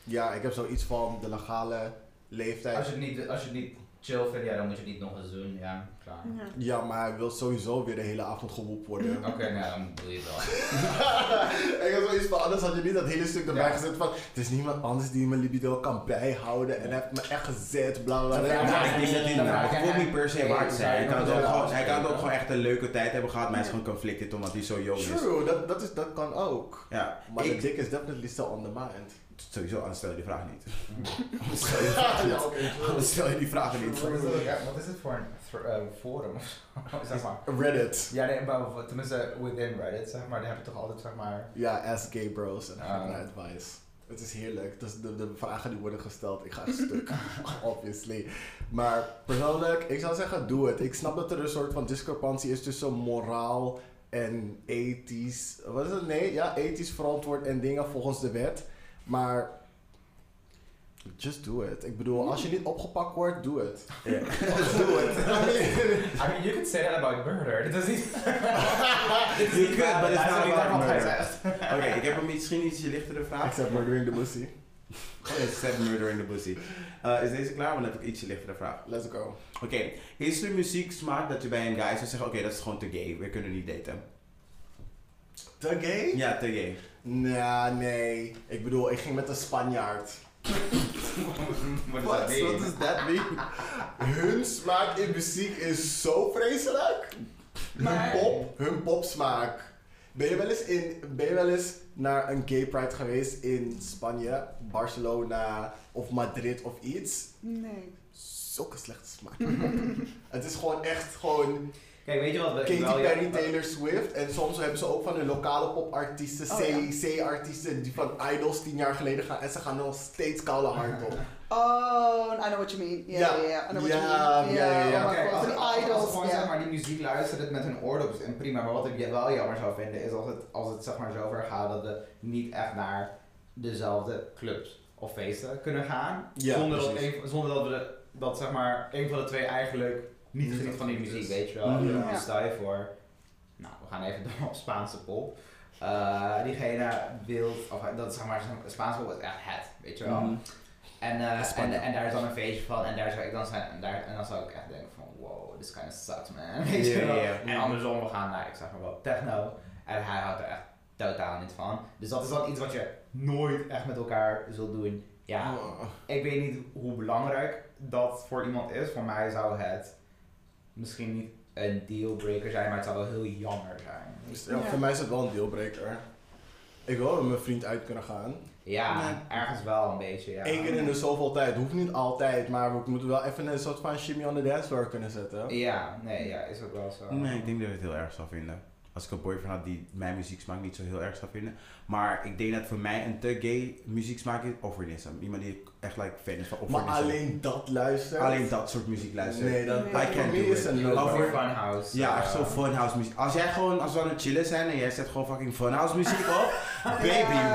Ja, ik heb zoiets van de legale Als leeftijd. je het niet, als je het niet chill vindt, ja, dan moet je het niet nog eens doen, ja, klaar. ja. Ja, maar hij wil sowieso weer de hele avond gewoept worden. Oké, nou, dan doe je het wel. ik had zoiets van, anders had je niet dat hele stuk erbij Ja. gezet van... Het is niemand anders die mijn libido kan bijhouden en hij heeft me echt gezet, bla bla bla. Ja, Ja, ik denk dat Ja, hij nou, maar het hoeft hij- niet per se hij- waard te zijn. Hij kan het ook Ja. gewoon- Hij kan het ook gewoon echt een leuke tijd hebben gehad, maar hij is gewoon conflicted omdat hij zo jong is. True, dat, dat, is, dat kan ook. Ja, Maar de ik dik is definitely still on the mind. sowieso anders stel je die vraag niet. Anders stel je die vraag niet. Ja, oké, true. Anders stel je die vraag niet. Ja, wat is het voor een thr- eh, forum of zo? zeg maar. Reddit. Ja, nee, maar wat- tenminste within Reddit, zeg maar, daar heb je toch altijd, zeg maar... Ja, ask gay bros en vraag Ah. naar advice. Het is heerlijk. Dus de, de vragen die worden gesteld, ik ga echt stuk. Obviously. Maar persoonlijk, ik zou zeggen, doe het. Ik snap dat er een soort van discrepantie is tussen moraal en ethisch. Wat is het? Nee, ja, ethisch verantwoord en dingen volgens de wet. Maar just do it. Ik bedoel, als je niet opgepakt wordt, doe het. Ja. Doe het. I mean, you could say that about murder. Dit is niet... Dit is You niet could, waar, but it's dat not is niet about waar wat hij murder. zegt. Oké, ik heb een misschien ietsje lichtere vraag. Except murdering the pussy. Except murder in the pussy. Eh, is deze klaar? Want dan heb ik ietsje lichtere vraag. Let's go. Oké, is er muziek smaak dat je bij een guy zou zeggen, oké, dat is gewoon te gay, we kunnen niet daten? The gay? Ja, te gay. Nou, nee. Ik bedoel, ik ging met een Spanjaard. Wat is Wat dat ding? does that mean? Hun smaak in muziek is zo vreselijk. Maar- Hun pop, hun popsmaak. Ben je, wel eens in, ben je wel eens naar een gay pride geweest in Spanje, Barcelona of Madrid of iets? Nee. Zulke slechte smaak. Het is gewoon echt gewoon Kijk, weet je wat we... Katy wel- ja, Perry, wat- Taylor Swift. En soms hebben ze ook van de lokale popartiesten, Oh, C- C-artiesten, die van idols tien jaar geleden gaan. En ze gaan nog steeds koude hard op. Oh, I know what you mean. Ja, Ja. ja, ja. I know what Ja, you mean. ja, ja, ja. oh my Oké, god, als, van die als, als, idols, gewoon ja. zeg maar die muziek luistert het met hun oordopjes en prima, maar wat ik je- wel jammer zou vinden is als het, als het zeg maar zover gaat dat we niet echt naar dezelfde clubs of feesten kunnen gaan, Ja, zonder, dat precies. een, zonder dat we de- dat zeg maar een van de twee eigenlijk niet Niet geniet van die muziek, is. Mhm. weet je wel. Ja. Dus stel je voor, nou we gaan even door op Spaanse pop. Eh, diegene wil, of, dat is zeg maar, Spaanse pop is echt het, weet je wel. En, eh, en, Spanje. en daar is dan een feestje van en daar zou ik dan zijn en, daar, en dan zou ik echt denken van wow, this kind of sucks man. Weet je Ja, wel. ja, ja. En andersom, we gaan naar, ik zeg maar wel, techno. En hij houdt er echt totaal niet van. Dus dat is dan iets wat je nooit echt met elkaar zult doen. Ja, Oh. ik weet niet hoe belangrijk dat voor iemand is. Voor mij zou het misschien niet een dealbreaker zijn, maar het zou wel heel jammer zijn. Dus ja, Ja. Voor mij is het wel een dealbreaker. Ik wil met mijn vriend uit kunnen gaan. Ja, Nee. ergens wel een beetje. Ja. Eén keer in de zoveel tijd. Hoeft niet altijd, maar we moeten wel even een soort van shimmy on the dance floor kunnen zetten. Ja, nee, ja, is ook wel zo. Nee, ik denk dat ik het heel erg zou vinden. Als ik een boyfriend had die mijn muzieksmaak niet zo heel erg zou vinden. Maar ik denk dat voor mij een te gay muzieksmaak is offernism. Iemand die ik echt like, fan is van Maar offernism. alleen dat luisteren. Alleen dat soort muziek luisteren. Nee, dat Nee. dat I voor can't mij do is it. een Ik wil no-go. voor funhouse. Ja, eh, echt zo funhouse muziek. Als jij gewoon, als we aan het chillen zijn en jij zet gewoon fucking funhouse muziek op. Baby,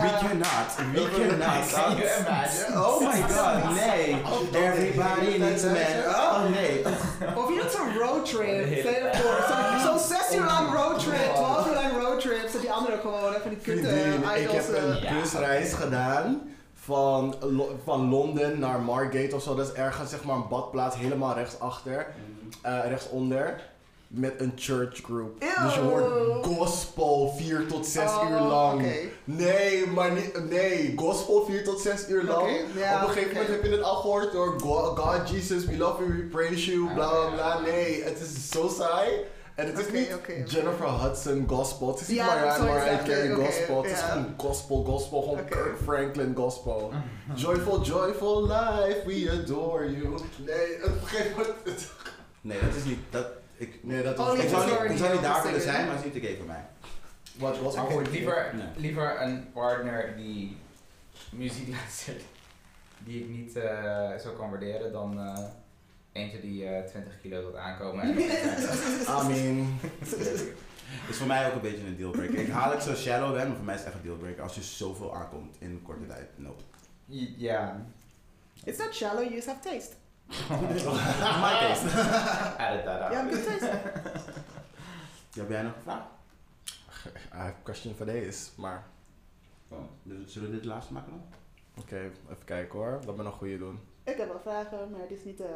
we cannot. We Can you cannot. imagine? Oh my god, nee. Everybody needs a man. Oh nee. Of je dat zo'n roadtrip. Nee. Stel je voor, zo'n- Zo'n 6 uur lang roadtrip, 12 uur lang roadtrip. Zet die anderen gewoon even die kutte Oh. Vriendin, eh, ik idols. heb een eh, Ja. busreis gedaan van, Lo- van Londen naar Margate of zo. Dat is ergens zeg maar een badplaats helemaal rechtsachter, eh rechtsonder. Met een church group. Ew. Dus je hoort gospel 4 tot 6 oh, uur lang. oké. Nee, maar niet. Nee, gospel 4 tot 6 uur lang. Oké, ja, Op een gegeven moment oké. heb je het al gehoord door Go- God, Jesus, we love you, we praise you, bla bla bla. Nee, het is zo saai. En het is Ah, Oké, niet oké, oké. Jennifer Hudson gospel. Het is niet Ja, Mariah sorry, Mariah exactly, Carey oké, gospel. Het is ja. gewoon gospel, gospel. Gewoon Oké. Kirk Franklin gospel. joyful, joyful life, we adore you. Nee, op een gegeven moment. Nee, dat is niet. Dat, ik, Nee, dat Oh, was nee, ik ik dat zou is zou waar. niet, ik zou niet daar Sorry. willen zijn, maar het is niet te gay voor mij. Wat was Oké, het? liever, Nee. liever een partner die muziek luistert die ik niet eh, zo kan waarderen dan eh, eentje die eh, 20 kilo wilt aankomen. En Amen. Is voor mij ook een beetje een dealbreaker. Ik haal het zo shallow ben, maar voor mij is het echt een dealbreaker. Als je zoveel aankomt in een korte tijd. Nope. ja, It's not shallow, you just have taste. My taste. edit that out. Ja, good taste. Ja, ben jij nog gevraagd? I have a question for days, maar. Dus Zullen we dit laatste maken dan? Oké, even kijken hoor. Laat me nog goede doen. Ik heb wel vragen, maar het is niet eh,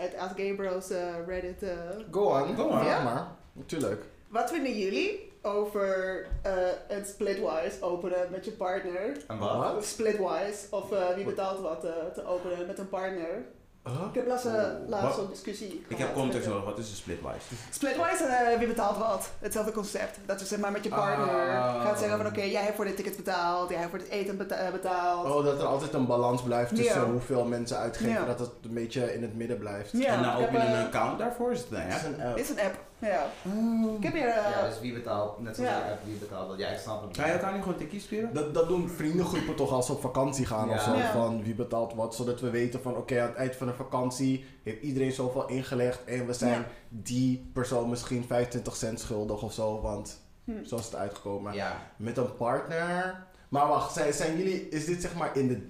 uit Ask Gay Bros eh, Reddit. eh. Go on. Go on. Ja, maar. Natuurlijk. Wat vinden jullie over eh, een splitwise openen met je partner? En Wat? Splitwise, of eh, wie betaalt wat eh, te openen met een partner? Huh? Ik heb laatst, eh, laatst Wat? zo'n discussie Ik heb gehad. context nodig. Wat is een splitwise? Splitwise, eh, wie betaalt wat? Hetzelfde concept. Dat je zeg maar met je partner Ah. gaat zeggen van oké, jij hebt voor dit ticket betaald, jij hebt voor het eten beta- eh, betaald. Oh, dat er altijd een balans blijft tussen Ja. hoeveel mensen uitgeven. Ja. Dat het een beetje in het midden blijft. Ja, en ik dan heb, open je eh, een account daarvoor? Is het nou Het is ja? nou een Oh. app. Dit is een app. Ja. Ik heb hier... eh, Ja, dus wie betaalt, net zoals Ja. jij hebt, wie betaalt dat? Ja, ik snap het. Kan je elkaar niet gewoon tikkie sturen? Dat, dat doen vriendengroepen toch als ze op vakantie gaan Ja. of zo. Ja. Van wie betaalt wat. Zodat we weten van oké, aan het eind van de vakantie heeft iedereen zoveel ingelegd. En we zijn Ja. die persoon misschien 25 cent schuldig of zo. Want Hm. zo is het uitgekomen. Ja, Met een partner. Maar wacht, zijn, zijn jullie, is dit zeg maar in de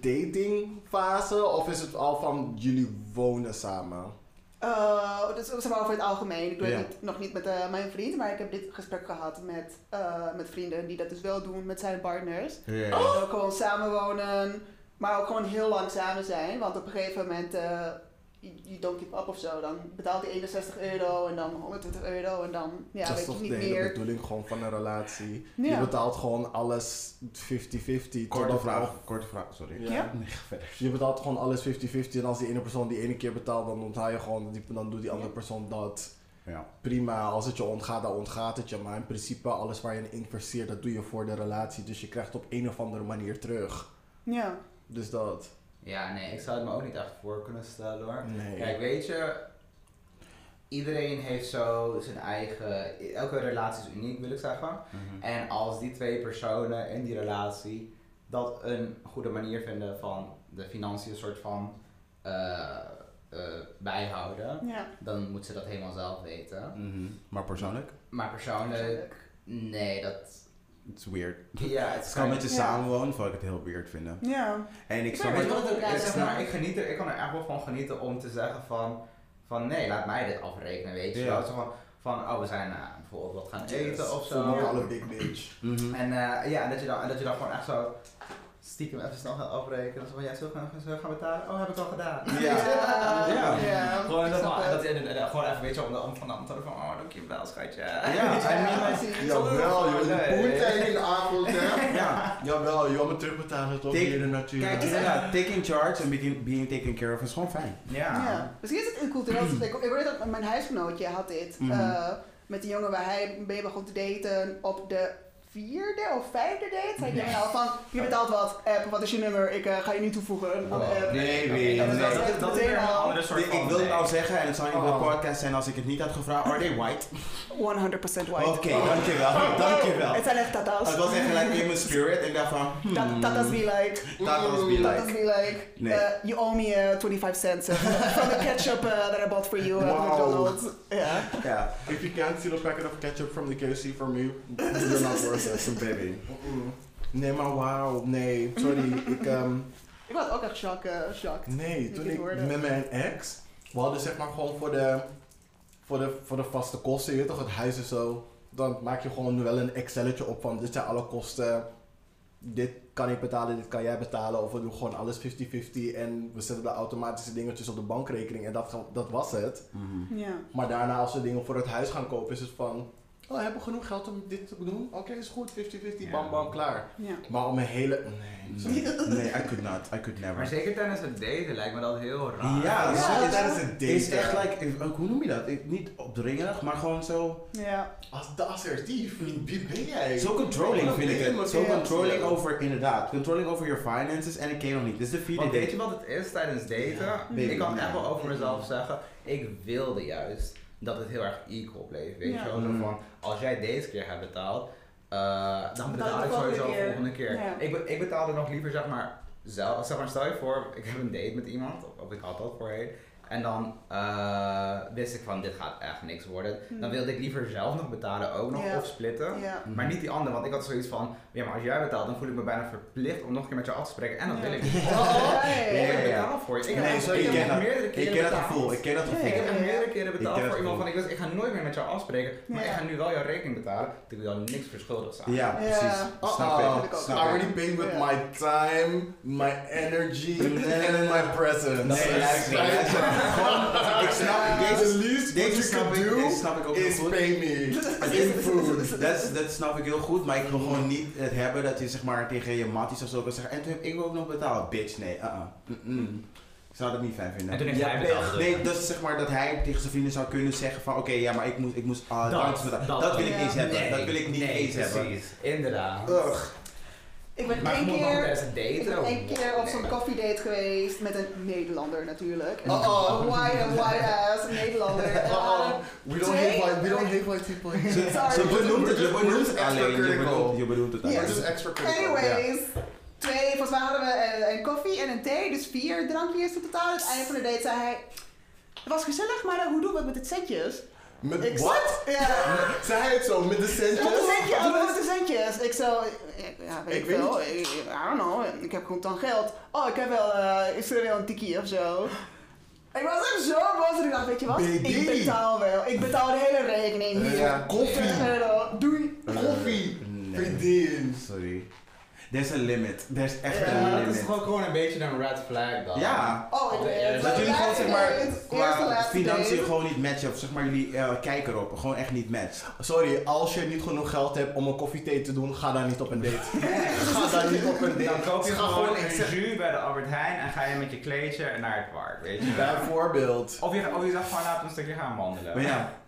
datingfase of is het al van jullie wonen samen? eh, dus zeg maar over het algemeen. Ik doe het Ja. niet, nog niet met eh, mijn vriend, maar ik heb dit gesprek gehad met, eh, met vrienden die dat dus wel doen met zijn partners. Ja. Dus ook gewoon samenwonen, maar ook gewoon heel lang samen zijn. Want op een gegeven moment, eh you you don't give up of zo. Dan betaalt hij 61 euro en dan 120 euro en dan ja, dat is weet je toch niet de hele meer. bedoeling gewoon van een relatie. Je Ja. betaalt gewoon alles 50-50. Korte totdat- vraag. Korte vraag, sorry. Ja. Ja. Nee, ga verder. Je betaalt gewoon alles 50-50 en als die ene persoon die ene keer betaalt, dan onthaal je gewoon, die, dan doet die andere Ja. persoon dat. Ja. Prima, als het je ontgaat, dan ontgaat het je. Maar in principe, alles waar je in investeert, dat doe je voor de relatie. Dus je krijgt het op een of andere manier terug. Ja. Dus dat. ja, nee, ik zou het me ook niet echt voor kunnen stellen hoor. Nee. Kijk, weet je, iedereen heeft zo zijn eigen. Elke relatie is uniek, wil ik zeggen. Mhm. En als die twee personen in die relatie dat een goede manier vinden van de financiën, soort van eh, eh, bijhouden, Ja. dan moeten ze dat helemaal zelf weten. Mhm. Maar persoonlijk? Maar persoonlijk, nee, dat. It's weird. Ja, het Het is kan met je Ja. samenwonen, zou ik het heel weird vinden. Ja. En ik Maar snap weet het. je wat het ook Ja, is? zeg Zeg maar. maar, ik, geniet er, ik kan er echt wel van genieten om te zeggen van, van nee, laat mij dit afrekenen, weet je Ja. wel. Zo van, van, oh, we zijn eh, bijvoorbeeld wat gaan eten of zo. Voor alle big bitch. Mhm. En eh, ja, en dat je, dan, en dat je dan gewoon echt zo stiekem even snel gaan afrekenen. Zo van, ja, zullen we gaan, zullen we gaan betalen? Oh, heb ik al gedaan. Ja. Ja. Gewoon, ik dat, snap het. dat, en, en- en gewoon even, weet je, om de om van de ambtenaar van, oh, dankjewel, schatje. Ja, I mean, like, precies. Jawel, joh. De Nee. boertijd in de avond, hè. ja. Jawel, joh. Me terugbetalen toch Tik- hier natuurlijk. Kijk, inderdaad, taking charge en begin- being taken care of is gewoon fijn. Ja. Misschien is het een cultureel Hmm. aspect. Ik weet dat mijn huisgenootje had dit. Mhm. eh, met die jongen waar hij mee begon te daten op de vierde of vijfde date. Zei die jongen al van, je betaalt wat, app, wat is je nummer? Ik eh, ga je nu toevoegen aan de Wow. app. Nee, Oké, nee, dat is- nee. dat is- Dat is weer een andere soort ik van wil het nee. nou zeggen, en het zou in de Oh. podcast zijn als ik het niet had gevraagd. Are they white? 100% white. Oké, dankjewel. Dankjewel. Het zijn echt tata's. Het was echt gelijk in mijn spirit. Ik dacht van, hmm, Ta- Tata's be like. Tata's be Tata's like. be like. Nee. eh, you owe me eh, 25 cents eh, from the ketchup eh, that I bought for you at Wow. McDonald's. Ja. Ja, If you can't steal a packet of ketchup from the KFC for me, you're not worth it. een baby. Mm-mm. Nee, maar wauw. Nee, sorry. Ik, ehm, Ik was ook echt shock, eh, shocked. Nee, Ik toen het ik hoorde. met mijn ex, we hadden zeg maar gewoon voor de, voor de, voor de vaste kosten, je weet toch, het huis en zo. Dan maak je gewoon wel een excelletje op van dit zijn alle kosten. Dit kan ik betalen, dit kan jij betalen. Of we doen gewoon alles 50-50 en we zetten de automatische dingetjes op de bankrekening en dat, ga- dat was het. Mm. Ja. Maar daarna als we dingen voor het huis gaan kopen is het van, oh hebben we genoeg geld om dit te doen? Oké, is goed, 50-50, bam bam, klaar. Ja. Maar om een hele, nee, sorry. Nee, I could not. I could Maar never. zeker tijdens het daten lijkt me dat heel Ja, raar. Ja, zo is- tijdens het is daten. echt like, ik- ook, hoe noem je dat? Ik, niet opdringerig, maar gewoon zo... Ja. als de assertief, wie ben jij? Zo controlling vind ik het. Zo Ja. controlling over, inderdaad. Controlling over your finances en ik ken nog niet. Dit is de vierde Want weet date. je wat het is tijdens daten? Ja, ik kan baby, echt wel ja. over mezelf zeggen, ik wilde juist dat het heel erg equal bleef. Weet Ja. je wel, Zo Mm. van, als jij deze keer hebt betaald, eh, dan betaal de ik volgende sowieso keer. de volgende keer. Ja. Ik, be- ik betaalde nog liever, zeg maar, zelf. Zeg maar, stel je voor, ik heb een date met iemand, of, of ik had dat voorheen. En dan eh, wist ik van, dit gaat echt niks worden. Dan Mm. wilde ik liever zelf nog betalen, ook nog, Ja. of splitten. Ja. Maar niet die andere, want ik had zoiets van, ja maar als jij betaalt, dan voel ik me bijna verplicht om nog een keer met jou af te spreken. En dat Ja. wil ik niet. Oh, Ik nee. Ja, ja, heb ja. betaald voor je. Ik Nee, heb sorry, ik ik heb ken dat. meerdere Ik keren ken dat betaald. gevoel. Ik ken dat Ja, gevoel. ja, Ik heb ja. hem meerdere keren betaald ken voor dat iemand van gevoel. ik wist, ik ga nooit meer met jou afspreken, maar Ja. ik ga nu wel jouw rekening betalen, want ik wil jou niks verschuldigd zijn. Ja, Ja. precies. Oh, Snap ik. oh, I Snap ik. already paid with Yeah. my time, my energy, and my presence. Nee, luister, Like, luister. Gewoon, Ik snap The deze. least what Deze you snap can ik, do deze snap ik ook heel is goed. pay me in food. Dat, is- dat snap ik heel goed, maar ik wil gewoon niet het hebben dat je zeg maar tegen je matties of zo kan zeggen. En toen heb ik ook nog betaald. Bitch, nee, uh-uh. Mm-mm. Ik zou dat niet fijn vinden. En toen heeft Ja, hij nee, betaald, dus. Nee, dus zeg maar dat hij tegen zijn vrienden zou kunnen zeggen van oké, ja, maar ik moest, ik moest ah, Dat, dankzij betalen. dat. Dat, wil ik Ja. niet hebben. Nee, dat wil ik niet nee, eens hebben. precies. Inderdaad. Ugh. Ik ben Maar één ik moet nog keer... tijdens het Ik daten. ben één keer op Nee, zo'n maar- koffiedate geweest met een Nederlander natuurlijk. Een Uh-oh. wide, wide ass Nederlander. En we Uh-oh. hadden- We don't hate white, we don't hate white people. Ze- here. Ze Sorry. benoemt het, je benoemt het Extra alleen. Je critical. benoemt, je benoemt het Ja. We're alleen. just extra critical. Anyways, twee, volgens mij hadden we een, een koffie en een thee, dus vier drankjes te betalen. Het einde van de date zei hij, het was gezellig, maar hoe doen we het met het setjes? Met Ik- what? Ja, Zei hij het zo, met de met de centjes? centjes, met de centjes. Ik zo, ja, weet Ik ik weet wel, I don't know, ik heb gewoon dan geld. Oh, ik heb wel, eh is er wel een tikkie of zo? Ik was echt zo boos en ik dacht, weet je wat, Baby. ik betaal wel. Ik betaal de hele rekening hier. Ja, koffie. 20 euro, doei. Koffie. Eh, Nee. Vriendin. Sorry. There's a limit. There's echt Ja, een Ja, dat limit. is gewoon, gewoon een beetje een red flag dan. Ja. Oh, ik Dat weet het. Dat jullie gewoon zeg maar Laatste date, eerste, qua laatste financiën date. gewoon niet matchen. Of zeg maar jullie eh, kijken erop. Gewoon echt niet matchen. Sorry, als je niet genoeg geld hebt om een koffie thee te doen, ga daar niet op een date. ga daar niet op een date. Dan koop je Ze gaan gewoon ik een zeg- jus bij de Albert Heijn en ga je met je kleedje naar het park, weet je wel. Bijvoorbeeld. Of je, of je zegt gewoon laten we een stukje gaan wandelen. Maar ja,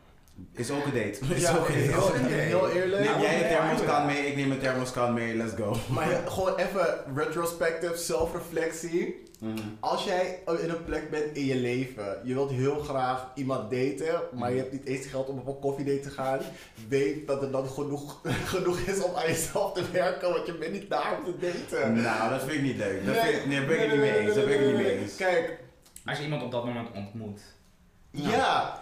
is ook een date. Is Ja, ook een heel, date. heel eerlijk. Neem jij nee, een thermoskan eigenlijk. mee, ik neem een thermoskan mee, let's go. Maar ja, gewoon even retrospective, zelfreflectie. Mhm. Als jij in een plek bent in je leven, je wilt heel graag iemand daten, maar je Mhm. hebt niet eens geld om op een koffiedate te gaan. Weet dat het dan genoeg, genoeg is om aan jezelf te werken, want je bent niet daar om te daten. Nou, dat vind ik niet leuk. Dat Nee. vind, ik- nee, daar ben ik het niet Nee, mee nee, eens. Daar ben ik het niet mee eens. Kijk, Als je iemand op dat moment ontmoet. ja. Nou,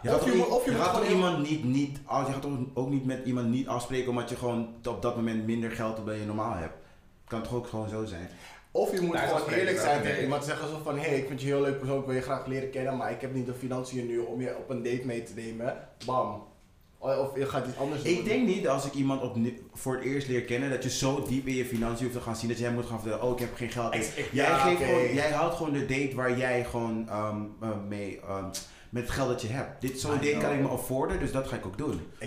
Je gaat Of toch je, niet- moet- of je je moet gaat toch gewoon iemand... iemand niet, niet, af- je gaat toch ook niet met iemand niet afspreken omdat je gewoon op dat moment minder geld hebt dan je normaal hebt. Kan toch ook gewoon zo zijn? Of je moet Daar is gewoon afspreken, eerlijk dat zijn weet tegen ik. iemand. Zeggen zo van, hé, hey, ik vind je een heel leuk persoon, ik wil je graag leren kennen, maar ik heb niet de financiën nu om je op een date mee te nemen. Bam. Of je gaat iets anders doen. Ik denk niet dat als ik iemand opnieuw- voor het eerst leer kennen, dat je zo diep in je financiën hoeft te gaan zien dat jij moet gaan vertellen, oh ik heb geen geld. Ik- ik- Jij, ja, geeft oké. gewoon, jij houdt gewoon de date waar jij gewoon ehm, eh, mee, ehm, met het geld dat je hebt. Dit I Zo'n date kan know. ik me afforden, dus dat ga ik ook doen. Ja.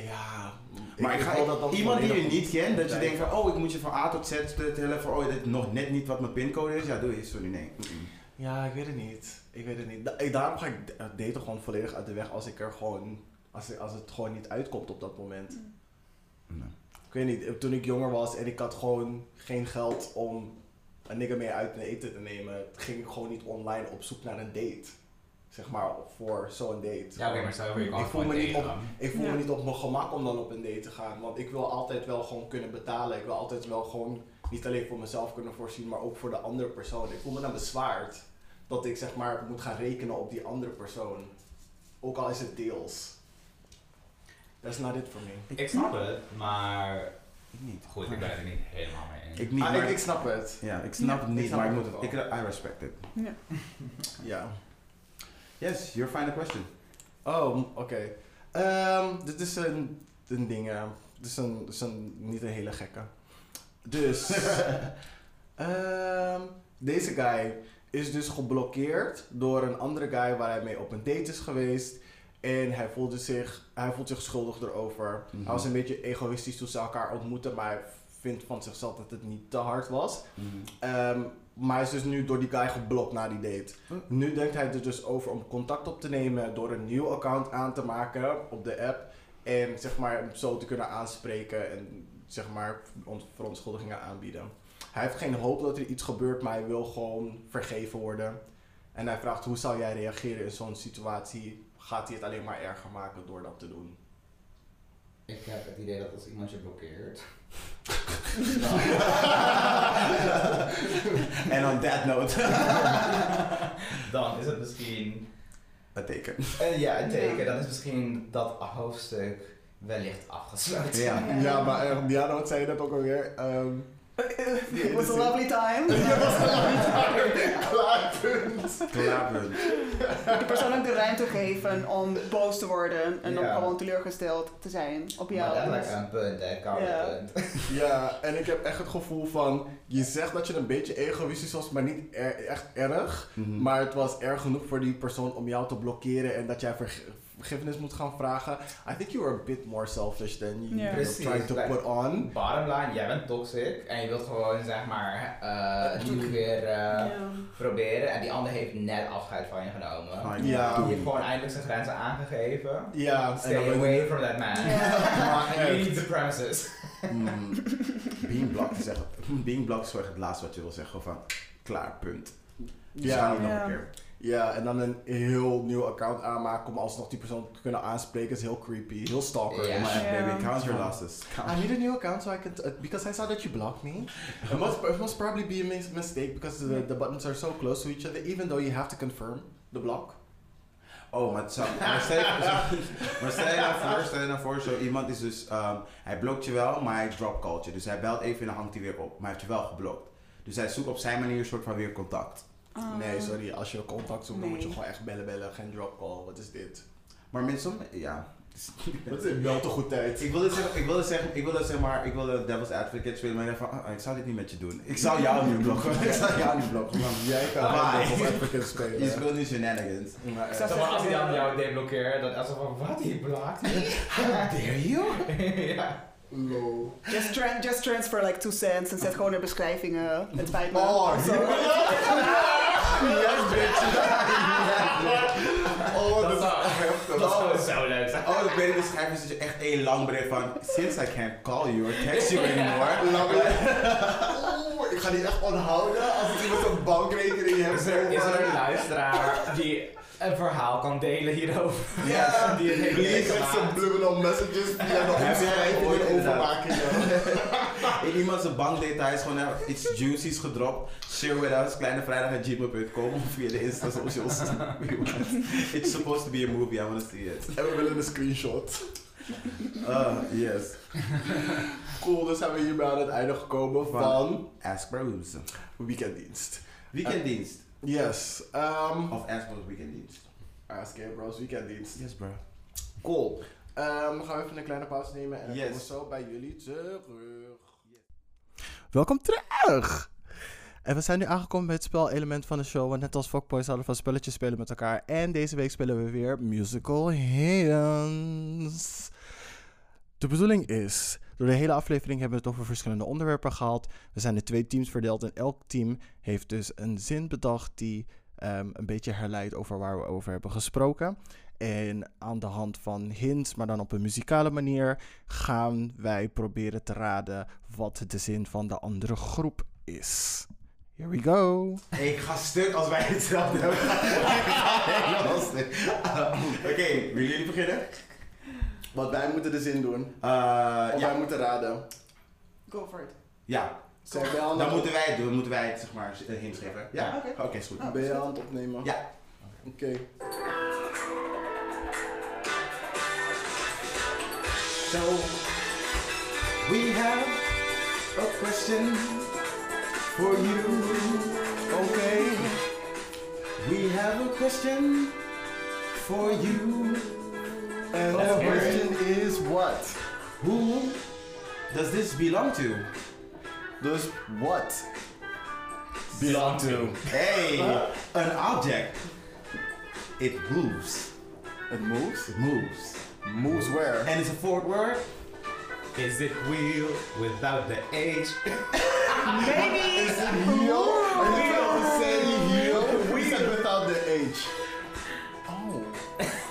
Maar ik ga, wil dat dan iemand die je volledig- niet kent, dat je Nee. denkt van, oh ik moet je van A tot Z vertellen van, oh dit is nog net niet wat mijn pincode is. Ja doe je, sorry nee. Mm-mm. Ja, ik weet het niet. Ik weet het niet. Da- ik- daarom ga ik d- eh, daten gewoon volledig uit de weg als ik er gewoon... Als, als het gewoon niet uitkomt op dat moment. Nee. Ik weet niet, eh, toen ik jonger was en ik had gewoon geen geld om een nigger mee uit naar eten te nemen, ging ik gewoon niet online op zoek naar een date. Zeg maar, voor zo'n date. Ja, oké, maar stel je voor je kan Ik voel gewoon me niet tegen op- hem. Ik voel Ja. me niet op mijn gemak om dan op een date te gaan. Want ik wil altijd wel gewoon kunnen betalen. Ik wil altijd wel gewoon niet alleen voor mezelf kunnen voorzien, maar ook voor de andere persoon. Ik voel me dan bezwaard dat ik zeg maar moet gaan rekenen op die andere persoon. Ook al is het deels. That's not it for me. Ik snap het, maar Ik niet. goed, ik ben er niet helemaal mee eens. Ik niet, Ah, ik, maar- ik snap het. ja, ik snap het ik niet, snap maar ik het moet het, ik, wel. I respect it. Ja. Yes, your final question. Oh, m- oké. Ehm, dit is een, een ding, ja. Dit is, een, dit is een, niet een hele gekke. Dus, ehm, deze guy is dus geblokkeerd door een andere guy waar hij mee op een date is geweest. En hij, voelde zich, hij voelt zich schuldig erover. Mhm. Hij was een beetje egoïstisch toen ze elkaar ontmoetten, maar hij vindt van zichzelf dat het niet te hard was. Mm. Ehm, maar hij is dus nu door die guy geblokt na die date. Huh? Nu denkt hij er dus over om contact op te nemen door een nieuw account aan te maken op de app. En zeg maar hem zo te kunnen aanspreken en zeg maar ons- verontschuldigingen aanbieden. Hij heeft geen hoop dat er iets gebeurt, maar hij wil gewoon vergeven worden. En hij vraagt hoe zou jij reageren in zo'n situatie? Gaat hij het alleen maar erger maken door dat te doen? Ik heb het idee dat als iemand je blokkeert. En on that note, dan is het misschien. een teken. eh, ja, een teken. Dan is misschien dat hoofdstuk wellicht afgesloten. Ja. Ja, maar echt, Diana, wat zei je dat ook alweer? Ehm It was a lovely time. Klaarpunt. Klaarpunt. De persoon ook de ruimte geven om boos te worden en Ja. om gewoon teleurgesteld te zijn op Maar jou. letterlijk een punt, hè? Koude Ja. punt. Ja, en ik heb echt het gevoel van, je zegt dat je een beetje egoïstisch was, maar niet er- echt erg. Mhm. Mhm. Maar het was erg genoeg voor die persoon om jou te blokkeren en dat jij verg- vergiffenis moet gaan vragen. I think you were a bit more selfish than you Ja. were Precies, trying to like- put on. Bottom line, jij bent toxic en je wilt gewoon zeg maar eh, nu weer eh, proberen. En die ander heeft net afscheid van je genomen. Ah, Ja. Die heeft gewoon eindelijk zijn grenzen aangegeven. Ja, en dan Stay ben ik- away from that man. maar And you echt. need the premises. Mm. Being blocked is echt, being blocked is wel echt het laatste wat je wil zeggen. Van klaar, punt. Ja, Ja, nog Ja. een keer. ja, en dan een heel nieuw account aanmaken om alsnog die persoon te kunnen aanspreken is heel creepy, heel stalker. Ja. Maar Ja. Eh, baby, count your losses. Count. I need a new account so I can, t- uh, because I saw that you blocked me. It must, it must probably be a mis- mistake because the, the buttons are so close to each other, even though you have to confirm the block. Oh, maar, het zou, maar, stel je, maar stel je nou voor, stel je nou voor, zo iemand is dus, ehm, hij blokt je wel, maar hij drop callt je. Dus hij belt even en dan hangt hij weer op, maar hij heeft je wel geblokt. Dus hij zoekt op zijn manier een soort van weer contact. Ah. Nee, sorry, als je contact zoekt, dan moet je Nee. gewoon echt bellen, bellen, geen drop call. Wat is dit? Maar mensen, ja. Dat is wel te goed tijd. Ik wilde zeggen, ik wilde zeggen, ik wilde zeg maar, ik wilde devil's advocate spelen, maar ik dacht van, ah, ik zou dit niet met je doen. Ik zou jou nu blokken, ik zou jou nu blokken. want Jij kan Bye. ook op advocate spelen. Je speelt nu shenanigans. Maar echt. Zou Zeg maar, als zeggen, hij dan eh, jou deblokkeert, dan als van wat hij blokt. How dare you? ja. Lol. Just, tran- just transfer like two cents en zet gewoon een beschrijving. eh, het eh, spijt me. Oh, Zo. Yes, bitch. Oh, Dat zou- heftig. Dat zou zo leuk zijn. Oh, ik weet het beschrijven is dat je echt één lang bericht van Since I can't call you or text you anymore Oeh, ik ga die echt onthouden als ik iemand een bankrekening heb. Is er, is zeg er maar. een luisteraar die een verhaal kan delen hierover? Ja, die het heeft please met meegemaakt. subliminal messages die je nog Heb jij opschrijven ooit in inderdaad? overmaken. ja. In iemand zijn bankdetails gewoon even iets juicy's gedropt Share with us, kleinevrijdag.gmail.com Of via de Insta socials We want- It's supposed to be a movie, I want to see it En we willen een screenshot. Uh, yes Cool, dus zijn we hierbij aan het einde gekomen Van- van Ask Bros Weekenddienst. Weekenddienst Yes, ehm Of Ask Bros Weekenddienst Ask Bros Weekenddienst. Yes bro Cool. Ehm, we gaan even een kleine pauze nemen en dan Yes. komen we zo bij jullie terug. Welkom terug! En we zijn nu aangekomen bij het spelelement van de show. Want net als Fuckboys hadden we van spelletjes spelen met elkaar. En deze week spelen we weer Musical Hands. De bedoeling is, door de hele aflevering hebben we het over verschillende onderwerpen gehad. We zijn in twee teams verdeeld en elk team heeft dus een zin bedacht die ehm, een beetje herleidt over waar we over hebben gesproken. En aan de hand van hints, maar dan op een muzikale manier, gaan wij proberen te raden wat de zin van de andere groep is. Here we go. Ik ga stuk als wij hetzelfde hebben. Ik ga helemaal stuk. Oké, willen jullie beginnen? Want wij moeten de zin doen. Eh, Of ja. wij moeten raden. Go for it. ja, Zijn wij al dan moeten wij het doen. Moeten wij het, zeg maar, een hint geven. Ja, Oké. oké, is goed. Ben Oh, je aan het opnemen? Ja. Oké. So, we have a question for you. Okay. We have a question for you. En Let's de hear it. question is what? Who does this belong to? Dus what? Belong to. Hey, an object. It moves. It moves? It moves. Moves where? And it's a forward word. Is it real without the H? Is it heel? Are you trying to say heel? Is it without the H? Oh.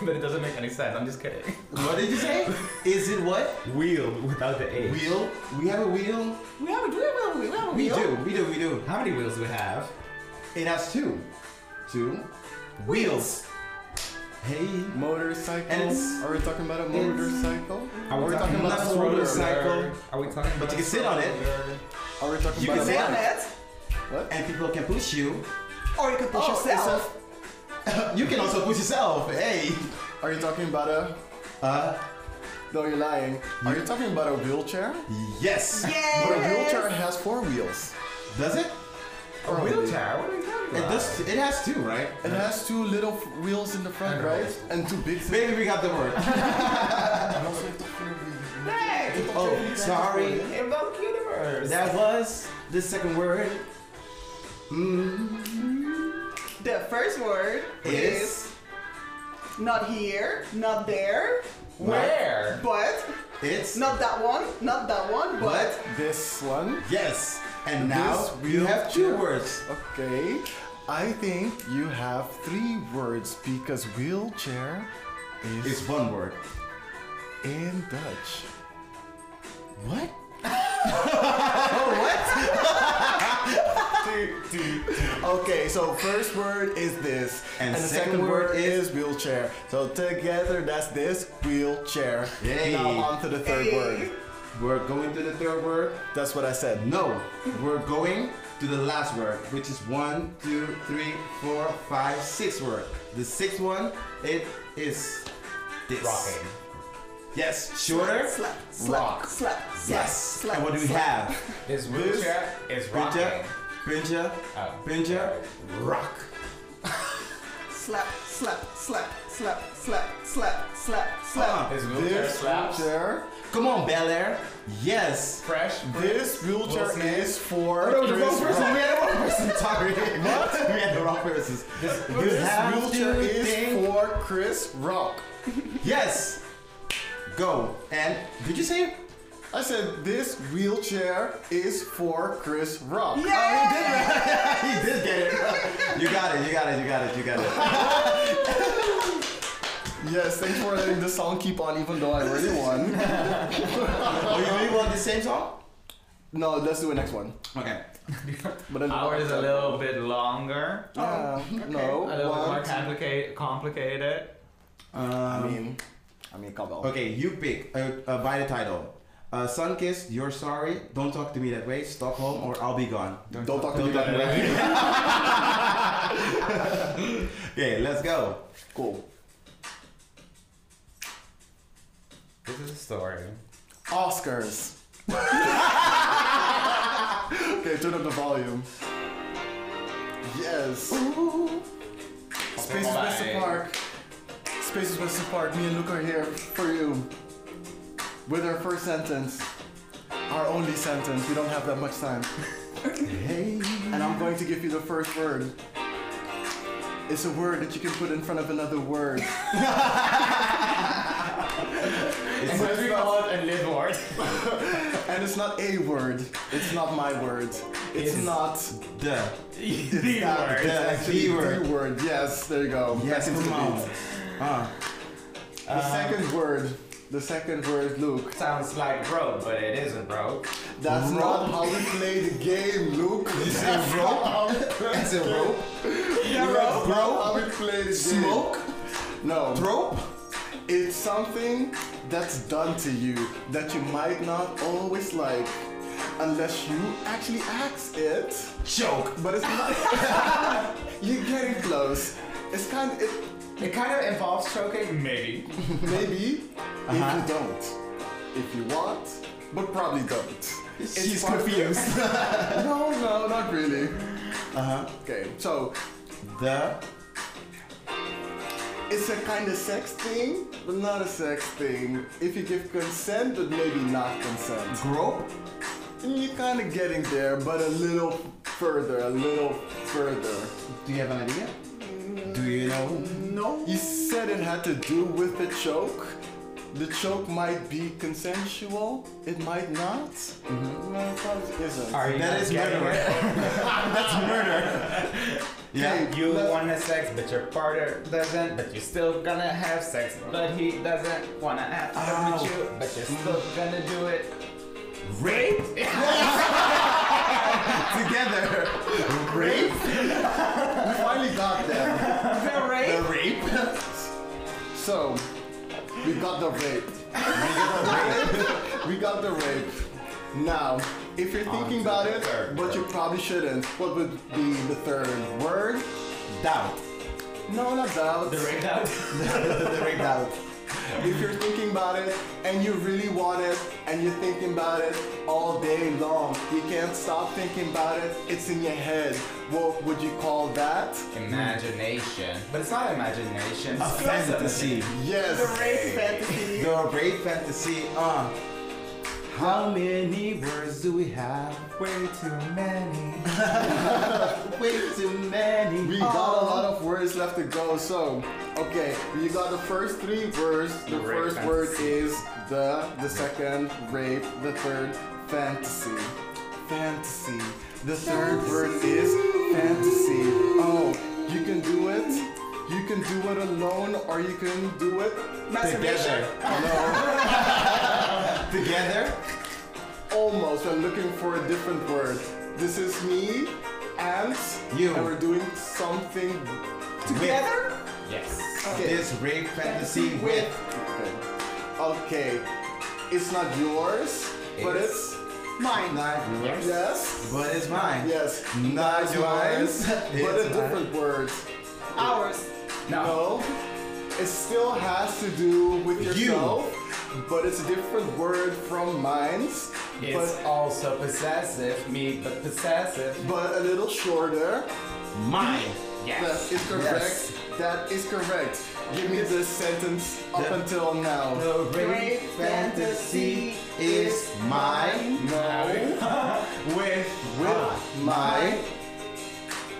but it doesn't make any sense. I'm just kidding. What did you say? Is it what? Wheel without the H. Wheel? We have a wheel? We have a, do we have a, we have a We wheel? do, we do, we do. How many wheels do we have? It has two. Two wheels. Hey. Motorcycle? And it's- Are we talking about a it's- motorcycle? Are we talking about a motorcycle? Are we talking But about you can sit on it. stroller? Are we talking You about a can say bike? Planet. And people can push you. Or you can push Oh, it's yourself. a- you can also push yourself. Hey. Are you talking about a... Uh, No, you're lying. Are you talking about a wheelchair? yes. But a wheelchair Yes. has four wheels. Does it? A Probably. wheelchair? What are you talking It about? does. It has two, right? It has two little f- wheels in the front, And a right? bicycle. And two big Maybe we got the word. Hey! Oh, sorry. Invoke universe! That was the second word. The first word Is not here, not there, Where? but it's not that one, not that one, but but This one. yes. And now This you have two wheelchair. words. Okay. I think you have three words because wheelchair is It's one word. in Dutch. What? Okay, so first word is this, And the second second word word is wheelchair. So together, that's this wheelchair. Yay. Now on to the third Hey. word. We're going to the third word. That's what I said. No, we're going to the last word, which is one, two, three, four, five, six word. The sixth one, it is this. Rocking. Yes, shorter. slap, slap, rock. slap, slap, Yes. slap. and what do we slap. have? This wheelchair is rocking. Pinja, pinja, Oh. pinja, rock. Slap, slap, slap, slap, slap, slap, slap, slap. Uh, This wheelchair This slaps. wheelchair, come on, Bel Air. Yes. Fresh. this wheelchair Wilson. is for Oh, no, the wrong Chris person. Rock. We had the wrong person. Sorry. what? We had the wrong person. This, This wheelchair is for Chris Rock. Yes. Go. And did you say it? I said this wheelchair is for Chris Rock. Oh, You did get it. You got it. You got it. You got it. You got it. Yes, thanks for letting the song keep on, even though I already won. Oh, you really want the same song? No, let's do the next one. Okay. But then- Ours is a little bit longer. Yeah, no. A little bit one, more complica- complicated. I Um, mean, I mean, come on. okay, you pick uh, uh, by the title. Uh, Sunkiss, you're sorry. Don't talk to me that way. Stockholm, or I'll be gone. Don't, talk to me that way. Okay, let's go. Cool. This is a story. Oscars. okay, turn up the volume. Yes. Space Bye. Jurassic Park. Space Space is Western Park. Me and Luke are here for you. With our first sentence. Our only sentence. We don't have that much time. hey. And I'm going to give you the first word. It's a word that you can put in front of another word. En zo heb ik al een lidwoord. And it's not a word. It's not my word. It's, not De. the word. It's actually the the word. word. Yes, there you go. Yes, Back into the come on. beat. Ah. The second word. The second word, Luke. Sounds like broke, but it isn't broke. That's not how we play the game, Luke. You say rope? Het is een rope. Bro? How we play the game. Smoke? No. Rope? It's something that's done to you that you might not always like unless you actually ask it. Joke. But it's not. You're getting close. It's kind of. It, It kind of involves choking, maybe. maybe Uh-huh. if you don't. If you want, but probably don't. It's She's part of- confused. no, no, not really. Uh-huh. Okay, so De. it's a kind of sex thing, but not a sex thing. If you give consent, but maybe not consent. Grope? You're kind of getting there, but a little further, a little further. Do you have an idea? Do you know? No. You said it had to do with the choke. The choke might be consensual, it might not. Mm-hmm. No, it probably isn't. Are you That not is getting murder. it? That's murder. Yeah. You Let's- wanna sex, but your partner doesn't. But you're still gonna have sex, but he doesn't wanna have sex Ow. with you. But you're still gonna do it. Rape? Together. Rape? We finally got there. The rape? The rape? So, we got the rape. we got the rape. Now, if you're thinking to about the it, third but you probably shouldn't, what would be the third word? Doubt. No, not doubt. The rape out? the rape doubt. If you're thinking about it and you really want it and you're thinking about it all day long, you can't stop thinking about it. It's in your head. What would you call that? Imagination. But it's not imagination. A It's fantasy. Yes. The rape fantasy. The rape fantasy. Uh. How many words do we have? Way too many. Way too many. We got a lot of words left to go, so okay, you got the first three words. The Rape first fantasy. word is the, the second rape, the third fantasy. Fantasy. The third word is fantasy. Oh, you can do it. You can do it alone or you can do it Together. no, Together. almost. I'm looking for a different word. This is me and You. and we're doing something Together. Yes. okay. This rape fantasy with. Okay. Okay. It's not yours, but it's Mine. Not yours. yes. But it's mine. Yes. Not Mine, yours. but a It's different word. Ours. No. It still has to do with You. yourself, but it's a different word from mine, It's also possessive, me but possessive. but, but a little shorter. Mine. That Yes. is correct. Yes. That is correct. Give me the sentence up The- until now. The rape fantasy is mine. No. With Ah. With my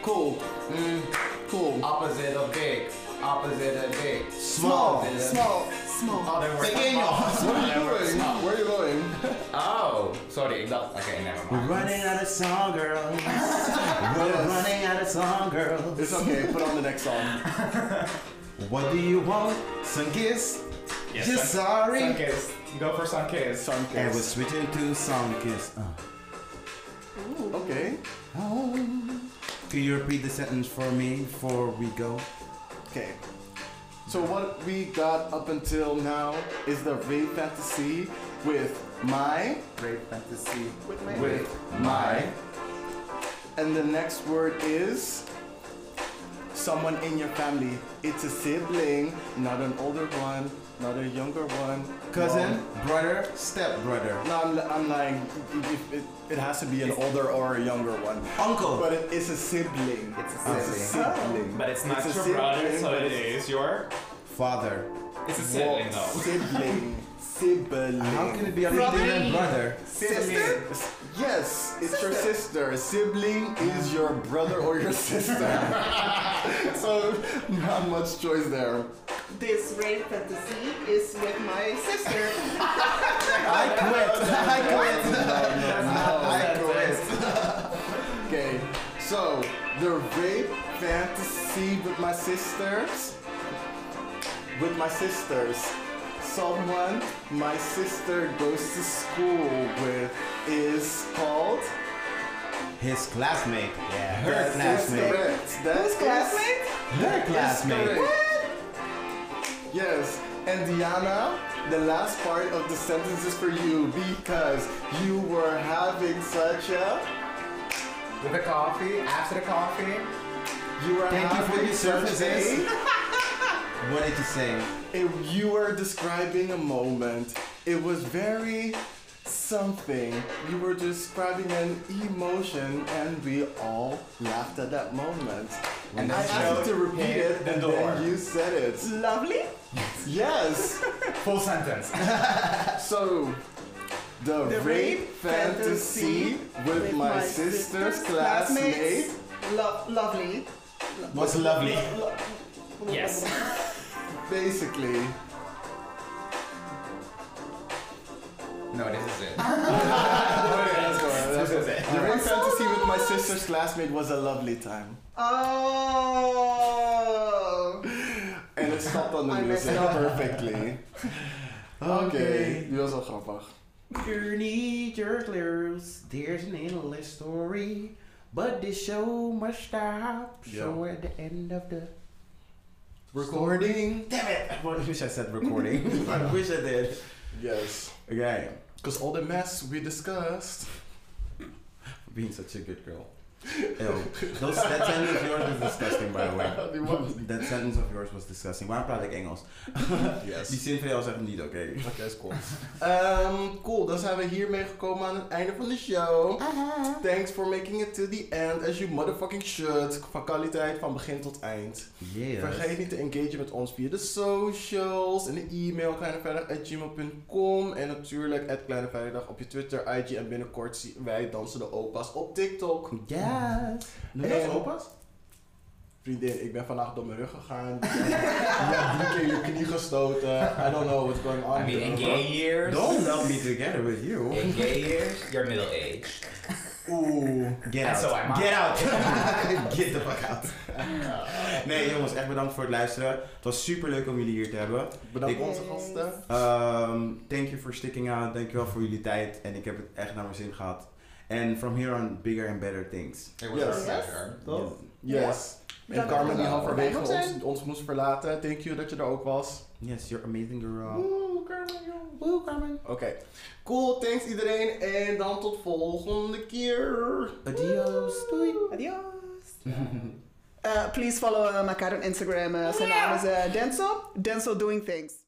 cool. Mm, Cool. opposite of big. Opposite of big. Small. Opposite of- Small, small. Other word. Pequeño. What are you doing? Where are you going? Oh, sorry, ik dacht. Oké, never mind. running out of song, girls. We're running out of song, girls. It's okay. Put on the next song. What do you want? Some kiss? Yes, Just sun- sorry. Sunkiss. Go for Sunkiss. And we're Sunkiss. switching to song kiss. Uh. Okay. Can you repeat the sentence for me before we go? Okay. So what we got up until now is the rape fantasy with my Rape fantasy. With my with my, and the next word is someone in your family. It's a sibling, not an older one, not a younger one. Cousin, Mom. brother, stepbrother, No, I'm, I'm lying. It, it, it has to be an older or a younger one. uncle. But it is a sibling. It's a sibling. sibling. But it's not It's a your brother, sibling, so but it it's- is your father, It's a sibling Wow, though. Sibling. Sibling. how can it be other than Sibling. brother? Sister? Yes, it's your sister. Sibling is your brother or your sister. so, not much choice there. This rape fantasy is with my sister. I quit. I quit. I no, quit. Okay, so the rape fantasy with my sisters. With my sisters. Someone my sister goes to school with is called. His classmate. Yeah, her That is classmate. correct. That is Classmate? Her classmate. Correct. Yes, and Diana, the last part of the sentence is for you because you were having such a. With the coffee, after the coffee. You were Thank you having for your such services. a- What did you say? a- You were describing a moment. It was very something. You were describing an emotion, and we all laughed at that moment. And I then asked you showed to repeat him it, the and door. then you said it. Lovely. Yes. Full sentence. So, the, The rape, rape fantasy, with, my, sister's, classmate. Lo- lovely. Was lovely. Lo- Yes. Basically, No, this is it. that's what- Oh, that's This is what- it. the rape So fantasy with my nice. sister's classmate was a lovely time, Oh. en it stopped on the I messed music up. perfectly. Oké, Oké. die was wel grappig. Ernie Jerklers, there's an endless story, but this show must stop. Yeah. So at the end of the Recording. damn it, I wish I said recording. I wish I did. Yes, Okay, because all the mess we discussed. being such a good girl. Ew. Those, that sentence of yours was disgusting, by the way. Die was- That sentence of yours was disgusting. Waarom praat ik Engels? Die Yes. zin van jou zegt niet oké. Oké, is cool. Ehm, cool, dan zijn we hiermee gekomen aan het einde van de show. Thanks for making it to the end as you motherfucking should. Van kwaliteit van begin tot eind. Yes. Vergeet niet te engagen met ons via de socials en de e-mail kleineverjaardag@gmail.com en natuurlijk at Kleine Vrijdag op je Twitter, IG en binnenkort zien wij dansen de opa's op TikTok. Yes. Noem je En- dat opa's? Vriendin, ik ben vandaag door mijn rug gegaan. Ik heb drie keer in je knie gestoten. I don't know what's going on. I mean, in here. gay years. Don't melt me together with you. In gay years, you're middle aged. Oeh, get En out. zo, hij maakt- get out. get the fuck out. nee, jongens, echt bedankt voor het luisteren. Het was super leuk om jullie hier te hebben. Bedankt Ik- onze gasten. Ehm, thank you for sticking out. Dankjewel voor jullie tijd. En ik heb het echt naar mijn zin gehad. And from here on, bigger and better things. It was Yes. our pleasure. Toch? Yes. En Bedankt Carmen die dat we halverwege erbij mocht ons, ons moest verlaten. Thank you dat je er ook was. Yes, you're amazing girl. Woe, Carmen. joh. Woe, Carmen. Oké. Cool, thanks iedereen. En dan tot volgende keer. Adios. Doei. Adios. Uh, please follow uh, my cat on Instagram. Uh, zijn naam is uh, Denzel. Denzel Doing Things.